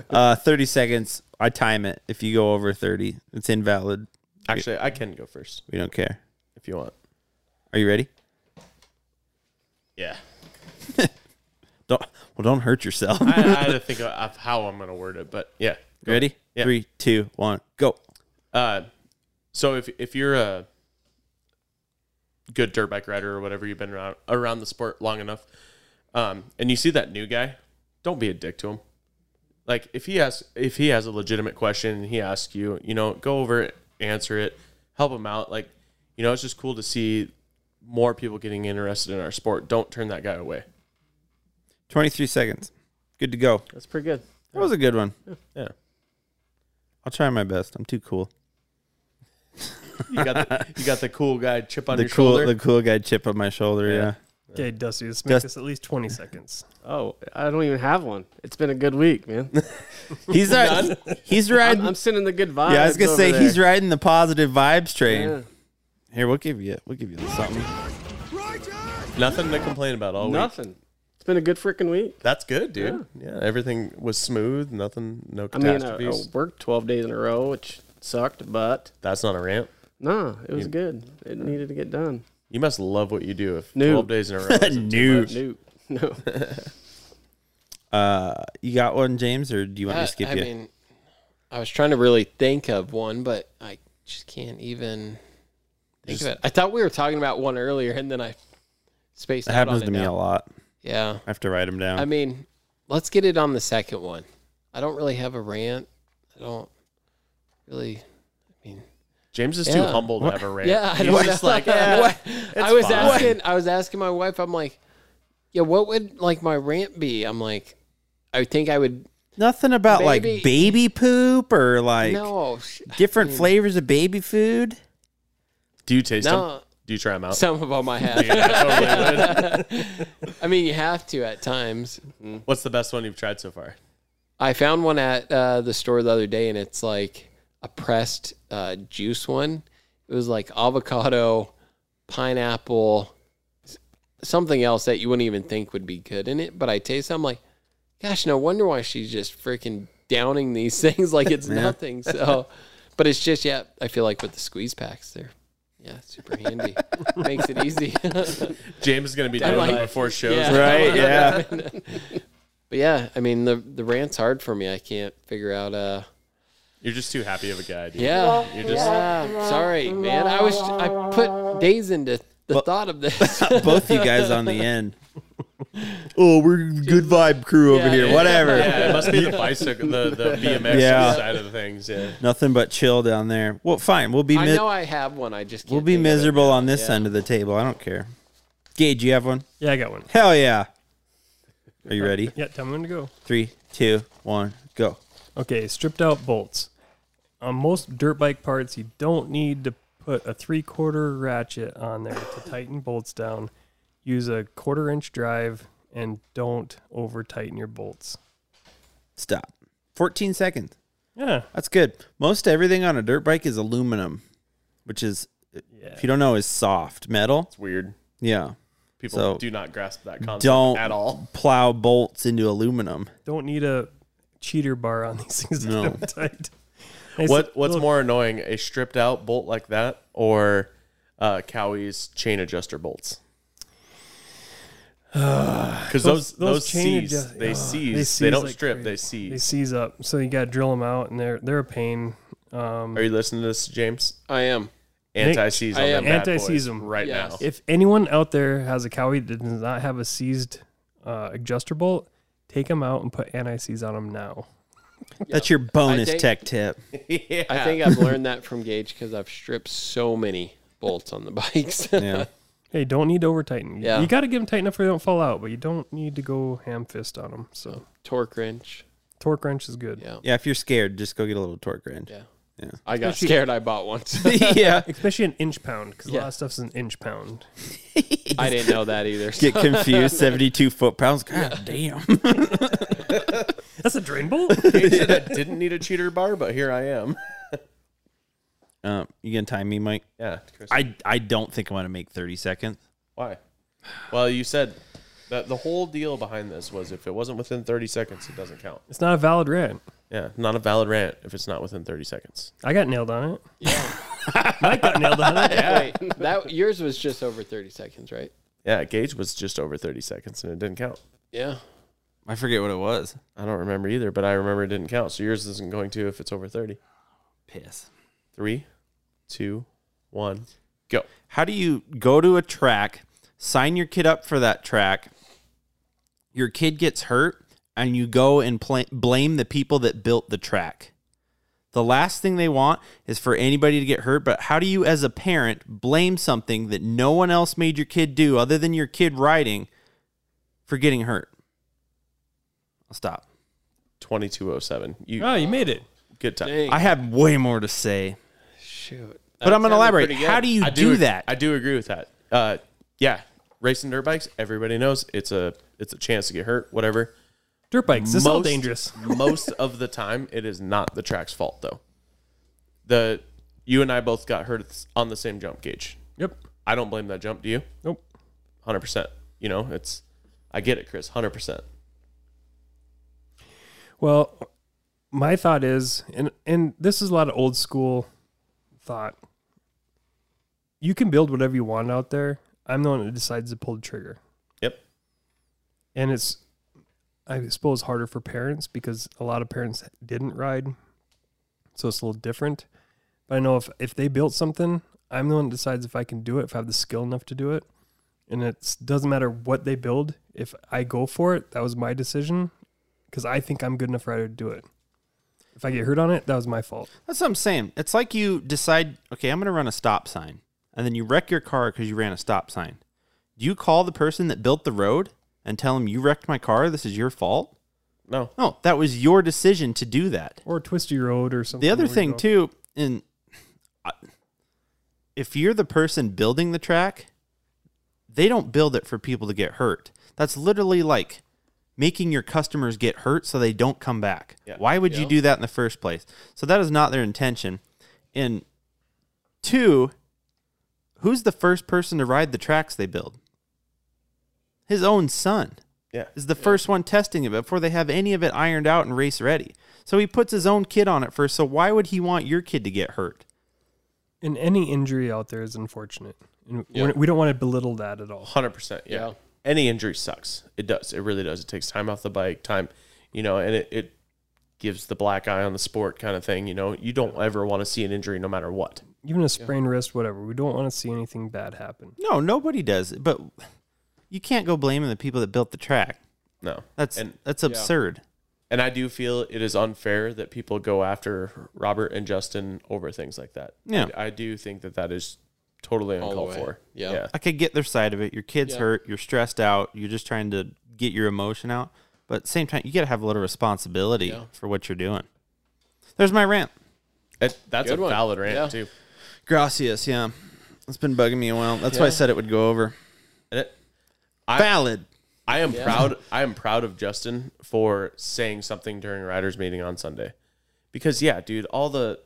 S3: Uh, 30 seconds. I time it. If you go over 30, it's invalid.
S1: actually, I can go first
S3: We don't care.
S1: if you want.
S3: Are you ready?
S1: Yeah,
S3: Don't, well, don't hurt yourself.
S1: I, I had to think of, of how I'm gonna word it, but yeah,
S3: You *laughs* ready?
S1: Yeah.
S3: Three, two, one, go.
S1: Uh, so if if you're a good dirt bike rider or whatever, you've been around around the sport long enough, um, and you see that new guy, don't be a dick to him. Like if he asks if he has a legitimate question and he asks you, you know, go over it, answer it, help him out. Like, you know, it's just cool to see more people getting interested in our sport. Don't turn that guy away.
S3: 23 seconds. Good to go.
S5: That's pretty good.
S3: That was a good one.
S1: Yeah.
S3: I'll try my best. I'm too cool.
S1: You got
S3: *laughs*
S1: the, you got the cool guy chip on
S3: the
S1: your
S3: cool,
S1: shoulder.
S3: the cool guy chip on my shoulder. Yeah.
S4: Okay, Dusty, let's make
S3: Dust-
S4: this at least 20 seconds.
S5: Oh, I don't even have one. It's been a good week, man.
S3: He's not, he's riding.
S5: I'm, I'm sending the good vibes.
S3: yeah, I was gonna
S5: over
S3: say
S5: there.
S3: he's riding the positive vibes train.
S5: Yeah.
S3: Here, we'll give you, we'll give you something.
S1: Nothing to complain about all week.
S5: Nothing. It's been a good freaking week.
S1: That's good, dude. Yeah, everything was smooth. Nothing, no
S5: I
S2: uh,
S5: mean, I, I
S1: catastrophes.
S2: oh.
S5: worked 12 days in a row, which sucked, but
S1: That's not a rant.
S5: nah, it was good. It needed to get done.
S1: You must love what you do if
S5: No.
S1: 12 days in a row.
S2: *laughs*
S1: isn't too
S3: Noob.
S1: much.
S5: No, *laughs* no.
S3: Uh, you got one, James, or do you want me
S2: I,
S3: to skip
S2: Uh, I
S3: you?
S2: mean, I was trying to really think of one, but I just can't even think of it. I thought we were talking about one earlier, and then I spaced
S3: that
S2: out on
S3: happens
S2: it
S3: to me
S2: now.
S3: a lot.
S2: Yeah,
S3: I have to write them down.
S2: I mean, let's get it on the second one. I don't really have a rant. I don't really.
S1: James is too
S2: Yeah.
S1: humble to have a rant.
S2: Yeah, I
S1: He's
S2: don't
S1: just
S2: know. *laughs*
S1: like, eh,
S2: What? I was
S1: fine.
S2: asking. I was asking my wife. I'm like, yeah, what would like my rant be? I'm like, I think I would.
S3: Nothing about
S2: Baby-
S3: like baby poop or like
S2: no, sh-
S3: different flavors of baby food.
S1: do you taste them?
S2: no.
S1: Do you try
S2: *laughs*
S1: them out? *laughs*
S2: Some of them I
S3: *laughs*
S2: have. I mean, you have to at times.
S1: What's the best one you've tried so far?
S2: I found one at uh, the store the other day, and it's like a pressed uh, juice one. It was like avocado, pineapple, s- something else that you wouldn't even think would be good in it. But I taste, it, I'm like, gosh, no wonder why she's just freaking downing these *laughs* things like it's nothing. So, but it's just yeah, I feel like with the squeeze packs, they're yeah, super handy. Makes it easy. *laughs*
S1: James is going to be doing
S2: like-
S1: that before shows.
S2: *laughs* Yeah.
S3: Right? Yeah.
S2: But yeah, I mean the the rant's hard for me. I can't figure out. Uh,
S1: You're just too happy of a guy, dude.
S2: yeah,
S1: You're just-
S2: Yeah, sorry, man. I was I put days into the thought of this.
S3: *laughs* *laughs* Both you guys on the end. *laughs* Oh, we're good vibe crew over
S2: Yeah,
S3: here.
S2: yeah.
S3: Whatever.
S1: Yeah, it must
S2: *laughs*
S1: be the bicycle, the, the BMX
S3: Yeah.
S1: side of things. Yeah.
S3: *laughs* Nothing but chill down there. Well, fine. We'll be
S2: I
S3: mi-
S2: know I have one. I just can't
S3: we'll be
S2: think of it.
S3: miserable on this end of the table. I don't care. Gage, you have one?
S4: Yeah, I got one.
S3: Hell yeah. Are you ready?
S2: *laughs*
S4: Yeah, tell me when to go.
S3: Three, two, one, go.
S4: Okay, stripped out bolts. On most dirt bike parts, you don't need to put a three quarter ratchet on there to tighten bolts down. Use a quarter inch drive and don't over tighten your bolts.
S3: Stop. 14 seconds.
S4: Yeah.
S3: That's good. Most everything on a dirt bike is aluminum, which is, if you don't know, is soft metal.
S1: It's weird.
S3: Yeah.
S1: People
S3: So,
S1: do not grasp that concept
S3: Don't
S1: at all.
S3: plow bolts into aluminum.
S4: Don't need a cheater bar on *laughs* these things.
S3: No.
S4: No. Tight. Nice
S1: What What's
S4: little-
S1: more annoying, a stripped out bolt like that or uh, Cowie's chain adjuster
S4: *sighs*
S1: bolts? Because those,
S4: Those- those
S1: those
S4: chain
S1: seize,
S4: adjust-
S1: they
S4: ugh,
S1: seize,
S4: they
S1: they
S4: seize
S1: don't
S4: like
S1: strip,
S4: crazy.
S1: they
S4: They
S1: seize.
S4: seize up, so you got to drill them out, and they're they're a pain. Um,
S1: Are you listening to this, James?
S2: I am.
S1: Anti-seize on
S2: I
S1: them
S2: am.
S1: bad boys *laughs*
S4: Anti-seize 'em.
S1: right
S2: Yes.
S1: now.
S4: If anyone out there has a cowie that does not have a seized uh, adjuster bolt, take them out and put anti-seize on them now.
S3: That's your bonus
S2: think-
S3: tech tip.
S2: I think I've learned that from Gage because I've stripped so many bolts on the *laughs* bikes.
S3: Yeah.
S4: Hey, don't need to over tighten.
S2: Yeah.
S4: You got to give them tight enough where they don't fall out, but you don't need to go ham fist on them. So
S2: Torque wrench.
S4: torque wrench is good.
S2: Yeah.
S3: yeah. If you're scared, just go get a little torque wrench.
S2: Yeah.
S3: Yeah.
S2: I got scared I bought one. *laughs*
S3: *laughs* yeah.
S4: Especially an inch pound, because a
S2: Yeah.
S4: lot of stuff's an inch pound.
S2: I didn't know that either.
S3: Get confused. 72 foot pounds. God damn. *laughs*
S4: That's a drain bolt.
S2: *laughs*
S4: *laughs*
S1: I didn't need a cheater bar, but here I am.
S3: Um, you going to time me, Mike?
S1: Yeah, Chris.
S6: I, I don't think I want to make 30 seconds.
S1: Why? Well, you said that the whole deal behind this was if it wasn't within 30 seconds, it doesn't count.
S4: it's not a valid rant.
S1: Yeah, not a valid rant if it's not within 30 seconds.
S4: I got nailed on it. Yeah. *laughs* Mike got nailed on it.
S2: Wait, that yours was just over 30 seconds, right?
S1: Yeah, Gage was just over 30 seconds and it didn't count.
S2: Yeah.
S3: I forget what it was.
S1: I don't remember either, but I remember it didn't count. So yours isn't going to if it's over 30.
S6: Piss.
S1: Three, two, one, go.
S3: How do you go to a track, sign your kid up for that track? Your kid gets hurt, and you go and pla blame the people that built the track. The last thing they want is for anybody to get hurt, but how do you, as a parent, blame something that no one else made your kid do other than your kid riding for getting hurt? I'll stop.
S1: 2207. You
S4: Oh, you made it.
S1: good time.
S2: Dang.
S3: I have way more to say,
S2: Shoot.
S3: but I'm going to elaborate. How do you
S1: I
S3: do,
S1: ag-
S3: that?
S1: I do agree with that. Uh, yeah, racing dirt bikes, everybody knows it's a it's a chance to get hurt, whatever.
S4: Dirt bikes. This is all
S1: Most-
S3: *laughs*
S4: dangerous.
S1: *laughs* most of the time, it is not the track's fault though. The you and I both got hurt on the same jump gauge.
S4: Yep.
S1: I don't blame that jump. Do you?
S4: Nope.
S1: Hundred percent. You know, it's I get it, Chris. Hundred percent.
S4: Well, my thought is, and and this is a lot of old school thought. You can build whatever you want out there. I'm the one that decides to pull the trigger,
S1: Yep.
S4: and it's, I suppose, harder for parents because a lot of parents didn't ride, so it's a little different. But I know if if they built something, I'm the one that decides if I can do it, if I have the skill enough to do it, and it doesn't matter what they build. If I go for it, that was my decision because I think I'm good enough rider to do it. If I get hurt on it, that was my fault.
S3: That's what I'm saying. It's like you decide, okay, I'm going to run a stop sign, and then you wreck your car because you ran a stop sign. Do you call the person that built the road and tell them you wrecked my car? This is your fault?
S1: No.
S3: No, that was your decision to do that.
S4: Or a twisty road or something.
S3: The other
S4: where you
S3: thing
S4: go,
S3: too, and I- if you're the person building the track, they don't build it for people to get hurt. That's literally like making your customers get hurt so they don't come back.
S1: Yeah.
S3: Why would you
S2: Yeah.
S3: do that in the first place? So that is not their intention. And two, who's the first person to ride the tracks they build? His own son
S1: Yeah.
S3: is the first one testing it before they have any of it ironed out and race ready. So he puts his own kid on it first. So why would he want your kid to get hurt?
S4: And any injury out there is unfortunate. And
S2: Yeah.
S4: we- we don't want to belittle that at all.
S1: Hundred percent. Yeah.
S2: Yeah.
S1: Any injury sucks. It does. It really does. It takes time off the bike, time, you know, and it, it gives the black eye on the sport kind of thing. You know, you don't ever want to see an injury no matter what.
S4: Even a sprained wrist, whatever. We don't want to see anything bad happen.
S3: No, nobody does. But you can't go blaming the people that built the track.
S1: No.
S3: That's
S1: And-
S3: that's absurd.
S1: And I do feel it is unfair that people go after Robert and Justin over things like that.
S3: Yeah.
S1: I, I do think that that is totally
S2: All the
S1: uncalled
S2: way.
S1: for.
S2: Yeah.
S3: I could get their side of it. Your kid's
S2: Yeah.
S3: hurt. You're stressed out. You're just trying to get your emotion out. But at the same time, you got to have a little responsibility
S2: Yeah.
S3: for what you're doing. There's my rant.
S1: That- that's
S2: Good
S1: a
S2: one.
S1: valid rant
S2: Yeah.
S1: too.
S3: Gracias, yeah. It's been bugging me a while. That's why I said it would go over. *laughs* Valid.
S1: I am proud. I am proud of Justin for saying something during writers' meeting on Sunday, because yeah, dude, all the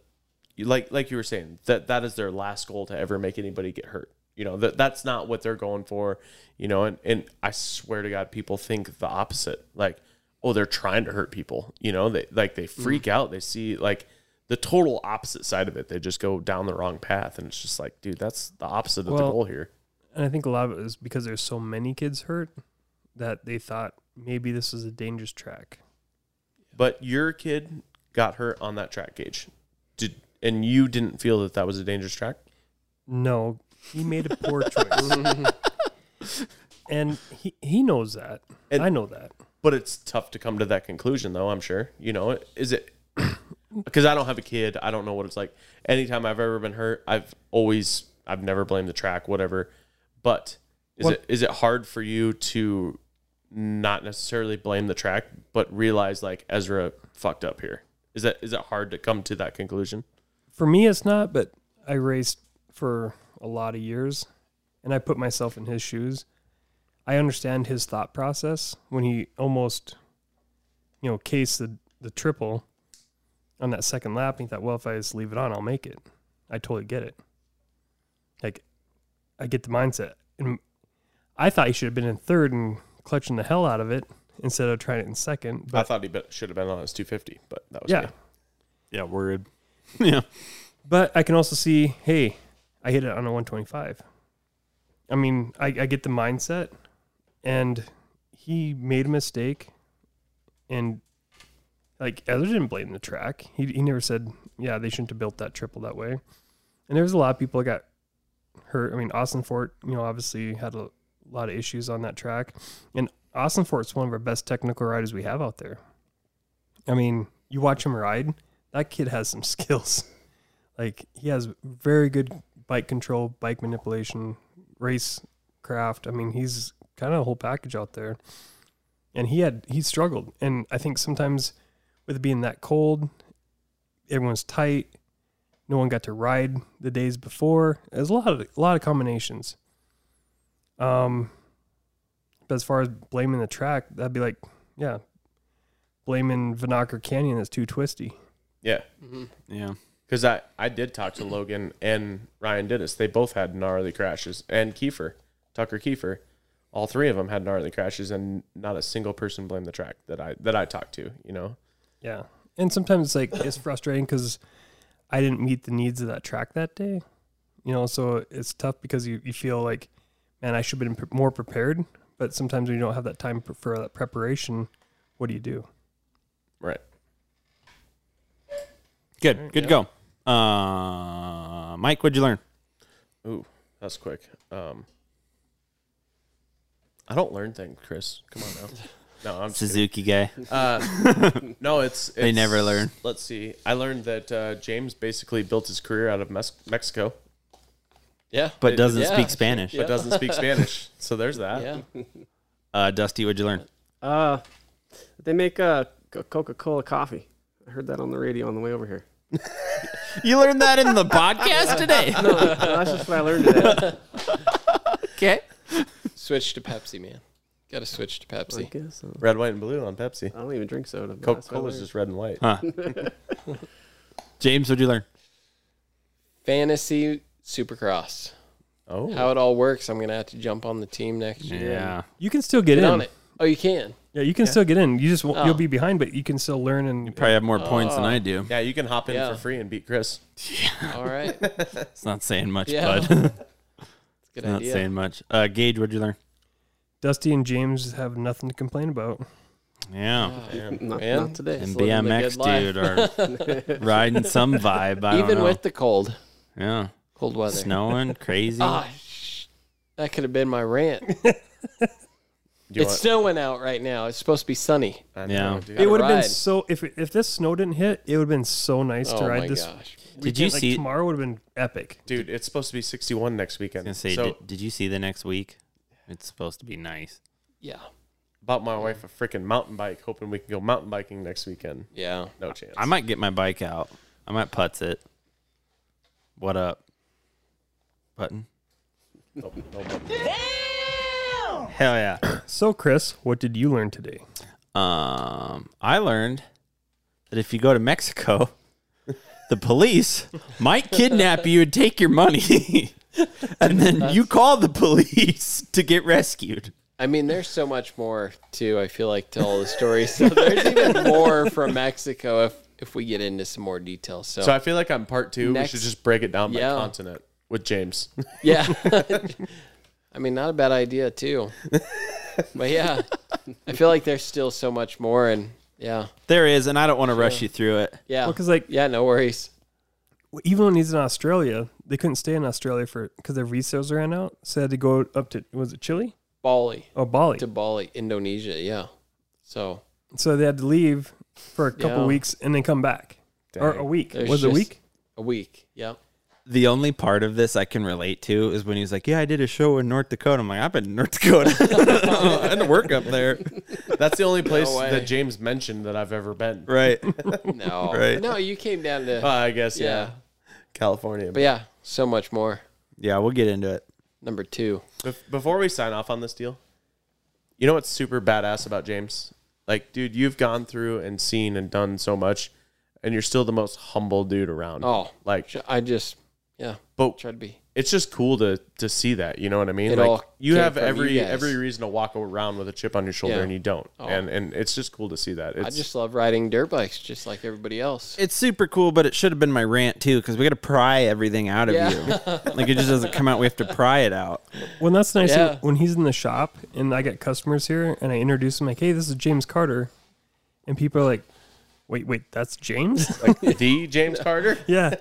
S1: you- like like you were saying that that is their last goal to ever make anybody get hurt. You know that that's not what they're going for. You know, and and I swear to God, people think the opposite. Like, oh, they're trying to hurt people. You know, they like they freak out. They see like the total opposite side of it. They just go down the wrong path, and it's just like, dude, that's the opposite of the
S4: Well,
S1: goal here.
S4: And I think a lot of it is because there's so many kids hurt that they thought maybe this is a dangerous track.
S1: But your kid got hurt on that track gauge. Did and you didn't feel that that was a dangerous track?
S4: No, he made a poor choice. and he, he knows that.
S1: And-
S4: I know that.
S1: But it's tough to come to that conclusion though, I'm sure. You know, is it *coughs* because I don't have a kid, I don't know what it's like. Anytime I've ever been hurt, I've always I've never blamed the track, whatever. But is
S4: Well-
S1: it is it hard for you to not necessarily blame the track, but realize like Ezra fucked up here? Is that is it hard to come to that conclusion?
S4: For me, it's not, but I raced for a lot of years and I put myself in his shoes. I understand his thought process when he almost, you know, cased the, the triple on that second lap. And he thought, well, if I just leave it on, I'll make it. I totally get it. Like, I get the mindset. And I thought he should have been in third and clutching the hell out of it instead of trying it in second.
S1: I
S4: But
S1: thought he be- should have been on his 250, but that was me.
S4: yeah,
S6: Yeah, word.
S4: But I can also see, hey, I hit it on a 125. I mean, I, I get the mindset, and he made a mistake, and like Ezra didn't blame the track. He he never said, yeah, they shouldn't have built that triple that way. And there was a lot of people that got hurt. I mean, Austin Fort, you know, obviously had a lot of issues on that track, and Austin Fort's one of our best technical riders we have out there. I mean, you watch him ride. That kid has some *laughs* skills. Like he has very good bike control, bike manipulation, race craft. I mean, he's kind of a whole package out there. And he had he struggled, and I think sometimes with it being that cold, everyone's tight. No one got to ride the days before. There's a lot of a lot of combinations. Um, but as far as blaming the track, that'd be like, yeah, blaming Vanacker Canyon that's too twisty.
S1: Yeah.
S6: Yeah.
S1: Because I, I did talk to Logan and Ryan Dennis. They both had gnarly crashes. And Kiefer, Tucker Kiefer, all three of them had gnarly crashes, and not a single person blamed the track that I that I talked to. You know,
S4: Yeah. And sometimes it's like it's frustrating because I didn't meet the needs of that track that day. You know, so it's tough because you, you feel like, man, I should have been pre- more prepared. But sometimes when you don't have that time for, for that preparation, what do you do?
S1: right?
S6: Good. Good go. Uh, Mike, what'd you learn?
S1: Ooh, that's quick. Um, I don't learn things, Chris. Come on now.
S6: *laughs*
S1: No, I'm just kidding.
S6: Suzuki
S2: *laughs*
S6: guy.
S1: no. It's, it's
S6: never learn.
S1: Let's see. I learned that uh, James basically built his career out of Mes- Mexico,
S2: Yeah.
S6: But doesn't
S2: yeah.
S6: speak Spanish.
S1: but doesn't speak
S5: *laughs*
S1: Spanish. So there's that.
S2: Yeah.
S6: Uh, Dusty, what'd you learn?
S5: Uh, they make uh, Coca Cola coffee. I heard that on the radio on the way over here.
S6: You learned that in the
S2: *laughs*
S6: podcast today.
S5: That's just what I learned today.
S6: Okay.
S2: Switch to Pepsi, man. Got to switch to
S5: I
S2: Pepsi.
S5: guess. uh,
S1: Red, white, and blue on Pepsi.
S5: I don't even drink soda. but
S1: Coca
S5: Uh, that's what I
S1: Cola's
S5: learned.
S1: just red and white.
S2: *laughs*
S6: Huh. James, what'd you learn?
S2: Fantasy Supercross.
S1: Oh,
S2: How it all works. I'm gonna have to jump on the team next year.
S4: You can still get,
S2: Get
S4: in.
S2: on it. Oh, you can.
S4: Yeah, you can still get in. You just won't,
S2: Oh.
S4: you'll be behind, but you can still learn and
S6: Probably have more points
S2: Uh,
S6: than I do.
S1: yeah, you can hop in
S2: Yeah.
S1: for free and beat Chris.
S2: All right.
S6: It's not saying much,
S2: Yeah. *laughs*
S6: bud. *laughs*
S2: Good
S6: not
S2: idea.
S6: saying much. Uh, Gage, what'd you learn?
S4: Dusty and James have nothing to complain about.
S6: Yeah.
S5: *laughs* Not,
S2: Man,
S5: not today.
S6: and
S2: Just living the
S6: BMX
S2: good
S6: dude are
S2: *laughs*
S6: riding some vibe. I
S2: Even
S6: don't know.
S2: with the cold,
S6: yeah,
S2: cold weather.
S6: snowing, crazy.
S2: Ah, sh- that could have been my
S6: *laughs*
S2: rant.
S1: Do you
S2: It's snowing out right now. It's supposed to be sunny.
S1: want,
S6: Yeah.
S2: Gotta
S4: it would have been
S2: ride.
S4: so if if this snow didn't hit, it would have been so nice to
S2: Oh
S4: ride
S2: my
S4: this.
S2: gosh.
S6: did you
S4: like,
S6: see?
S4: tomorrow would have been epic.
S1: dude. It's supposed to be 61 next weekend.
S6: gonna say,
S1: so
S6: did, did you see the next week? It's supposed to be nice,
S2: Yeah.
S1: Bought my wife a freaking mountain bike, hoping we can go mountain biking next weekend.
S2: Yeah.
S1: No chance.
S3: I might get my bike out. I might putz it. What up? Button.
S1: Nope, nope, nope.
S3: Hell yeah.
S4: So, Chris, what did you learn today?
S3: Um, I learned that if you go to Mexico, the police might kidnap you and take your money, *laughs* and then you call the police to get rescued.
S2: I mean, there's so much more too. I feel like to all the stories. So
S6: *laughs*
S2: there's even more from Mexico if if we get into some more detail. So,
S1: So I feel like on part two,
S2: Next-
S1: we should just break it down by
S2: Yeah.
S1: continent with James. *laughs*
S2: yeah, *laughs* I mean, not a bad idea too. But yeah, I feel like there's still so much more, and yeah,
S3: There is, and I don't want to rush you through it.
S2: yeah,
S4: Well, because like
S2: yeah, no worries.
S4: even when he's in Australia, they couldn't stay in Australia for because their visas ran out, so they had to go up to was it Chile
S2: Bali
S4: or Bali?
S2: to Bali, Indonesia. Yeah. So
S4: so they had to leave for a couple
S2: Yeah.
S4: weeks and then come back, or a
S1: Dang.
S4: week.
S2: There's
S4: was it a
S2: just-
S4: week?
S2: a week. Yeah.
S3: The only part of this I can relate to is when he was like, "Yeah, I did a show in North Dakota." I'm like, "I've been in North Dakota. *laughs* I had to work up there."
S1: That's the only place
S2: way.
S1: that James mentioned that I've ever been.
S3: Right, *laughs*
S4: *laughs*
S2: No.
S3: Right.
S2: No, you came down to.
S1: Uh, I guess, yeah.
S2: Yeah.
S1: California.
S2: But yeah, so much more.
S3: Yeah, we'll get into it.
S2: Number two.
S1: Bef- before we sign off on this deal, you know what's super badass about James? Like, dude, you've gone through and seen and done so much, and you're still the most humble dude around.
S2: Oh,
S1: like,
S2: Sh- I just, yeah,
S1: but
S2: tried to be.
S1: it's just cool to to see that. You know what I mean?
S2: It
S1: like,
S2: all
S1: you
S2: came
S1: have
S2: from you
S1: every
S2: guys.
S1: every reason to walk around with a chip on your shoulder,
S2: Yeah. Oh.
S1: and you don't. And and it's just cool to see that. It's,
S2: I just love riding dirt bikes, just like everybody else.
S3: It's super cool, but it should have been my rant too, because we got to pry everything out of
S2: Yeah.
S3: you. Like it just doesn't come out. We have to pry it out.
S4: Well, that's nice
S2: Yeah.
S4: when he's in the shop and I get customers here and I introduce them like, "Hey, this is James Carter," and people are like, "Wait, wait,
S2: *laughs*
S4: that's James?"
S1: like *laughs* the James Carter.
S4: yeah,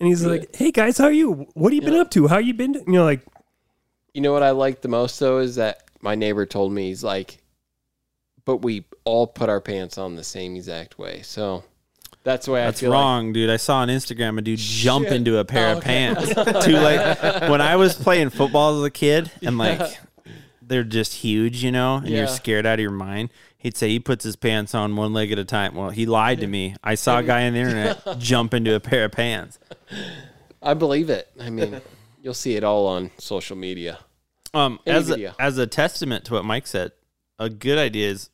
S4: and he's like, "Hey guys, how are you? What have you been up to? How you been?" do-" You know, like,
S2: You know what I like the most though is that my neighbor told me he's like, but we all put our pants on the same exact way. So that's the way I
S3: That's
S2: feel. like- Oh,
S3: wrong, dude. I saw on Instagram a dude jump into a pair of pants.
S2: *laughs*
S3: Too late. When I was playing football as a kid, and like they're just huge, you know, and you're
S2: Yeah.
S3: scared out of your mind. He'd say he puts his pants on one leg at a time. Well, he lied to me. I saw a guy on the
S2: *laughs*
S3: internet jump into a pair of pants.
S2: I believe it. I mean, you'll see it all on social media.
S3: Um,
S2: Any
S3: as
S2: video.
S3: a, as a testament to what Mike said, a good idea is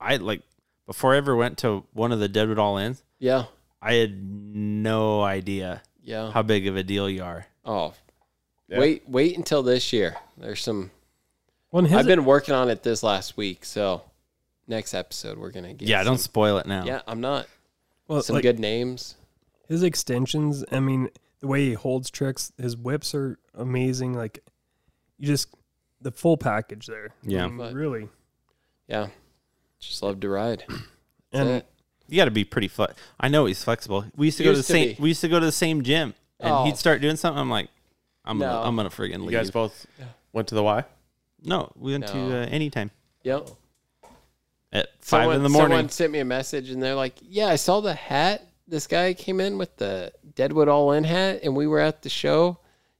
S3: I like before I ever went to one of the Deadwood All Ins,
S2: Yeah.
S3: I had no idea
S2: Yeah.
S3: how big of a deal you are.
S2: oh, wait, wait until this year. There's some.
S4: well, and his,
S2: I've been working on it this last week, so next episode we're gonna get.
S3: Yeah,
S2: some-
S3: don't spoil it now.
S2: Yeah, I'm not.
S4: well,
S2: Some
S4: like,
S2: good names.
S4: his extensions. I mean, the way he holds tricks, his whips are amazing. Like, you just the full package there.
S3: Yeah.
S4: I mean, really.
S2: Yeah, just love to ride. That's
S4: And
S2: it.
S3: You got to be pretty flex. I know he's flexible. We used to go to the
S2: Used to
S3: same.
S2: be.
S3: We used to go to the same gym, and
S2: Oh.
S3: he'd start doing something. I'm like, I'm
S2: No.
S3: gonna, I'm gonna friggin'
S1: You
S3: leave.
S1: guys both went to the Y.
S3: no, we went to
S2: No.
S3: uh, anytime
S2: Yep.
S3: at
S2: Someone,
S3: five in the morning.
S2: Someone sent me a message and they're like, "Yeah, I saw the hat. This guy came in with the Deadwood All In hat, and we were at the show.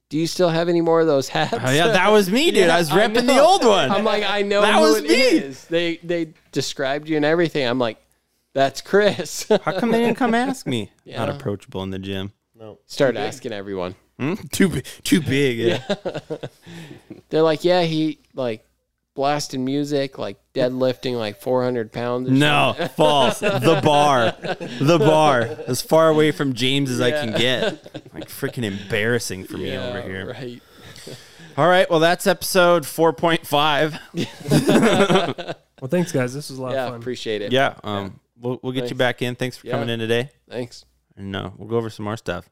S2: Do you still have any more of those hats?"
S3: Oh, *laughs* yeah, that was
S2: *laughs*
S3: me, dude. I was repping the
S2: know.
S3: old one.
S2: I'm like, I know
S3: That
S2: who
S3: was
S2: it
S3: me.
S2: is. They they described you and everything. I'm like, that's Chris. *laughs*
S3: How come they didn't come ask me? Not
S2: Yeah.
S3: approachable in the gym.
S2: Started asking everyone.
S3: Hmm? Too big. Too big. Yeah.
S2: They're like, "Yeah, he like blasting music, like deadlifting like 400 pounds." or
S3: *laughs* No, false. The bar, the bar, as far away from James as I can get. Like freaking embarrassing for me
S2: something.
S3: over
S2: Yeah,
S3: here.
S2: right?
S3: All right, well that's episode four point five.
S4: well, thanks guys. This was a lot
S2: Yeah,
S4: of fun.
S2: appreciate it.
S3: Yeah, um, we'll we'll get you
S2: Thanks.
S3: back in. Thanks for
S2: Yeah.
S3: coming in today.
S2: Thanks.
S3: And uh, we'll go over some more stuff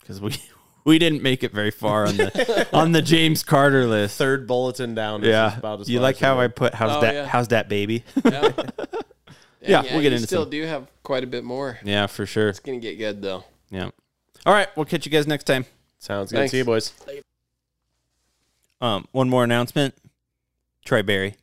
S3: because we *laughs* we didn't make it very far on the on the James Carter list.
S1: Third bulletin down. is
S3: Yeah,
S1: about as
S3: you
S1: far
S3: like
S1: as I
S3: how I
S1: went.
S3: put how's
S2: Oh,
S3: that
S2: yeah.
S3: how's that baby? *laughs*
S2: Yeah,
S3: Yeah, we'll get
S2: you
S3: into
S2: Still
S3: some-
S2: do have quite a bit more. It's
S3: yeah, for sure.
S2: gonna get good though.
S3: Yeah. All right, we'll catch you guys next time.
S1: sounds good.
S2: Thanks.
S1: See you, boys.
S3: Um, one more announcement. Troy Berry.